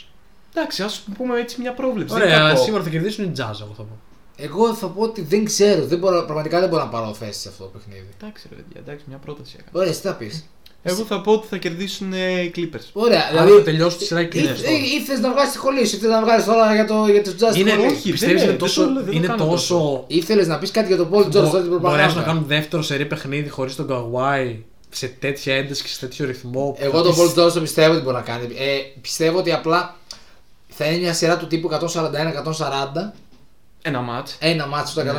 Speaker 5: Εντάξει, ας πούμε έτσι μια πρόβλεψη. δεν είναι
Speaker 4: Ωραία,
Speaker 5: κακό.
Speaker 4: σήμερα θα κερδίσουν οι Jazz, εγώ θα πω.
Speaker 3: Εγώ θα πω ότι δεν ξέρω, δεν μπορώ, πραγματικά δεν μπορώ να πάρω θέση σε αυτό το παιχνίδι.
Speaker 5: Εντάξει, ρε παιδιά, εντάξει, μια πρόταση έκανα.
Speaker 3: Ωραία, εσύ θα πεις.
Speaker 5: Εγώ θα πω ότι θα κερδίσουν ε, οι Clippers.
Speaker 3: Ωραία,
Speaker 4: Άρα
Speaker 3: δηλαδή.
Speaker 4: θα τελειώσει τη σειρά οι Clippers τώρα.
Speaker 3: Ήρθε να βγάλεις τη χολή σου, ήρθε να βγάλεις όλα για, το, για τους Jazz.
Speaker 4: Είναι,
Speaker 5: όχι,
Speaker 4: όχι,
Speaker 5: δεν
Speaker 4: πιστεύεις
Speaker 5: είναι,
Speaker 4: είναι τόσο,
Speaker 5: δεν το- δεν το
Speaker 4: είναι
Speaker 5: κάνω
Speaker 4: τόσο
Speaker 3: Ήθελες να πεις κάτι για τον Paul George τώρα την
Speaker 4: μπο- μπορέσουν να
Speaker 3: προπαγάνδα.
Speaker 4: κάνουν δεύτερο σερή παιχνίδι χωρίς τον Καουάι σε τέτοια ένταση και σε τέτοιο ρυθμό. που
Speaker 3: Εγώ
Speaker 4: θα
Speaker 3: τον
Speaker 4: πεις-
Speaker 3: Paul George το πιστεύω ότι μπορεί να κάνει. Ε, πιστεύω ότι απλά θα είναι μια σειρά του τύπου 141-140.
Speaker 5: Ένα μάτ.
Speaker 3: Ένα μάτσο το 141-140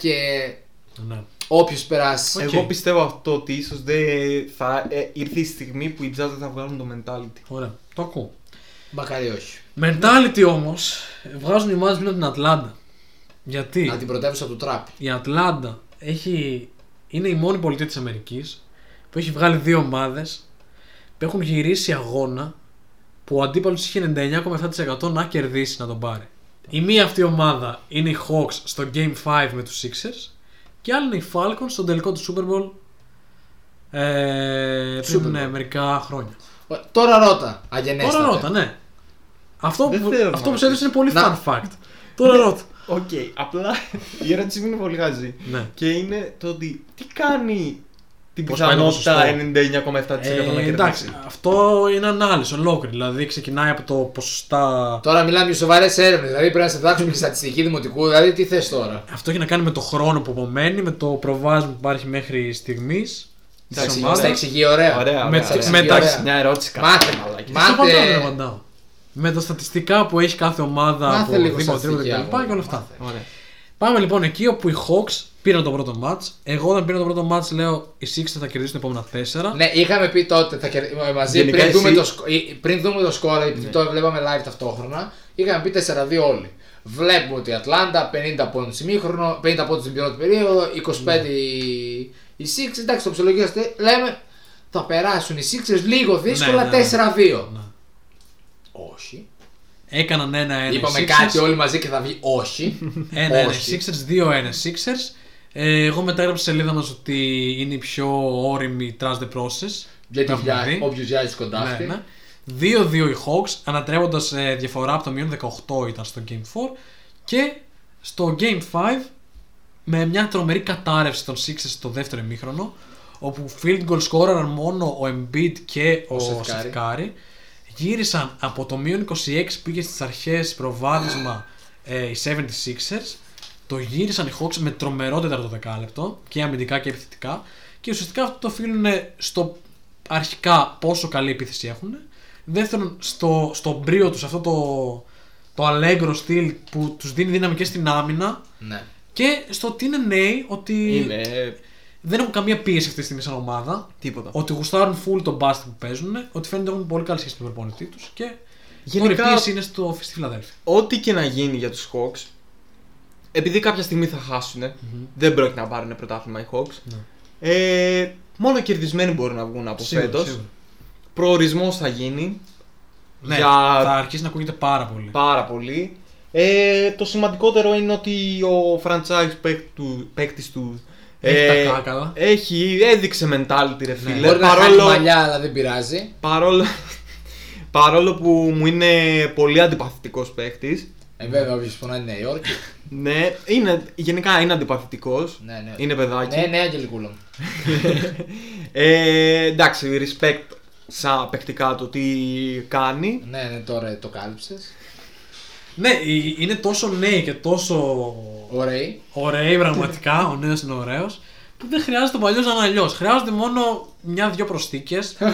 Speaker 3: και
Speaker 4: Ναι.
Speaker 3: όποιος περάσει.
Speaker 5: Εγώ πιστεύω αυτό ότι ίσως δεν θα ε, ήρθε η στιγμή που οι Jazz δεν θα βγάλουν το mentality.
Speaker 4: Ωραία, το ακούω.
Speaker 3: Μπακαρί όχι.
Speaker 4: Mentality όμως βγάζουν οι ομάδες πριν από την Ατλάντα. Γιατί
Speaker 3: Από την πρωτεύουσα του Τραπ.
Speaker 4: η Ατλάντα έχει, είναι η μόνη πολιτεία της Αμερικής που έχει βγάλει δύο ομάδες που έχουν γυρίσει αγώνα που ο αντίπαλος είχε 99,7% να κερδίσει να τον πάρει. Η μία αυτή ομάδα είναι οι Hawks στο Game 5 με τους Sixers και η άλλη είναι οι Falcons στον τελικό του Super Bowl ε, πριν
Speaker 3: Super Bowl.
Speaker 4: ναι, μερικά χρόνια.
Speaker 3: Ω, Τώρα ρώτα, αγενέστατε.
Speaker 4: Τώρα ρώτα, ναι. Αυτό
Speaker 5: Δεν
Speaker 4: που,
Speaker 5: θέλω
Speaker 4: αυτό που
Speaker 5: να
Speaker 4: σου έδωσε είναι πολύ
Speaker 3: Να-
Speaker 4: fun fact. Τώρα ρώτα.
Speaker 5: Οκ, απλά η ερώτηση μου είναι πολύ χαζή.
Speaker 4: Ναι.
Speaker 5: Και είναι το ότι τι κάνει την
Speaker 4: Πώς πάει το
Speaker 5: πιθανότητα
Speaker 4: ποσοστό.
Speaker 5: 99,7% να
Speaker 4: Ε, εντάξει,
Speaker 5: κερδίσει.
Speaker 4: αυτό είναι ανάλυση ολόκληρη. Δηλαδή ξεκινάει από το ποσοστά.
Speaker 3: Τώρα μιλάμε για σοβαρές έρευνες. Δηλαδή πρέπει να σε δάξουμε και στατιστική δημοτικού. Δηλαδή τι θες τώρα.
Speaker 4: Αυτό έχει να κάνει με το χρόνο που απομένει, με το προβάσμα που υπάρχει μέχρι στιγμής.
Speaker 3: Τα
Speaker 5: Εντάξει,
Speaker 3: εξηγεί-
Speaker 4: Τη
Speaker 3: Τα
Speaker 4: ομάδα.
Speaker 3: εξηγεί ωραία.
Speaker 5: Ωραία,
Speaker 4: με-
Speaker 5: ωραία. ωραία.
Speaker 4: με- μεταξύ-
Speaker 5: Μια ερώτηση κάνω.
Speaker 3: Μάθε, μαλάκι. Μάθε.
Speaker 4: Με τα στατιστικά που έχει κάθε ομάδα
Speaker 3: Μάθε
Speaker 4: από
Speaker 3: λίγο
Speaker 4: δήμα, τρίποντα
Speaker 3: στατιστική,
Speaker 4: κτλ.
Speaker 3: αγόρι,
Speaker 4: και όλα αυτά.
Speaker 3: μάθε.
Speaker 5: Ωραία.
Speaker 4: Πάμε λοιπόν εκεί όπου οι Hawks πήραν το πρώτο match. Εγώ όταν πήρα το πρώτο match λέω οι Sixers θα κερδίσουν τα επόμενα 4.
Speaker 3: Ναι, είχαμε πει τότε θα κερ- ε, μαζί
Speaker 5: Γενικά
Speaker 3: πριν,
Speaker 5: εσύ-
Speaker 3: δούμε το, σκο- ε, πριν δούμε το σκορ, επειδή
Speaker 4: Ναι.
Speaker 3: το βλέπαμε live ταυτόχρονα, είχαμε πει 4-2 όλοι. Βλέπουμε ότι η Ατλάντα 50 πόντου ημίχρονο, 50 πόντους στην πρώτη περίοδο, 25
Speaker 4: Ναι.
Speaker 3: οι- οι Sixers. Εντάξει, το ψιλογίαστε. Λέμε θα περάσουν οι Sixers λίγο δύσκολα
Speaker 4: ναι, ναι.
Speaker 3: 4-2. Όχι.
Speaker 4: Έκαναν ένα-ένα. οι
Speaker 3: Είπαμε
Speaker 4: Ε, ναι, Sixers.
Speaker 3: κάτι όλοι μαζί και θα βγει όχι.
Speaker 4: Ένα ένα
Speaker 3: Όχι.
Speaker 4: Ε, ναι, Sixers, δύο ένα Sixers. Ε, εγώ μετάγραψα στη σελίδα μας ότι είναι η πιο όρημη trust the process.
Speaker 3: Γιατί
Speaker 4: Τα έχουμε
Speaker 3: βγάζει,
Speaker 4: δει.
Speaker 3: όποιος βγάζει κοντά
Speaker 4: Ναι,
Speaker 3: αυτή.
Speaker 4: ναι. 2-2 οι Hawks, ανατρέποντας διαφορά από το μείον 18 ήταν στο Game 4. Και στο Game 5, με μια τρομερή κατάρρευση των Sixers στο δεύτερο ημίχρονο, όπου field goal scorerαν μόνο ο Embiid και ο,
Speaker 3: Seth
Speaker 4: ο
Speaker 3: Curry.
Speaker 4: Seth Curry. Γύρισαν από το μείον 26 πήγε στις αρχές προβάδισμα ε, οι 76ers. Το γύρισαν οι Hawks με τρομερό τέταρτο δεκάλεπτο και αμυντικά και επιθετικά. Και ουσιαστικά αυτό το οφείλουν στο αρχικά πόσο καλή επίθεση έχουν. Δεύτερον, στο, στο μπρίο τους, αυτό το, το αλέγκρο στυλ που τους δίνει δύναμη και στην άμυνα.
Speaker 3: Ναι.
Speaker 4: Και στο ότι είναι νέοι, ότι
Speaker 5: Είναι ε,
Speaker 4: δεν έχουν καμία πίεση αυτή τη στιγμή σαν ομάδα.
Speaker 5: τίποτα.
Speaker 4: Ότι γουστάρουν full τον μπάστι που παίζουν, ότι φαίνεται έχουν πολύ καλή σχέση με τον προπονητή τους και
Speaker 5: Γενικά-
Speaker 4: τώρα η πίεση είναι στο, στη Φιλαδέλφια.
Speaker 5: Ό,τι και να γίνει για τους
Speaker 4: Ναι.
Speaker 5: Hawks, επειδή κάποια στιγμή θα χάσουν, δεν πρόκειται να πάρουν πρωτάθλημα οι Hawks. Ε, μόνο κερδισμένοι μπορούν να βγουν από
Speaker 4: Σίγουρα,
Speaker 5: φέτος.
Speaker 4: σίγουρα.
Speaker 5: Προορισμός θα γίνει.
Speaker 4: Ναι,
Speaker 5: για-
Speaker 4: θα αρχίσει να ακούγεται πάρα πολύ.
Speaker 5: Πάρα πολύ. Ε, το σημαντικότερο είναι ότι ο franchise παίκ- του- παίκτης του ε,
Speaker 4: Έχει τα κάκαλα.
Speaker 5: έχει, έδειξε mentality ρε φίλε.
Speaker 3: Ναι. Μπορεί να χάνει μαλλιά, αλλά δεν πειράζει.
Speaker 5: παρόλο, παρόλο που μου είναι πολύ αντιπαθητικός παίκτης
Speaker 3: Ε, βέβαια, όποιος πονάει τη Νέα Υόρκη.
Speaker 5: ναι, είναι, γενικά είναι αντιπαθητικός
Speaker 3: ναι, ναι.
Speaker 5: Είναι παιδάκι
Speaker 3: Ναι, ναι, Αγγελικούλα μου.
Speaker 5: ε, Εντάξει, respect σαν παικτικά το τι κάνει
Speaker 3: Ναι, ναι, τώρα ε, το κάλυψες.
Speaker 4: Ναι, η- είναι τόσο νέοι και τόσο
Speaker 3: Ωραίοι.
Speaker 4: ωραίοι πραγματικά, ο νέος είναι ωραίος, που δεν χρειάζεται ο παλιός να είναι αλλιώς. Χρειάζονται μόνο μια-δυο προσθήκες,
Speaker 5: ε.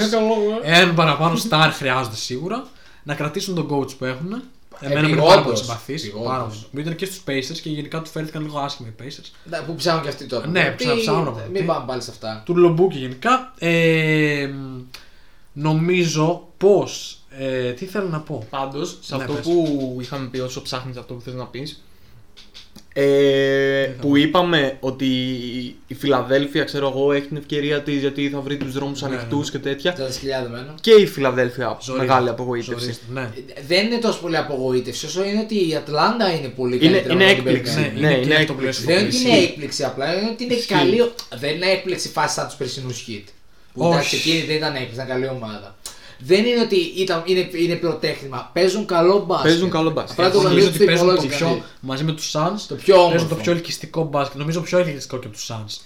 Speaker 4: Ένα παραπάνω star χρειάζονται σίγουρα. Να κρατήσουν τον coach που έχουν. Εμένα μου είναι πάρα
Speaker 3: πηγόντως,
Speaker 4: πολύ συμπαθή.
Speaker 3: πηγόντως.
Speaker 4: Πάρα πολύ. Μου Ήταν και στους Pacers και γενικά του φέρθηκαν λίγο άσχημα οι Pacers.
Speaker 3: Να, Ε, Που ψάχνουν και αυτοί τώρα.
Speaker 4: Ναι,
Speaker 3: Τι-
Speaker 4: ψάχνουν, ψάχνουν, ρε, τι.
Speaker 3: Μην πάμε πάλι σε αυτά.
Speaker 4: Του Λομπούκη γενικά. Ε, μ, νομίζω πως. Ε, τι θέλω να πω.
Speaker 5: Πάντως, σε
Speaker 4: Ναι,
Speaker 5: αυτό
Speaker 4: πες.
Speaker 5: που είχαμε πει, όσο ψάχνεις αυτό που θες να πεις ε, που είπαμε ότι η Φιλαδέλφια, ξέρω εγώ, έχει την ευκαιρία της γιατί θα βρει τους δρόμους
Speaker 4: Ναι, ναι, ναι.
Speaker 5: ανοιχτούς και τέτοια
Speaker 3: Τζάντα χιλιάδε μένω. Ε,
Speaker 5: και η Φιλαδέλφια
Speaker 4: Ζωρίζεται.
Speaker 5: μεγάλη απογοήτευση.
Speaker 4: Ζωρίζεται, Ναι.
Speaker 3: Δεν είναι τόσο πολύ απογοήτευση όσο είναι ότι η Ατλάντα είναι πολύ
Speaker 5: Είναι-
Speaker 3: καλύτερα.
Speaker 5: είναι
Speaker 3: από ό,τι
Speaker 5: έκπληξη.
Speaker 3: περιμέναμε.
Speaker 4: Ναι,
Speaker 5: Ναι,
Speaker 4: είναι
Speaker 5: είναι
Speaker 4: και αυτό που
Speaker 5: έκπληξη.
Speaker 4: λες.
Speaker 3: Δεν είναι ότι είναι
Speaker 5: Ισχύει.
Speaker 3: έκπληξη απλά, είναι ότι είναι
Speaker 5: Ισχύει.
Speaker 3: καλή. Δεν είναι έκπληξη φάση σαν τους περσινούς hit. Που
Speaker 4: Όχι.
Speaker 3: εντάξει, εκείνη δεν ήταν έκπληξη, ήταν καλή ομάδα. Δεν είναι ότι ήταν, είναι, είναι πυροτέχνημα. Παίζουν καλό μπάσκετ.
Speaker 5: Παίζουν καλό μπάσκετ.
Speaker 3: Απλά το
Speaker 4: Νομίζω
Speaker 5: Εγώ
Speaker 3: γαλλίο του
Speaker 4: ότι παίζουν το
Speaker 3: υπολόγιζε.
Speaker 4: πιο. μαζί με τους Suns.
Speaker 3: Το πιο
Speaker 4: Παίζουν
Speaker 3: όμορφο.
Speaker 4: το πιο ελκυστικό μπάσκετ. Νομίζω πιο ελκυστικό και από τους Suns.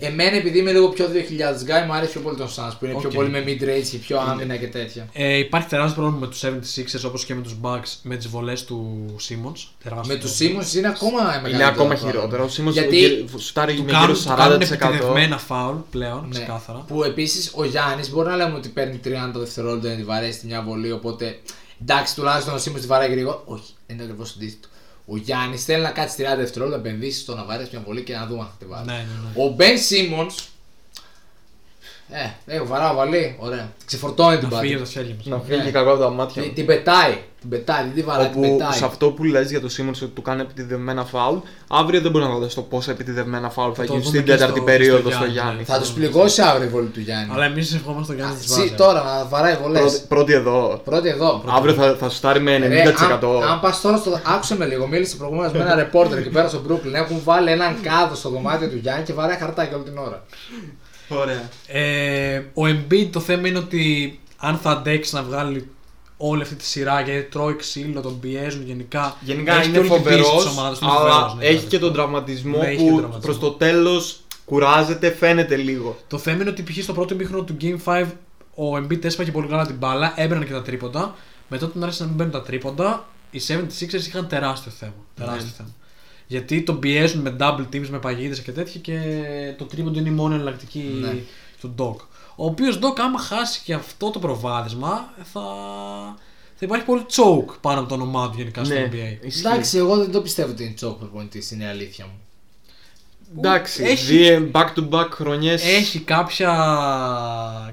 Speaker 4: Ε,
Speaker 3: Εμένα επειδή είμαι λίγο πιο 2000 guy μου άρεσε πιο πολύ τον Suns που είναι πιο
Speaker 4: Οκ.
Speaker 3: πολύ με mid range και πιο άμυνα και τέτοια.
Speaker 4: Ε, υπάρχει τεράστιο πρόβλημα με τους 76ers όπως και με τους Bucks με τις βολές του Simmons. Τεράστιο
Speaker 3: Με τους
Speaker 4: πρόβλημα.
Speaker 3: Simmons είναι ακόμα μεγαλύτερο.
Speaker 5: Είναι ακόμα
Speaker 3: πρόβλημα.
Speaker 5: χειρότερο. Ο Σίμος
Speaker 3: Γιατί
Speaker 5: γύρω- σουτάρει
Speaker 4: Του
Speaker 5: με
Speaker 4: κάνουν,
Speaker 5: γύρω
Speaker 4: του κάνουν
Speaker 5: 40%.
Speaker 4: επιτεδευμένα φάουλ πλέον,
Speaker 5: Ναι.
Speaker 4: ξεκάθαρα.
Speaker 3: ναι, Που επίσης ο Γιάννης μπορεί να λέμε ότι παίρνει 30 δευτερόλεπτα να τη βαρέσει τη μια βολή. Οπότε εντάξει, τουλάχιστον ο Σίμω τη βαράει γρήγορα. Όχι, είναι ακριβώς το αντίθετο. Ο Γιάννης θέλει να κάτσει 30 δευτερόλεπτα να επενδύσει στο να βαρέσει μια βολή και να δούμε αν θα τη βάρει.
Speaker 4: Ναι, ναι, ναι.
Speaker 3: Ο Μπεν Σίμον. Ε, ε, βαράω βαλή. Ωραία. Ξεφορτώνει την
Speaker 4: Να φύγει από
Speaker 3: πάτη.
Speaker 4: τα χέρια μας.
Speaker 5: Να φύγει
Speaker 3: Ναι.
Speaker 5: κακό από τα μάτια.
Speaker 3: Την,
Speaker 5: μου.
Speaker 3: την πετάει. Την πετάει, δεν τη βαράει. Την
Speaker 5: Όπου
Speaker 3: πετάει.
Speaker 5: σε αυτό που λες για το Σίμονς ότι του κάνει επιτιδευμένα φάουλ, αύριο δεν μπορεί να δω πόσα επιτιδευμένα φάουλ θα
Speaker 4: το
Speaker 5: γίνουν
Speaker 4: δούμε
Speaker 5: στην
Speaker 4: και στο-
Speaker 5: τέταρτη
Speaker 4: και
Speaker 5: περίοδο
Speaker 4: στο
Speaker 5: στο
Speaker 4: Γιάννη.
Speaker 5: Γιάννη.
Speaker 3: Θα τους πληγώσει αύριο η βολή του Γιάννη.
Speaker 4: Αλλά εμείς ευχόμαστε τον
Speaker 3: Α,
Speaker 4: Γιάννη τη
Speaker 3: εσύ
Speaker 4: Βάζα.
Speaker 3: τώρα να βαράει βολές.
Speaker 5: Πρώτη- Πρώτη εδώ.
Speaker 3: Πρώτη εδώ.
Speaker 5: Αύριο θα, θα σουτάρει με 90%.
Speaker 3: Ρε, αν, αν πας τώρα στο. Άκουσε με λίγο, μίλησε προηγουμένως με ένα ρεπόρτερ εκεί πέρα στο Brooklyn. Έχουν βάλει έναν κάδο στο δωμάτιο του Γιάννη και βαράει χαρτάκι όλη την ώρα.
Speaker 5: Ωραία.
Speaker 4: Ε, ο Embiid το θέμα είναι ότι αν θα αντέξει να βγάλει όλη αυτή τη σειρά γιατί τρώει ξύλο, τον πιέζουν γενικά.
Speaker 5: Γενικά
Speaker 4: Έχει
Speaker 5: είναι
Speaker 4: και όλη την πίεση της
Speaker 5: φοβερό,
Speaker 4: ομάδας του, είναι
Speaker 5: αλλά
Speaker 4: φοβερός, ναι,
Speaker 5: έχει
Speaker 4: βέβαια.
Speaker 5: και τον τραυματισμό
Speaker 4: Ναι, έχει και τον
Speaker 5: που
Speaker 4: τραυματισμό.
Speaker 5: προς το τέλος κουράζεται, φαίνεται λίγο.
Speaker 4: Το θέμα είναι ότι π.χ. στο πρώτο μήχρονο του Game 5 ο Embiid έσπαγε πολύ καλά την μπάλα, έμπαιναν και τα τρίποντα. Μετά τον άρχισαν να μην μπαίνουν τα τρίποντα, οι 76ers είχαν τεράστιο θέμα. Τεράστιο θέμα. Γιατί τον πιέζουν με double teams, με παγίδες και τέτοια και το τρίποντο είναι η μόνη εναλλακτική
Speaker 3: Ναι.
Speaker 4: του Doc. Ο οποίος Doc, άμα χάσει και αυτό το προβάδισμα, θα, θα υπάρχει πολύ choke πάνω από το όνομά του
Speaker 5: Ναι.
Speaker 4: γενικά στο NBA.
Speaker 5: ισχύει.
Speaker 3: Εντάξει, εγώ δεν το πιστεύω ότι είναι τσόκ προπονητή, είναι η αλήθεια μου.
Speaker 5: Εντάξει,
Speaker 4: Έχει-
Speaker 5: δύο back-to-back χρονιές.
Speaker 4: Έχει κάποια,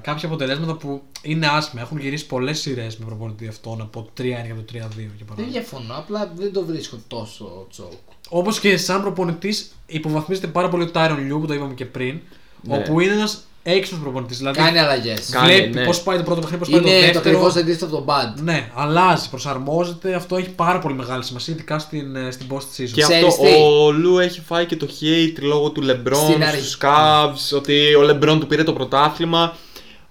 Speaker 4: κάποια αποτελέσματα που είναι άσχημα. Έχουν γυρίσει πολλές σειρές με προπονητή αυτόν από 3-1 και από 3-2 για
Speaker 3: Δεν
Speaker 4: παράδειγμα.
Speaker 3: διαφωνώ, απλά δεν το βρίσκω τόσο τσόκ.
Speaker 4: Όπως και σαν προπονητής, υποβαθμίζεται πάρα πολύ ο Tyron Lue που το είπαμε και πριν.
Speaker 5: Ναι.
Speaker 4: Όπου είναι ένας έξυπνος προπονητής. Δηλαδή
Speaker 3: Κάνει αλλαγές.
Speaker 5: Κα-
Speaker 4: βλέπει
Speaker 5: Κάνει, ναι.
Speaker 4: πώς πάει το πρώτο παιχνίδι, πώς πάει
Speaker 3: Είναι το
Speaker 4: το δεύτερο.
Speaker 3: ακριβώς αντίθετο από τον Μπαντ.
Speaker 4: ναι, αλλάζει, προσαρμόζεται. Αυτό έχει πάρα πολύ μεγάλη σημασία, ειδικά στην, ε, στην post season.
Speaker 5: Και
Speaker 3: Ξέρεις
Speaker 5: αυτό
Speaker 3: τι.
Speaker 5: ο Λου έχει φάει και το hate λόγω του Λεμπρόν
Speaker 3: Στην αρχή.
Speaker 5: στου Cavs, ότι ο Λεμπρόν του πήρε το πρωτάθλημα.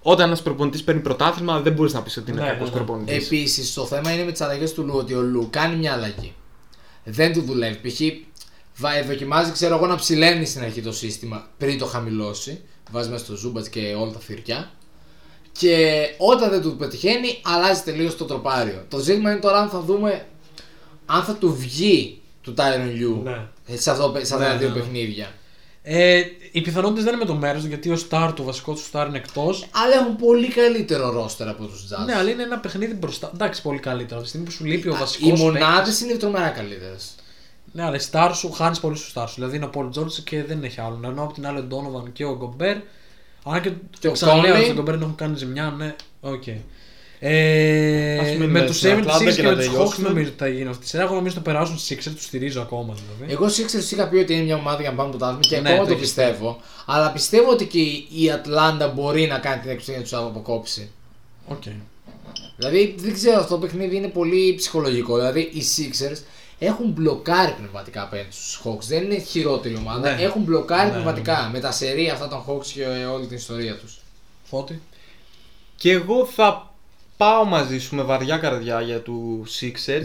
Speaker 5: Όταν ένας προπονητής παίρνει πρωτάθλημα, δεν μπορείς να πεις ότι είναι
Speaker 4: Ναι,
Speaker 5: κακός
Speaker 4: ναι, ναι.
Speaker 5: προπονητής.
Speaker 3: Επίσης, το θέμα είναι με τις αλλαγές του Λου. Ότι ο Λου κάνει μια αλλαγή. Δεν του δουλεύει. Π.χ. βα- δοκιμάζει, ξέρω εγώ, να ψηλαίνει στην αρχή το σύστημα πριν το χαμηλώσει. Βάζει μέσα στο ζούμπατ και όλα τα θηριά. Και όταν δεν του πετυχαίνει, αλλάζει τελείως το τροπάριο. Το ζήτημα είναι τώρα αν θα δούμε αν θα του βγει του Tyron Liu
Speaker 4: Ναι.
Speaker 3: ε, σε αυτό- σε αυτά τα
Speaker 4: Ναι,
Speaker 3: δύο
Speaker 4: ναι, ναι.
Speaker 3: παιχνίδια.
Speaker 4: Ε, οι πιθανότητες δεν είναι με το μέρος γιατί ο Σταρ, το βασικό του Σταρ είναι εκτός.
Speaker 3: Αλλά έχουν πολύ καλύτερο ρόστερ από τους Jazz.
Speaker 4: Ναι, αλλά είναι ένα παιχνίδι μπροστά. Εντάξει, πολύ καλύτερο. Από τη στιγμή που σου λείπει ο βασικός.
Speaker 3: Οι μονάδες είναι τρομερά καλύτερες.
Speaker 4: Ναι, αλλά οι στάρ σου χάνεις πολύ στους στάρ σου. Δηλαδή είναι ο Πολ Τζόρτζ και δεν έχει άλλον. Ενώ από την άλλη ο Ντόνοβαν και ο Γκομπέρ. Αν και,
Speaker 3: Και ο
Speaker 4: ξαναλέω
Speaker 3: Conley.
Speaker 4: ότι τον Γκομπέρ δεν έχουν κάνει ζημιά, ναι, οκ. Ε,
Speaker 5: Ας μείνουμε
Speaker 4: με τους
Speaker 5: στην
Speaker 4: 76
Speaker 5: Ατλάντα και
Speaker 4: και
Speaker 5: να
Speaker 4: με του Hawks
Speaker 5: τελειώσουμε.
Speaker 4: νομίζω ότι θα γίνει αυτή η σειρά. Εγώ νομίζω ότι θα περάσουν στι 6, τους στηρίζω ακόμα
Speaker 5: Ε,
Speaker 4: δηλαδή.
Speaker 3: Εγώ στους Sixers είχα πει ότι είναι μια ομάδα για να πάμε πρωτάθλημα και
Speaker 4: Ναι,
Speaker 3: ακόμα
Speaker 4: το
Speaker 3: το
Speaker 4: έχεις
Speaker 3: πιστεύω. Αλλά πιστεύω ότι και η Ατλάντα μπορεί να κάνει την εξουσία τους αποκόψει.
Speaker 4: Οκ.
Speaker 3: Δηλαδή δεν ξέρω, αυτό το παιχνίδι είναι πολύ ψυχολογικό. Δηλαδή οι Sixers έχουν μπλοκάρει πνευματικά απέναντι στους Hawks. Δεν είναι χειρότερη ομάδα.
Speaker 4: Ναι.
Speaker 3: Έχουν μπλοκάρει
Speaker 4: Ναι,
Speaker 3: πνευματικά με τα σερία αυτά των Hawks και ε, όλη την ιστορία τους.
Speaker 4: Φώτη.
Speaker 5: Και εγώ θα πάω μαζί σου με βαριά καρδιά για του
Speaker 4: Ε,
Speaker 5: Sixers.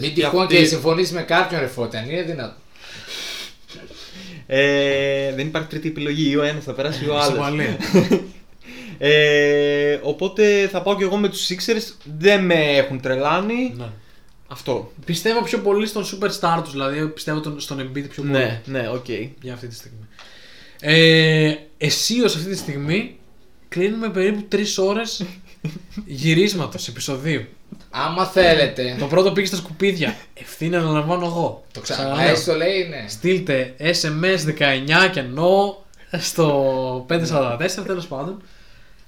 Speaker 3: Μην
Speaker 5: Και
Speaker 3: τυχόν
Speaker 5: αυτοί-
Speaker 3: και συμφωνείς με κάποιον ρε Φώτη, αν είναι δυνατόν.
Speaker 5: Ε, δεν υπάρχει τρίτη επιλογή. Ή ο ένας θα περάσει ή ο άλλο.
Speaker 4: Ισοπαλία.
Speaker 5: Ε, οπότε θα πάω και εγώ με τους Sixers. Δεν με έχουν τρελάνει.
Speaker 4: ναι.
Speaker 5: Αυτό.
Speaker 4: Πιστεύω πιο πολύ στον superstar τους, δηλαδή πιστεύω τον- στον Embiid πιο πολύ.
Speaker 5: Ναι, ναι, οκ.
Speaker 4: Για αυτή τη στιγμή. Ε, εσύ ως αυτή τη στιγμή κλείνουμε περίπου 3 ώρες γυρίσματος επεισοδίου.
Speaker 3: Άμα θέλετε.
Speaker 4: Το πρώτο πήγε στα σκουπίδια. Ευθύνη αναλαμβάνω εγώ.
Speaker 3: Το ξανά.
Speaker 4: Ξαναλέω.
Speaker 3: Έτσι το λέει, ναι.
Speaker 4: Στείλτε SMS 19 και no στο 544 τέλος πάντων.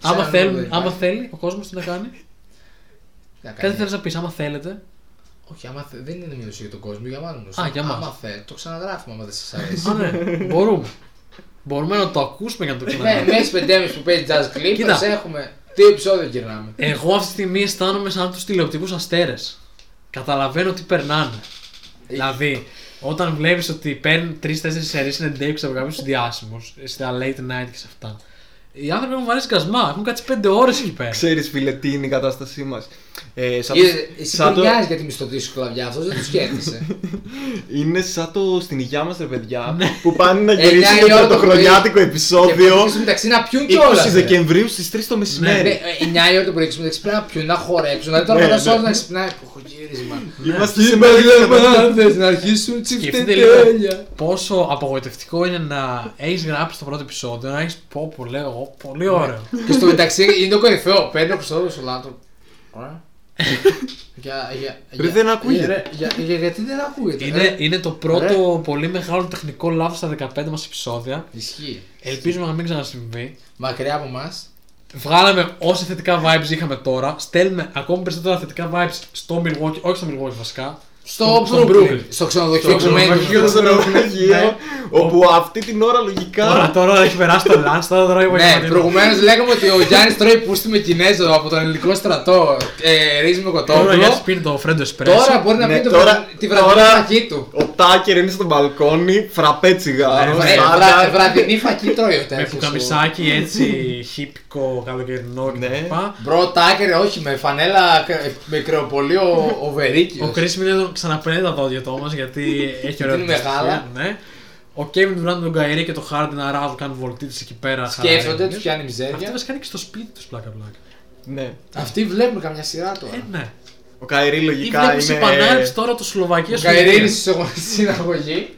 Speaker 4: Άμα,
Speaker 3: Ξέρω,
Speaker 4: θέλουν-
Speaker 3: δεν υπάρχει.
Speaker 4: άμα θέλει ο κόσμος τι να κάνει.
Speaker 3: ναι. Να κάνει.
Speaker 4: Κάτι θέλεις να πεις, άμα θέλετε.
Speaker 3: Όχι, άμα θε... δεν είναι μείωση για τον κόσμο, για μάλλον.
Speaker 4: Α, για μας.
Speaker 3: Άμα θέλετε, το ξαναγράφουμε άμα δεν σας αρέσει.
Speaker 4: Α, ναι, μπορούμε. Μπορούμε να το ακούσουμε για να το
Speaker 3: ναι,
Speaker 4: ξαναδούμε.
Speaker 3: μέχρι πεντέμιση που παίζει jazz clip,
Speaker 4: Κοίτα.
Speaker 3: έχουμε. Τι επεισόδιο γυρνάμε.
Speaker 4: Εγώ αυτή τη στιγμή αισθάνομαι σαν τους τηλεοπτικούς αστέρες. Καταλαβαίνω τι περνάνε. δηλαδή, όταν βλέπεις ότι παίρνουν 3-4 σερίες συνεντεύξεις από κάποιους διάσημους, στα late night και σε αυτά. Οι άνθρωποι έχουν βαρέσει κασμά, έχουν κάτσει 5 ώρες εκεί πέρα.
Speaker 5: Ξέρεις φίλε τι είναι η κατάστασή μας. Ε, σαν,
Speaker 3: Είδε, Εσύ
Speaker 5: σαν το,
Speaker 3: πειράζει για τη μισθωτή σου κλαβιά, αυτός δεν το σκέφτεσαι.
Speaker 5: είναι σαν το στην υγειά μας ρε παιδιά που πάνε να
Speaker 3: Εννιά η
Speaker 5: γυρίσουν
Speaker 3: ώρα
Speaker 5: το
Speaker 3: το πρωί.
Speaker 5: πρωτοχρονιάτικο
Speaker 3: Και
Speaker 5: επεισόδιο
Speaker 3: που στο μεταξύ να πιούν
Speaker 5: 20
Speaker 3: κιόλα.
Speaker 5: Δεκεμβρίου στις 3 το
Speaker 3: Ναι,
Speaker 5: μεσημέρι.
Speaker 3: 9 η ώρα το πρωί ξυπνάει, πρέπει να πιούν, να χορέψουν. Δηλαδή τώρα
Speaker 5: Ναι,
Speaker 3: μετά
Speaker 5: ναι.
Speaker 3: όλο να ξυπνάει. Κοχοκύρισμα.
Speaker 5: Είμαστε σε μεγάλη
Speaker 3: να αρχίσουν
Speaker 4: Και αυτή τελικά πόσο απογοητευτικό είναι να έχεις γράψει το πρώτο επεισόδιο, να έχεις πω πω λέω εγώ, πολύ ωραίο.
Speaker 3: Και στο μεταξύ είναι το κορυφαίο. Παίρνει ο Χρυσόδουλο ο Λάτο. Ωραία. Για, για,
Speaker 5: Ρε, δεν ακούγεται.
Speaker 3: ρε, για, για, γιατί δεν ακούγεται.
Speaker 4: είναι,
Speaker 3: ρε.
Speaker 4: είναι το πρώτο πολύ μεγάλο τεχνικό λάθος στα 15 μας επεισόδια.
Speaker 3: Ισχύει.
Speaker 4: Ελπίζουμε να μην ξανασυμβεί.
Speaker 3: Μακριά από εμάς.
Speaker 4: Βγάλαμε όσα θετικά vibes είχαμε τώρα. Στέλνουμε ακόμη περισσότερα θετικά vibes στο Milwaukee, όχι στο Milwaukee βασικά.
Speaker 3: Στο,
Speaker 4: στο
Speaker 3: στο
Speaker 4: Brooklyn.
Speaker 3: Brooklyn. Στο ξενοδοχείο
Speaker 4: Στο
Speaker 3: που μένει.
Speaker 4: ξενοδοχείο. Ναι.
Speaker 5: Προβλογείο όπου αυτή την ώρα
Speaker 4: Τώρα,
Speaker 5: λογικά
Speaker 4: τώρα έχει περάσει το lunch, τώρα τώρα είμαι
Speaker 3: Ναι, προηγουμένως λέγαμε ότι ο Γιάννης τρώει πούστη με Κινέζο από τον ελληνικό στρατό. Ε, ρύζι με
Speaker 4: Τώρα
Speaker 3: κοτόπουλο.
Speaker 4: γιατί πίνει το Φρέντο Espresso.
Speaker 3: Τώρα μπορεί να
Speaker 5: Ναι,
Speaker 3: πει το
Speaker 5: τώρα-
Speaker 3: βραδι- τη βραδινή
Speaker 5: τώρα-
Speaker 3: φακή του.
Speaker 5: ο Τάκερ είναι στο μπαλκόνι, φραπέ τσιγάρο,
Speaker 3: Ε,
Speaker 5: σάλτα.
Speaker 3: βρα- Βραδινή φακή τρώει ο
Speaker 4: με
Speaker 3: τέτοιος.
Speaker 4: πουκαμισάκι έτσι χίπικο, καλοκαιρινό
Speaker 5: Ναι.
Speaker 4: κτλ.
Speaker 3: Μπρο τάκερ, όχι με φανέλα κρα- με κρεοπολείο ο Βερίκιος.
Speaker 4: Ο Chris Middleton ξαναπαίρνει τα δόντια του όμως γιατί έχει ωραία
Speaker 3: είναι
Speaker 4: αντιστοιχεία,
Speaker 3: μεγάλα.
Speaker 4: Ναι. Ο Kevin Durant, τον Καϊρή και τον Harden να ράζουν, κάνουν βολτίτες εκεί πέρα.
Speaker 3: Σκέφτονται,
Speaker 4: χαρά,
Speaker 3: τους πιάνει
Speaker 4: Αυτοί
Speaker 3: μιζέρια.
Speaker 4: βασικά είναι και στο σπίτι τους πλάκα πλάκα.
Speaker 5: Ναι.
Speaker 3: Αυτοί βλέπουν καμιά σειρά
Speaker 4: Ε,
Speaker 3: τώρα.
Speaker 4: ναι.
Speaker 5: Ο Καϊρή
Speaker 4: Ή
Speaker 5: λογικά
Speaker 4: βλέπεις
Speaker 5: είναι...
Speaker 4: επανάληψη τώρα το Σλοβακίας
Speaker 3: Ο Καϊρίνη στη συναγωγή.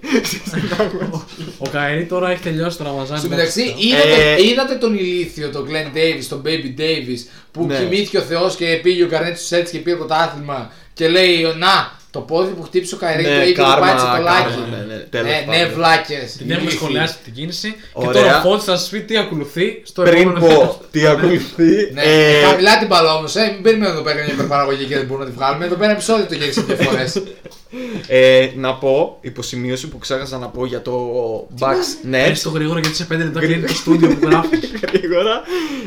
Speaker 4: Ο Καϊρή τώρα έχει τελειώσει το Ραμαζάνι.
Speaker 3: Στο μεταξύ,
Speaker 4: Εντάξει,
Speaker 3: είδατε,
Speaker 5: Ε.
Speaker 3: είδατε τον ηλίθιο, τον Glenn Davis, τον Baby Davis που
Speaker 5: Ναι.
Speaker 3: κοιμήθηκε ο Θεός και πήγε ο Καρνέτ στου Σέτ και πήρε πρωτάθλημα και λέει: Να, το πόδι που χτύπησε ο Καϊρή
Speaker 5: Ναι,
Speaker 3: το είπε
Speaker 5: κάρμα,
Speaker 3: πάτησε το
Speaker 5: κάρμα,
Speaker 3: λάκι.
Speaker 5: ναι, ναι, τέλος
Speaker 3: Ναι, ναι,
Speaker 5: πάντων.
Speaker 3: βλάκες.
Speaker 4: Την έχουμε σχολιάσει αυτή την κίνηση. Και
Speaker 5: Ωραία.
Speaker 4: τώρα ο Φώτης θα σας πει τι ακολουθεί στο
Speaker 5: Πριν
Speaker 4: επόμενο
Speaker 5: πω
Speaker 4: επεισόδιο.
Speaker 5: τι ακολουθεί,
Speaker 3: Ναι,
Speaker 5: ε,
Speaker 3: χαμηλά την μπαλά όμως, ε, μην περιμένουμε εδώ πέρα μια υπερπαραγωγή και δεν μπορούμε να τη βγάλουμε. Εδώ πέρα επεισόδιο το γύρισε δύο φορές.
Speaker 5: Ε, να πω, υποσημείωση που ξέχασα να πω για το Bucks Nets.
Speaker 4: Πες το γρήγορα γιατί σε 5 λεπτά κλείνει το στούντιο που γράφεις.
Speaker 5: Γρήγορα.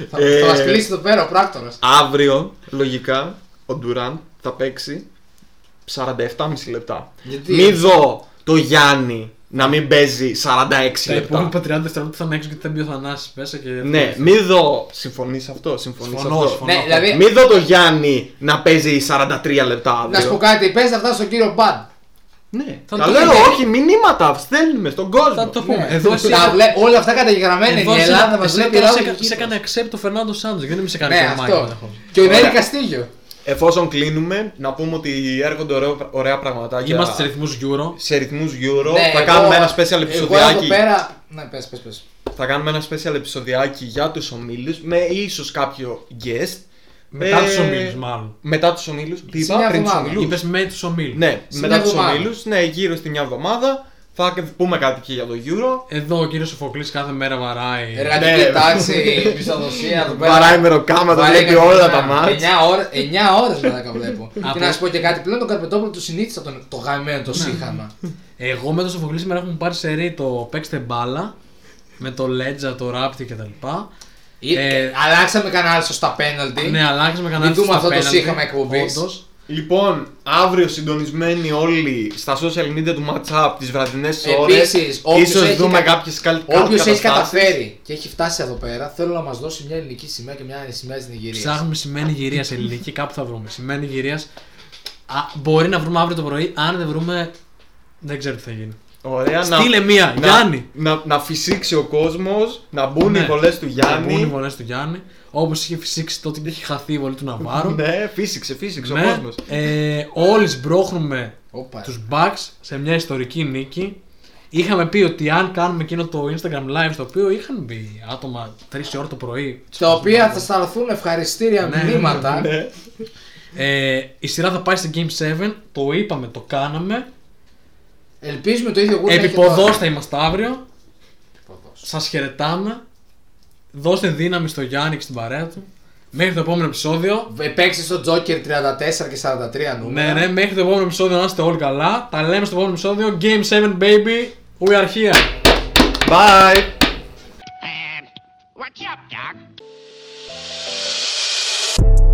Speaker 3: θα
Speaker 5: Ε,
Speaker 3: θα μας κλείσει εδώ πέρα ο πράκτορας.
Speaker 5: Αύριο, λογικά, ο Ντουράν θα παίξει 47,5 λεπτά.
Speaker 3: Γιατί?
Speaker 5: Μην δω το Γιάννη να μην παίζει 46
Speaker 4: Τα
Speaker 5: λεπτά.
Speaker 4: υπόλοιπα 30 δευτερόλεπτα θα είναι έξω γιατί θα μπει ο Θανάσης μέσα και...
Speaker 5: Ναι, μην δω. Συμφωνείς σε αυτό, συμφωνείς σε
Speaker 4: Συμφωνώ,
Speaker 5: αυτό.
Speaker 4: συμφωνώ.
Speaker 3: Ναι, δηλαδή-
Speaker 5: Μην δω το Γιάννη να παίζει 43 λεπτά αύριο.
Speaker 3: Να σου πω κάτι, πες αυτά στον κύριο Μπαν.
Speaker 5: Ναι,
Speaker 4: Θα
Speaker 5: τα
Speaker 4: το
Speaker 5: λέω,
Speaker 4: πούμε.
Speaker 5: όχι, μηνύματα στέλνουμε στον κόσμο.
Speaker 4: Θα το πούμε.
Speaker 3: Ναι.
Speaker 4: Εδώ εσύ...
Speaker 3: Τα βλέ- Όλα αυτά καταγεγραμμένα είναι.
Speaker 4: Εδώ
Speaker 3: Η
Speaker 4: σε-
Speaker 3: Ελλάδα μας
Speaker 4: σε-
Speaker 3: βλέπει. η
Speaker 4: σε-
Speaker 3: Ελλάδα
Speaker 4: σε-
Speaker 3: και η
Speaker 4: Σε
Speaker 3: Κύπρος.
Speaker 4: έκανε accept το Φερνάντο Σάντζο, γιατί δεν σε έκανε
Speaker 3: Ναι,
Speaker 4: και ο Μάικ
Speaker 3: αυτό.
Speaker 4: μεταχώρηση.
Speaker 3: Και ο Νέρη
Speaker 5: Ωραία.
Speaker 3: Καστίγιο.
Speaker 5: Εφόσον κλείνουμε, να πούμε ότι έρχονται ωραίο- ωραία πραγματάκια.
Speaker 4: Είμαστε σε ρυθμούς Euro.
Speaker 5: σε ρυθμούς Euro.
Speaker 3: Ναι,
Speaker 5: θα
Speaker 3: εγώ-
Speaker 5: κάνουμε ένα special
Speaker 3: Εγώ εδώ
Speaker 5: επεισοδιάκι.
Speaker 3: πέρα. Ναι, πες, πες, πες.
Speaker 5: Θα κάνουμε ένα special επεισοδιάκι για τους ομίλους με ίσως κάποιο guest.
Speaker 4: Μετά
Speaker 5: Ε,
Speaker 4: τους ομίλους μάλλον.
Speaker 5: Μετά τους ομίλους. Τι
Speaker 3: Σε μια
Speaker 5: είπα πριν τους
Speaker 3: εβδομάδα.
Speaker 5: ομίλους.
Speaker 4: Είπες με τους ομίλους.
Speaker 5: Ναι,
Speaker 3: σε
Speaker 5: μετά
Speaker 3: μια
Speaker 5: τους
Speaker 3: εβδομάδα.
Speaker 5: ομίλους. Ναι, γύρω στη μια εβδομάδα. Θα πούμε κάτι και για το Euro.
Speaker 4: Εδώ ο κύριος Σοφοκλής κάθε μέρα βαράει.
Speaker 3: Εργατική
Speaker 5: Ναι.
Speaker 3: τάξη, πιστοδοσία εδώ πέρα.
Speaker 5: Βαράει μεροκάμα, τα
Speaker 3: Βαράει
Speaker 5: βλέπει
Speaker 3: καθημερινά.
Speaker 5: όλα τα μάτς.
Speaker 3: 9 ώρες, 9 ώρες μετά βλέπω. και
Speaker 4: Απλά-
Speaker 3: να σου πω και κάτι, πλέον τον Καρπετόπουλο του συνήθισα τον, το γαμμένο, το σύγχαμα.
Speaker 4: Εγώ με τον Σοφοκλή σήμερα έχουμε πάρει σε ρί το παίξτε μπάλα. Με το Λέτζα, το Ράπτη κτλ.
Speaker 3: Ή-
Speaker 4: Ε,
Speaker 3: αλλάξαμε κανάλι στο στα πέναλτι.
Speaker 4: Ναι, αλλάξαμε κανάλι.
Speaker 3: Ε, Μην δούμε
Speaker 4: στα
Speaker 3: αυτό το
Speaker 4: πέναλτι,
Speaker 3: σύγχαμα εκπομπής.
Speaker 4: όντως.
Speaker 5: Λοιπόν, αύριο συντονισμένοι όλοι στα social media του Matchup τις βραδινές ώρες.
Speaker 3: Επίσης, όποιος
Speaker 5: Ίσως
Speaker 3: έχει
Speaker 5: δούμε
Speaker 3: κα-
Speaker 5: κάποιες καλ- κάποιες
Speaker 3: Όποιο έχει
Speaker 5: καταστάσεις.
Speaker 3: καταφέρει και έχει φτάσει εδώ πέρα, θέλω να μας δώσει μια ελληνική σημαία και μια σημαία της Νιγηρίας.
Speaker 4: Ψάχνουμε σημαία Νιγηρίας ελληνική, κάπου θα βρούμε. Σημαία Νιγηρίας. Μπορεί να βρούμε αύριο το πρωί. Αν δεν βρούμε, δεν ξέρω τι θα γίνει.
Speaker 5: Ωραία, να-
Speaker 4: Στείλε μία,
Speaker 5: να-
Speaker 4: Γιάννη.
Speaker 5: Να, να φυσήξει ο κόσμος, να μπουν οι
Speaker 4: Ναι.
Speaker 5: βολές του
Speaker 4: Να μπουν οι
Speaker 5: Γιάννη.
Speaker 4: βολές του Γιάννη. Όπως είχε φυσήξει τότε και είχε χαθεί η βολή του Ναβάρου.
Speaker 5: Ναι, φύσηξε, φύσηξε ο
Speaker 4: Ναι.
Speaker 5: κόσμος.
Speaker 4: Ε, Όλοι σμπρώχνουμε
Speaker 3: Όπα.
Speaker 4: τους Bucks σε μια ιστορική νίκη. Είχαμε πει ότι αν κάνουμε εκείνο το Instagram live στο οποίο είχαν μπει άτομα 3 ώρα το πρωί.
Speaker 3: Τα οποία θα σταλθούν ευχαριστήρια
Speaker 4: Ναι,
Speaker 3: μηνύματα.
Speaker 5: Ναι.
Speaker 4: Ε, η σειρά θα πάει σε Game 7. Το είπαμε, το κάναμε.
Speaker 3: Ελπίζουμε το ίδιο γούστο. να έχει
Speaker 4: Επιποδός
Speaker 3: τώρα.
Speaker 4: θα είμαστε αύριο.
Speaker 3: Επιποδός.
Speaker 4: Σας χαιρετάμε. Δώστε δύναμη στο Γιάννη και στην παρέα του. Μέχρι το επόμενο επεισόδιο.
Speaker 3: Ε, Παίξει στο Joker 34 και 43
Speaker 4: Ναι,
Speaker 3: νούμερα.
Speaker 4: ναι, μέχρι το επόμενο επεισόδιο να είστε όλοι καλά. Τα λέμε στο επόμενο επεισόδιο. Game 7, baby. We are here.
Speaker 5: Bye!
Speaker 1: And what's up, Doc?